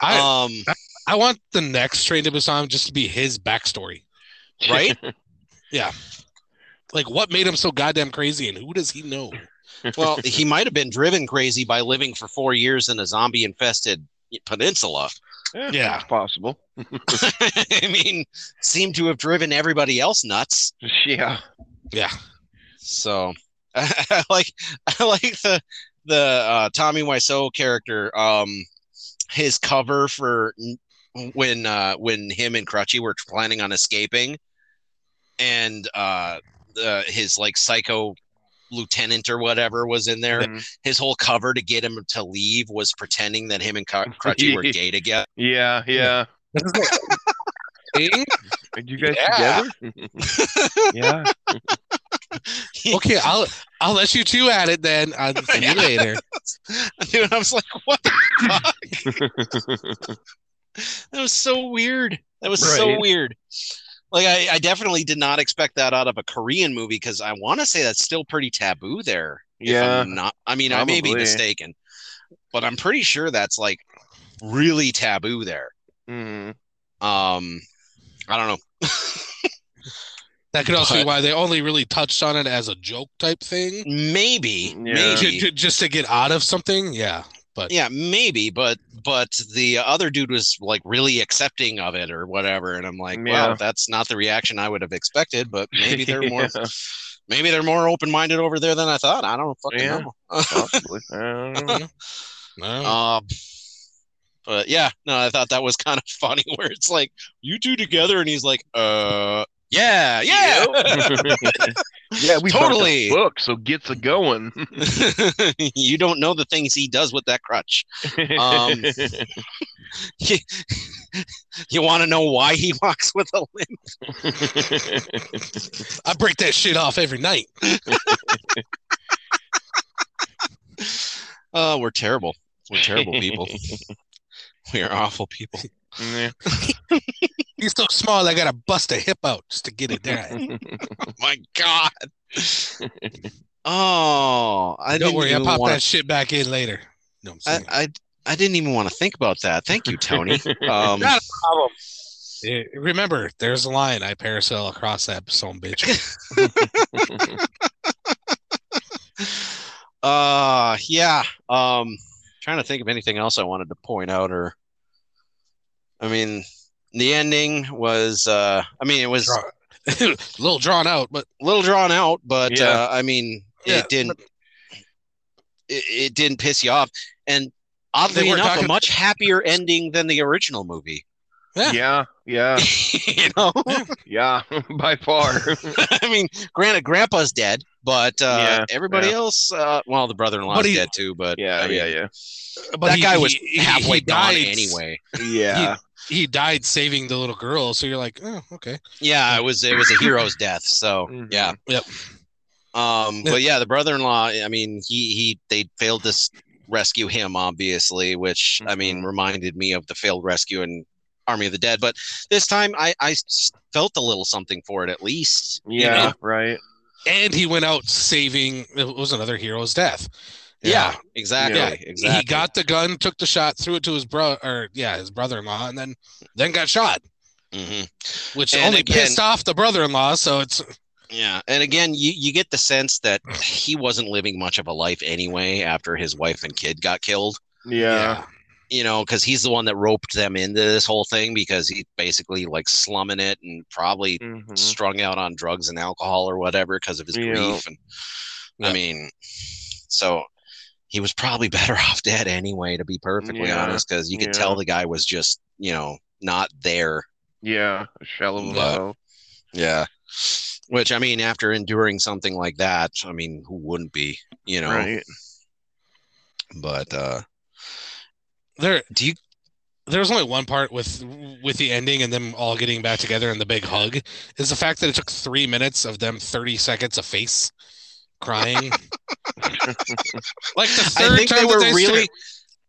[SPEAKER 1] I
[SPEAKER 2] um,
[SPEAKER 1] I want the next Train to Busan just to be his backstory.
[SPEAKER 2] right?
[SPEAKER 1] Like what made him so goddamn crazy, and who does he know?
[SPEAKER 2] Well, he might have been driven crazy by living for four years in a zombie infested peninsula.
[SPEAKER 1] Yeah.
[SPEAKER 3] It's possible.
[SPEAKER 2] I mean, seemed to have driven everybody else nuts.
[SPEAKER 3] Yeah.
[SPEAKER 1] Yeah.
[SPEAKER 2] So I like I like the the uh, Tommy Wiseau character. Um, his cover for n- when uh, when him and Crutchy were planning on escaping, and uh, the, his like psycho lieutenant or whatever was in there.
[SPEAKER 3] Mhm.
[SPEAKER 2] His whole cover to get him to leave was pretending that him and Cr- Crutchy were gay together.
[SPEAKER 3] Yeah. Yeah. Are you guys together? yeah.
[SPEAKER 1] okay, I'll I'll let you two at it then. I'll see you later.
[SPEAKER 2] Dude, I was like, what the fuck? that was so weird. That was so
[SPEAKER 3] Right.
[SPEAKER 2] weird. Like I, I definitely did not expect that out of a Korean movie because I want to say that's still pretty taboo there. if
[SPEAKER 3] Yeah.
[SPEAKER 2] I'm not. I mean, I may be
[SPEAKER 3] Probably.
[SPEAKER 2] mistaken, but I'm pretty sure that's like really taboo there. Mm-hmm.
[SPEAKER 3] Mhm.
[SPEAKER 2] Um, I don't know.
[SPEAKER 1] That could also be
[SPEAKER 2] But-
[SPEAKER 1] why they only really touched on it as a joke type thing,
[SPEAKER 2] Maybe,
[SPEAKER 3] Yeah.
[SPEAKER 1] J-
[SPEAKER 2] maybe,
[SPEAKER 1] j- just to get out of something. Yeah.
[SPEAKER 2] yeah, maybe. But but the other dude was like really accepting of it or whatever, and I'm like,
[SPEAKER 3] Yeah.
[SPEAKER 2] wow, that's not the reaction I would have expected. But maybe they're more
[SPEAKER 3] Yeah.
[SPEAKER 2] maybe they're more open minded over there than I thought. I don't fucking
[SPEAKER 3] Yeah.
[SPEAKER 2] know.
[SPEAKER 3] Possibly. I don't know.
[SPEAKER 1] No.
[SPEAKER 2] Um, but yeah, no, I thought that was kind of funny where it's like you two together, and he's like, uh, yeah, yeah,
[SPEAKER 3] yeah, we bought
[SPEAKER 2] Totally.
[SPEAKER 3] the book, so gets it going.
[SPEAKER 2] you don't know the things he does with that crutch. Um, You want to know why he walks with a limp?
[SPEAKER 1] I break that shit off every night.
[SPEAKER 2] Uh, we're terrible. We're terrible people. we are awful people.
[SPEAKER 3] Yeah.
[SPEAKER 1] He's so small, I gotta bust a hip out just to get it there.
[SPEAKER 2] My God. Oh, I
[SPEAKER 1] Don't
[SPEAKER 2] didn't
[SPEAKER 1] worry, I
[SPEAKER 2] even
[SPEAKER 1] pop
[SPEAKER 2] wanna-
[SPEAKER 1] that shit back in later. No, I'm
[SPEAKER 2] I,
[SPEAKER 1] saying.
[SPEAKER 2] I I didn't even want to think about that. Thank you, Tony. Um,
[SPEAKER 1] Not Eh, remember, there's a line. I parasail across that some bitch.
[SPEAKER 2] uh, yeah. Um, trying to think of anything else I wanted to point out, or I mean, the ending was. Uh, I mean, it was
[SPEAKER 1] Draw- a little drawn out, but
[SPEAKER 2] a little drawn out, but
[SPEAKER 3] Yeah.
[SPEAKER 2] uh, I mean,
[SPEAKER 1] Yeah,
[SPEAKER 2] it didn't. It, it didn't piss you off, and oddly
[SPEAKER 1] They weren't
[SPEAKER 2] enough, a
[SPEAKER 1] talking-
[SPEAKER 2] much happier ending than the original movie.
[SPEAKER 1] Yeah.
[SPEAKER 3] yeah, yeah,
[SPEAKER 2] you know,
[SPEAKER 3] yeah, by far.
[SPEAKER 2] I mean, granted, Grandpa's dead, but uh,
[SPEAKER 3] Yeah,
[SPEAKER 2] everybody
[SPEAKER 3] yeah.
[SPEAKER 2] else, uh, well, the brother-in-law's
[SPEAKER 1] But he-
[SPEAKER 2] dead too. But
[SPEAKER 3] Yeah,
[SPEAKER 2] I mean,
[SPEAKER 3] yeah, yeah,
[SPEAKER 1] but
[SPEAKER 2] that
[SPEAKER 1] he-
[SPEAKER 2] guy was
[SPEAKER 1] he- he-
[SPEAKER 2] halfway
[SPEAKER 1] he
[SPEAKER 2] gone
[SPEAKER 1] died-
[SPEAKER 2] anyway.
[SPEAKER 3] yeah.
[SPEAKER 1] He died saving the little girl, so you're like, oh, okay.
[SPEAKER 2] Yeah, it was it was a hero's death. So
[SPEAKER 3] Mhm.
[SPEAKER 2] yeah,
[SPEAKER 1] Yep.
[SPEAKER 2] Um, but yeah, the brother-in-law. I mean, he he they failed to s- rescue him, obviously, which I mean
[SPEAKER 3] Mhm.
[SPEAKER 2] reminded me of the failed rescue in Army of the Dead. But this time, I I s- felt a little something for it at least. you
[SPEAKER 3] Yeah,
[SPEAKER 2] know?
[SPEAKER 3] right.
[SPEAKER 1] And he went out saving. It was another hero's death.
[SPEAKER 2] Yeah. Exactly.
[SPEAKER 1] Yeah.
[SPEAKER 2] Exactly.
[SPEAKER 1] He got the gun, took the shot, threw it to his bro or yeah, his brother-in-law, and then then got shot,
[SPEAKER 2] Mhm.
[SPEAKER 1] which
[SPEAKER 2] And
[SPEAKER 1] only
[SPEAKER 2] again-
[SPEAKER 1] pissed off the brother-in-law. So it's
[SPEAKER 2] Yeah, and again, you you get the sense that he wasn't living much of a life anyway after his wife and kid got killed.
[SPEAKER 3] Yeah,
[SPEAKER 2] You know, because he's the one that roped them into this whole thing because he basically like slumming it and probably
[SPEAKER 3] Mhm.
[SPEAKER 2] strung out on drugs and alcohol or whatever because of his
[SPEAKER 3] Yeah.
[SPEAKER 2] grief. And
[SPEAKER 1] Yeah.
[SPEAKER 2] I mean, so he was probably better off dead anyway, to be perfectly
[SPEAKER 3] Yeah,
[SPEAKER 2] honest, because you could
[SPEAKER 3] yeah.
[SPEAKER 2] tell the guy was just, you know, not there.
[SPEAKER 3] Yeah, a shallow
[SPEAKER 2] Yeah.
[SPEAKER 3] low.
[SPEAKER 2] Yeah. Which I mean, after enduring something like that, I mean, who wouldn't be, you know?
[SPEAKER 3] Right.
[SPEAKER 2] But uh
[SPEAKER 1] There, do you? There was only one part with with the ending and them all getting back together and the big hug. Is the fact that it took three minutes of them thirty seconds of face crying. like the third
[SPEAKER 2] I think
[SPEAKER 1] time
[SPEAKER 2] they
[SPEAKER 1] that
[SPEAKER 2] were
[SPEAKER 1] they
[SPEAKER 2] really
[SPEAKER 1] started-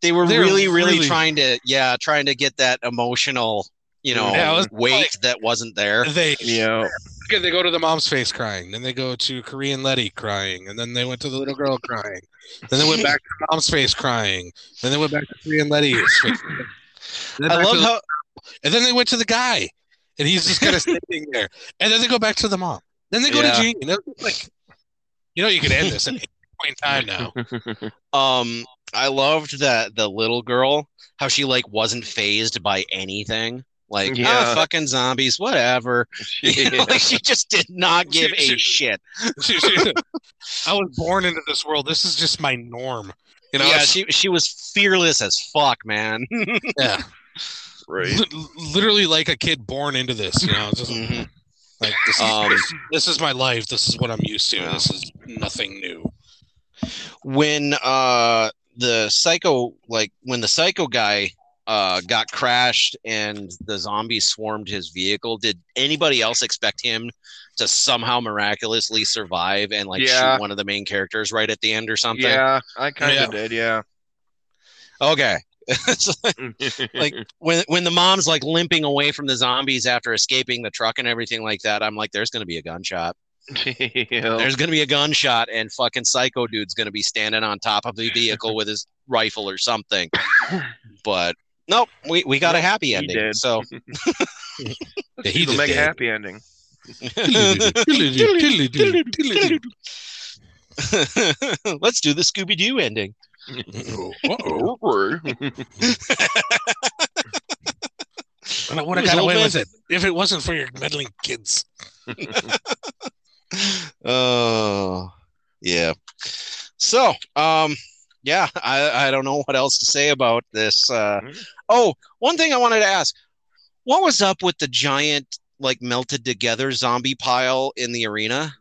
[SPEAKER 2] they were
[SPEAKER 1] They're
[SPEAKER 2] really, really
[SPEAKER 1] really-
[SPEAKER 2] trying to yeah, trying to get that emotional, you know,
[SPEAKER 1] Yeah, it was
[SPEAKER 2] weight
[SPEAKER 1] like-
[SPEAKER 2] that wasn't there.
[SPEAKER 1] they
[SPEAKER 3] Yeah.
[SPEAKER 1] Okay, they go to the mom's face crying, then they go to Korean Letty crying, and then they went to the little girl crying, then they went back to mom's face crying, then they went back to Korean Letty's face. Then
[SPEAKER 2] I
[SPEAKER 1] back to
[SPEAKER 2] love
[SPEAKER 1] the-
[SPEAKER 2] how
[SPEAKER 1] and then they went to the guy, and he's just kind of standing there, and then they go back to the mom, then they go
[SPEAKER 2] Yeah.
[SPEAKER 1] to Jean. and it was like, you know, you could end this at any point in time now.
[SPEAKER 2] Um, I loved that the little girl, how she like wasn't phased by anything. Like, ah,
[SPEAKER 3] Yeah.
[SPEAKER 2] fucking zombies, whatever. You know,
[SPEAKER 3] Yeah.
[SPEAKER 2] like she just did not give
[SPEAKER 1] She- she-
[SPEAKER 2] a shit.
[SPEAKER 1] She- she- I was born into this world. This is just my norm. You know,
[SPEAKER 2] yeah,
[SPEAKER 1] it's-
[SPEAKER 2] she she was fearless as fuck, man.
[SPEAKER 1] yeah.
[SPEAKER 3] Right.
[SPEAKER 1] Li- literally like a kid born into this. You know, it's just-
[SPEAKER 2] Mhm.
[SPEAKER 1] Like this is,
[SPEAKER 2] Um,
[SPEAKER 1] this is my life. This is what I'm used to.
[SPEAKER 2] Yeah.
[SPEAKER 1] This is nothing new.
[SPEAKER 2] When uh the psycho like when the psycho guy uh got crashed and the zombies swarmed his vehicle, did anybody else expect him to somehow miraculously survive and like
[SPEAKER 3] Yeah.
[SPEAKER 2] shoot one of the main characters right at the end or something?
[SPEAKER 3] Yeah, I kind
[SPEAKER 1] Yeah.
[SPEAKER 3] of did. Yeah.
[SPEAKER 2] Okay. It's like- Like, when when the mom's like limping away from the zombies after escaping the truck and everything like that, I'm like, there's gonna be a gunshot.
[SPEAKER 3] Yeah.
[SPEAKER 2] There's gonna be a gunshot, and fucking psycho dude's gonna be standing on top of the vehicle with his rifle or something. But nope, we, we got a happy
[SPEAKER 3] he
[SPEAKER 2] ending.
[SPEAKER 3] did.
[SPEAKER 2] So
[SPEAKER 1] Yeah,
[SPEAKER 3] He's a mega happy ending.
[SPEAKER 2] let's do the Scooby Doo ending.
[SPEAKER 1] Uh-oh. And I would have
[SPEAKER 2] Who's
[SPEAKER 1] got
[SPEAKER 2] old
[SPEAKER 1] away
[SPEAKER 2] man?
[SPEAKER 1] with it if it wasn't for your meddling kids.
[SPEAKER 2] Oh yeah. So um yeah, I, I don't know what else to say about this. Uh
[SPEAKER 3] Mhm.
[SPEAKER 2] oh, one thing I wanted to ask. What was up with the giant like melted together zombie pile in the arena?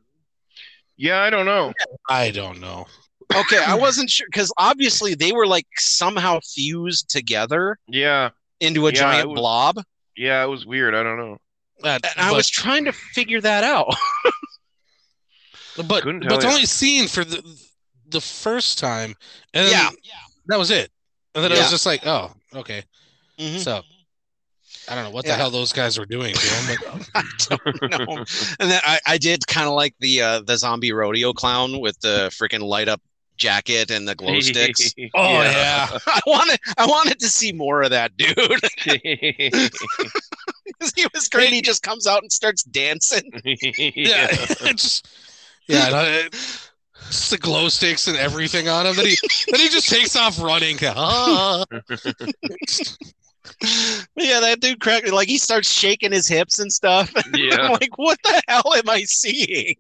[SPEAKER 3] yeah, I don't know.
[SPEAKER 1] I don't know.
[SPEAKER 2] Okay, I wasn't sure because obviously they were like somehow fused together
[SPEAKER 3] Yeah.
[SPEAKER 2] into a
[SPEAKER 3] Yeah, it
[SPEAKER 2] giant
[SPEAKER 3] was-
[SPEAKER 2] blob. And
[SPEAKER 3] Yeah, it was weird. I don't know.
[SPEAKER 1] That,
[SPEAKER 2] I
[SPEAKER 1] but-
[SPEAKER 2] was trying to figure that out.
[SPEAKER 1] but
[SPEAKER 3] Couldn't
[SPEAKER 1] but
[SPEAKER 3] tell
[SPEAKER 1] it's
[SPEAKER 3] ya.
[SPEAKER 1] only seen for the the first time, and then
[SPEAKER 2] yeah.
[SPEAKER 1] that was it. And then I
[SPEAKER 2] Yeah.
[SPEAKER 1] was just like, oh, okay.
[SPEAKER 3] Mm-hmm.
[SPEAKER 2] Mhm.
[SPEAKER 1] So I don't know what
[SPEAKER 2] Yeah.
[SPEAKER 1] the hell those guys were doing. to him, but
[SPEAKER 2] no. And then I, I did kind of like the uh, the zombie rodeo clown with the freaking light up jacket and the glow sticks.
[SPEAKER 1] oh yeah.
[SPEAKER 2] I wanted I wanted to see more of that dude. 'Cause he was great. He just comes out and starts dancing.
[SPEAKER 1] yeah,
[SPEAKER 3] yeah.
[SPEAKER 1] it's just, yeah, no, it- it's the glow sticks and everything on him. Then he then he just takes off running. Ah.
[SPEAKER 2] yeah, that dude cracked me. Like he starts shaking his hips and stuff. I'm
[SPEAKER 3] Yeah.
[SPEAKER 2] like, what the hell am I seeing?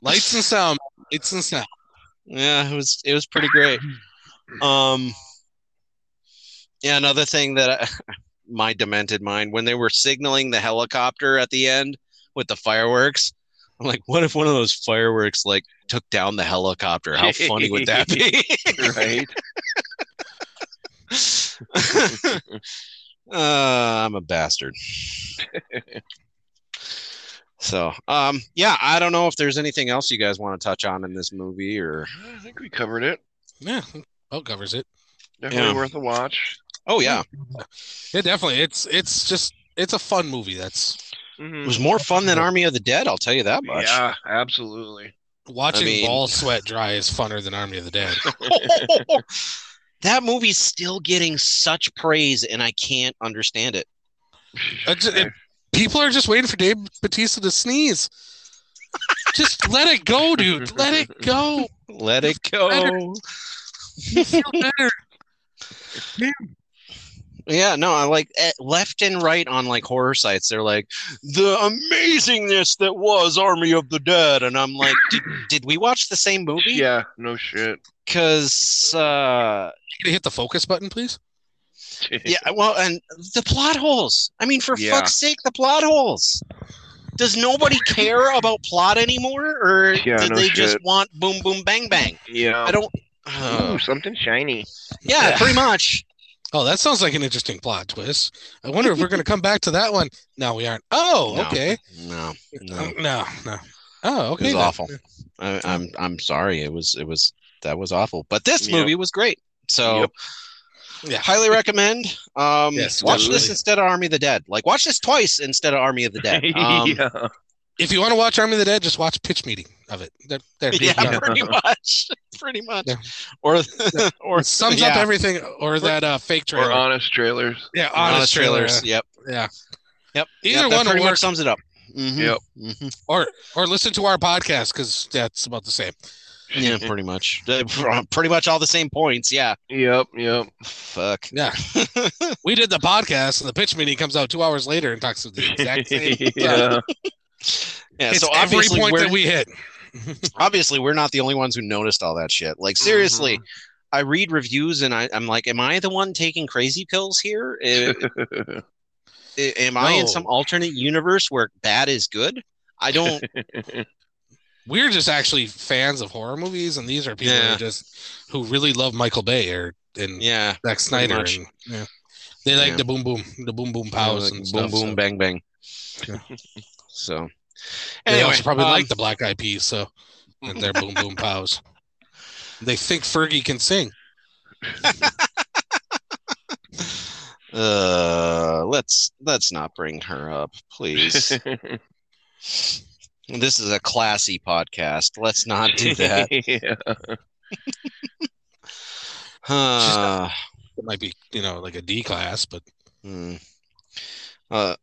[SPEAKER 1] Lights and sound, lights and sound.
[SPEAKER 2] Yeah, it was it was pretty great. Um, yeah, another thing that I, my demented mind when they were signaling the helicopter at the end with the fireworks, I'm like, what if one of those fireworks like took down the helicopter? How funny would that be?
[SPEAKER 3] Right.
[SPEAKER 2] uh, I'm a bastard. So, um, yeah, I don't know if there's anything else you guys want to touch on in this movie or.
[SPEAKER 3] I think we covered it.
[SPEAKER 1] Yeah, well covers it.
[SPEAKER 3] Definitely
[SPEAKER 2] Yeah.
[SPEAKER 3] worth a watch.
[SPEAKER 2] Oh yeah.
[SPEAKER 1] Yeah, definitely. It's it's just it's a fun movie. That's
[SPEAKER 2] It
[SPEAKER 3] Mhm.
[SPEAKER 2] was more fun than Army of the Dead, I'll tell you that much.
[SPEAKER 3] Yeah, absolutely.
[SPEAKER 1] watching
[SPEAKER 2] I mean-
[SPEAKER 1] ball sweat dry is funner than Army of the Dead.
[SPEAKER 2] that movie's still getting such praise, and I can't understand it.
[SPEAKER 1] That's it. People are just waiting for Dave Batista to sneeze. Just let it go, dude. Let it go.
[SPEAKER 2] Let it go.
[SPEAKER 1] You feel better.
[SPEAKER 2] Yeah, no, I like at left and right on like horror sites. They're like the amazingness that was Army of the Dead, and I'm like, did, did we watch the same movie?
[SPEAKER 3] Yeah, no shit.
[SPEAKER 2] because uh,
[SPEAKER 1] Can you hit the focus button, please?
[SPEAKER 2] yeah, well, and the plot holes. I mean, for
[SPEAKER 3] Yeah.
[SPEAKER 2] fuck's sake, the plot holes. Does nobody care about plot anymore, or
[SPEAKER 3] Yeah,
[SPEAKER 2] did
[SPEAKER 3] no
[SPEAKER 2] they just
[SPEAKER 3] shit.
[SPEAKER 2] want boom, boom, bang, bang?
[SPEAKER 3] yeah.
[SPEAKER 2] I don't. Uh,
[SPEAKER 3] Ooh, something shiny.
[SPEAKER 2] yeah,
[SPEAKER 1] Yeah.
[SPEAKER 2] pretty much.
[SPEAKER 1] Oh, that sounds like an interesting plot twist. I wonder if we're going to come back to that one. No, we aren't. Oh,
[SPEAKER 2] No.
[SPEAKER 1] okay.
[SPEAKER 2] No, no,
[SPEAKER 1] No, no. Oh, okay.
[SPEAKER 2] was
[SPEAKER 1] then.
[SPEAKER 2] awful. I, I'm I'm sorry. It was it was that was awful. But this
[SPEAKER 3] Yep.
[SPEAKER 2] movie was great. So
[SPEAKER 3] Yep.
[SPEAKER 1] Yeah.
[SPEAKER 2] highly recommend. Um,
[SPEAKER 1] Yes,
[SPEAKER 2] watch this
[SPEAKER 1] definitely.
[SPEAKER 2] instead of Army of the Dead. Like watch this twice instead of Army of the Dead. Um,
[SPEAKER 3] yeah.
[SPEAKER 1] If you want to watch Army of the Dead, just watch pitch meeting of it. There, there,
[SPEAKER 2] yeah,
[SPEAKER 1] done.
[SPEAKER 2] pretty much, pretty much.
[SPEAKER 1] Yeah.
[SPEAKER 2] Or or
[SPEAKER 1] It sums up
[SPEAKER 2] yeah,
[SPEAKER 1] everything, or that uh, fake trailer.
[SPEAKER 3] Or honest trailers.
[SPEAKER 1] yeah,
[SPEAKER 2] honest,
[SPEAKER 1] honest trailer.
[SPEAKER 2] trailers. Yep,
[SPEAKER 1] Yeah,
[SPEAKER 2] yep.
[SPEAKER 1] Either
[SPEAKER 2] yep, that
[SPEAKER 1] one will
[SPEAKER 2] pretty
[SPEAKER 1] work.
[SPEAKER 2] much sums it up. Mhm,
[SPEAKER 3] Yep.
[SPEAKER 2] mhm.
[SPEAKER 1] or or listen to our podcast because that's about the same.
[SPEAKER 2] Yeah, pretty much. They- pr- Pretty much all the same points. Yeah.
[SPEAKER 3] Yep. Yep.
[SPEAKER 2] Fuck.
[SPEAKER 1] Yeah, we did the podcast, and the pitch meeting comes out two hours later and talks to the exact same.
[SPEAKER 3] yeah.
[SPEAKER 2] Yeah.
[SPEAKER 1] It's
[SPEAKER 2] so
[SPEAKER 1] every
[SPEAKER 2] obviously
[SPEAKER 1] point
[SPEAKER 2] we're
[SPEAKER 1] that we hit.
[SPEAKER 2] obviously we're not the only ones who noticed all that shit. Like seriously, I read reviews and I, I'm like, am I the one taking crazy pills here? Eh, eh, am I in
[SPEAKER 1] No.
[SPEAKER 2] some alternate universe where bad is good? I don't.
[SPEAKER 1] We're just actually fans of horror movies, and these are people
[SPEAKER 2] Yeah.
[SPEAKER 1] who just who really love Michael Bay or and
[SPEAKER 2] yeah.
[SPEAKER 1] Zack Snyder.
[SPEAKER 2] much.
[SPEAKER 1] And, yeah. They like
[SPEAKER 2] Yeah.
[SPEAKER 1] the boom boom, the boom boom pows
[SPEAKER 2] like
[SPEAKER 1] and
[SPEAKER 2] boom,
[SPEAKER 1] stuff.
[SPEAKER 2] boom,
[SPEAKER 1] so.
[SPEAKER 2] bang, bang.
[SPEAKER 1] Yeah.
[SPEAKER 2] So.
[SPEAKER 1] They
[SPEAKER 2] Anyway,
[SPEAKER 1] also probably
[SPEAKER 2] um,
[SPEAKER 1] like the Black Eyed Peas, so and their boom boom pows. They think Fergie can sing.
[SPEAKER 2] Uh, let's let's not bring her up, please. this is a classy podcast. Let's not do that.
[SPEAKER 3] yeah.
[SPEAKER 2] Huh.
[SPEAKER 1] It might be, you know, like a D class, but
[SPEAKER 2] Hmm. Uh,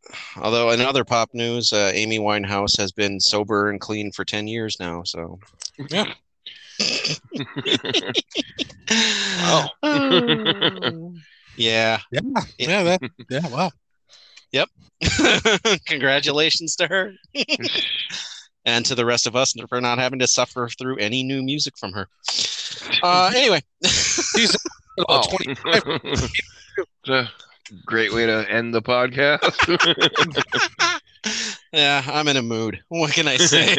[SPEAKER 2] although in other pop news, uh, Amy Winehouse has been sober and clean for 10 years now. So,
[SPEAKER 1] yeah.
[SPEAKER 2] oh, yeah.
[SPEAKER 1] Yeah. Yeah, that, yeah, wow.
[SPEAKER 2] Congratulations to her and to the rest of us for not having to suffer through any new music from her. Uh, anyway,
[SPEAKER 1] About 20
[SPEAKER 3] It's Oh. a great way to end the podcast.
[SPEAKER 2] yeah, I'm in a mood. What can I say?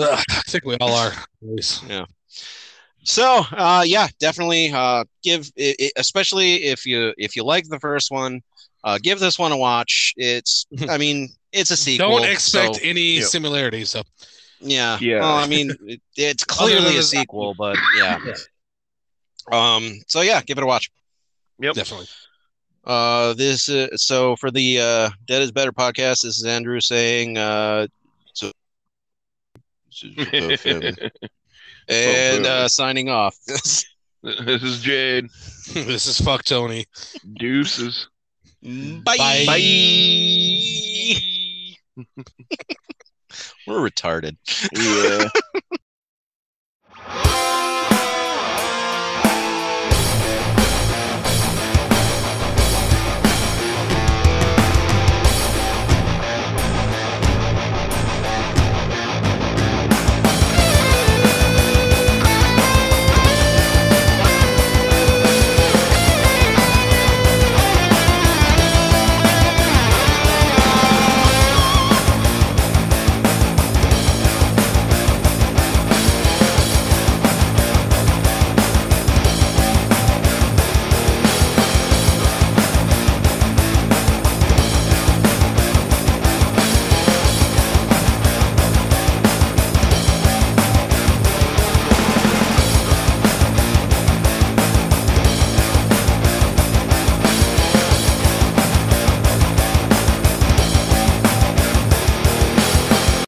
[SPEAKER 1] Ugh, I think we all are. Always.
[SPEAKER 2] So, uh, yeah, definitely uh, give, i i especially if you if you like the first one, uh, give this one a watch. It's, I mean, it's a sequel.
[SPEAKER 1] Don't expect
[SPEAKER 2] so,
[SPEAKER 1] any
[SPEAKER 3] yeah.
[SPEAKER 1] similarities. So
[SPEAKER 2] yeah.
[SPEAKER 3] Yeah.
[SPEAKER 2] Well, I mean, it, it's
[SPEAKER 1] Other than
[SPEAKER 2] clearly a
[SPEAKER 1] the-
[SPEAKER 2] sequel, but yeah. Um. So yeah, give it a watch.
[SPEAKER 1] definitely.
[SPEAKER 2] Uh, this uh, so for the uh, Dead Is Better podcast, this is Andrew saying uh, so, and uh, signing off.
[SPEAKER 3] this is Jade.
[SPEAKER 1] this is fuck Tony.
[SPEAKER 3] Deuces.
[SPEAKER 2] Bye.
[SPEAKER 1] Bye.
[SPEAKER 2] We're retarded.
[SPEAKER 3] Yeah.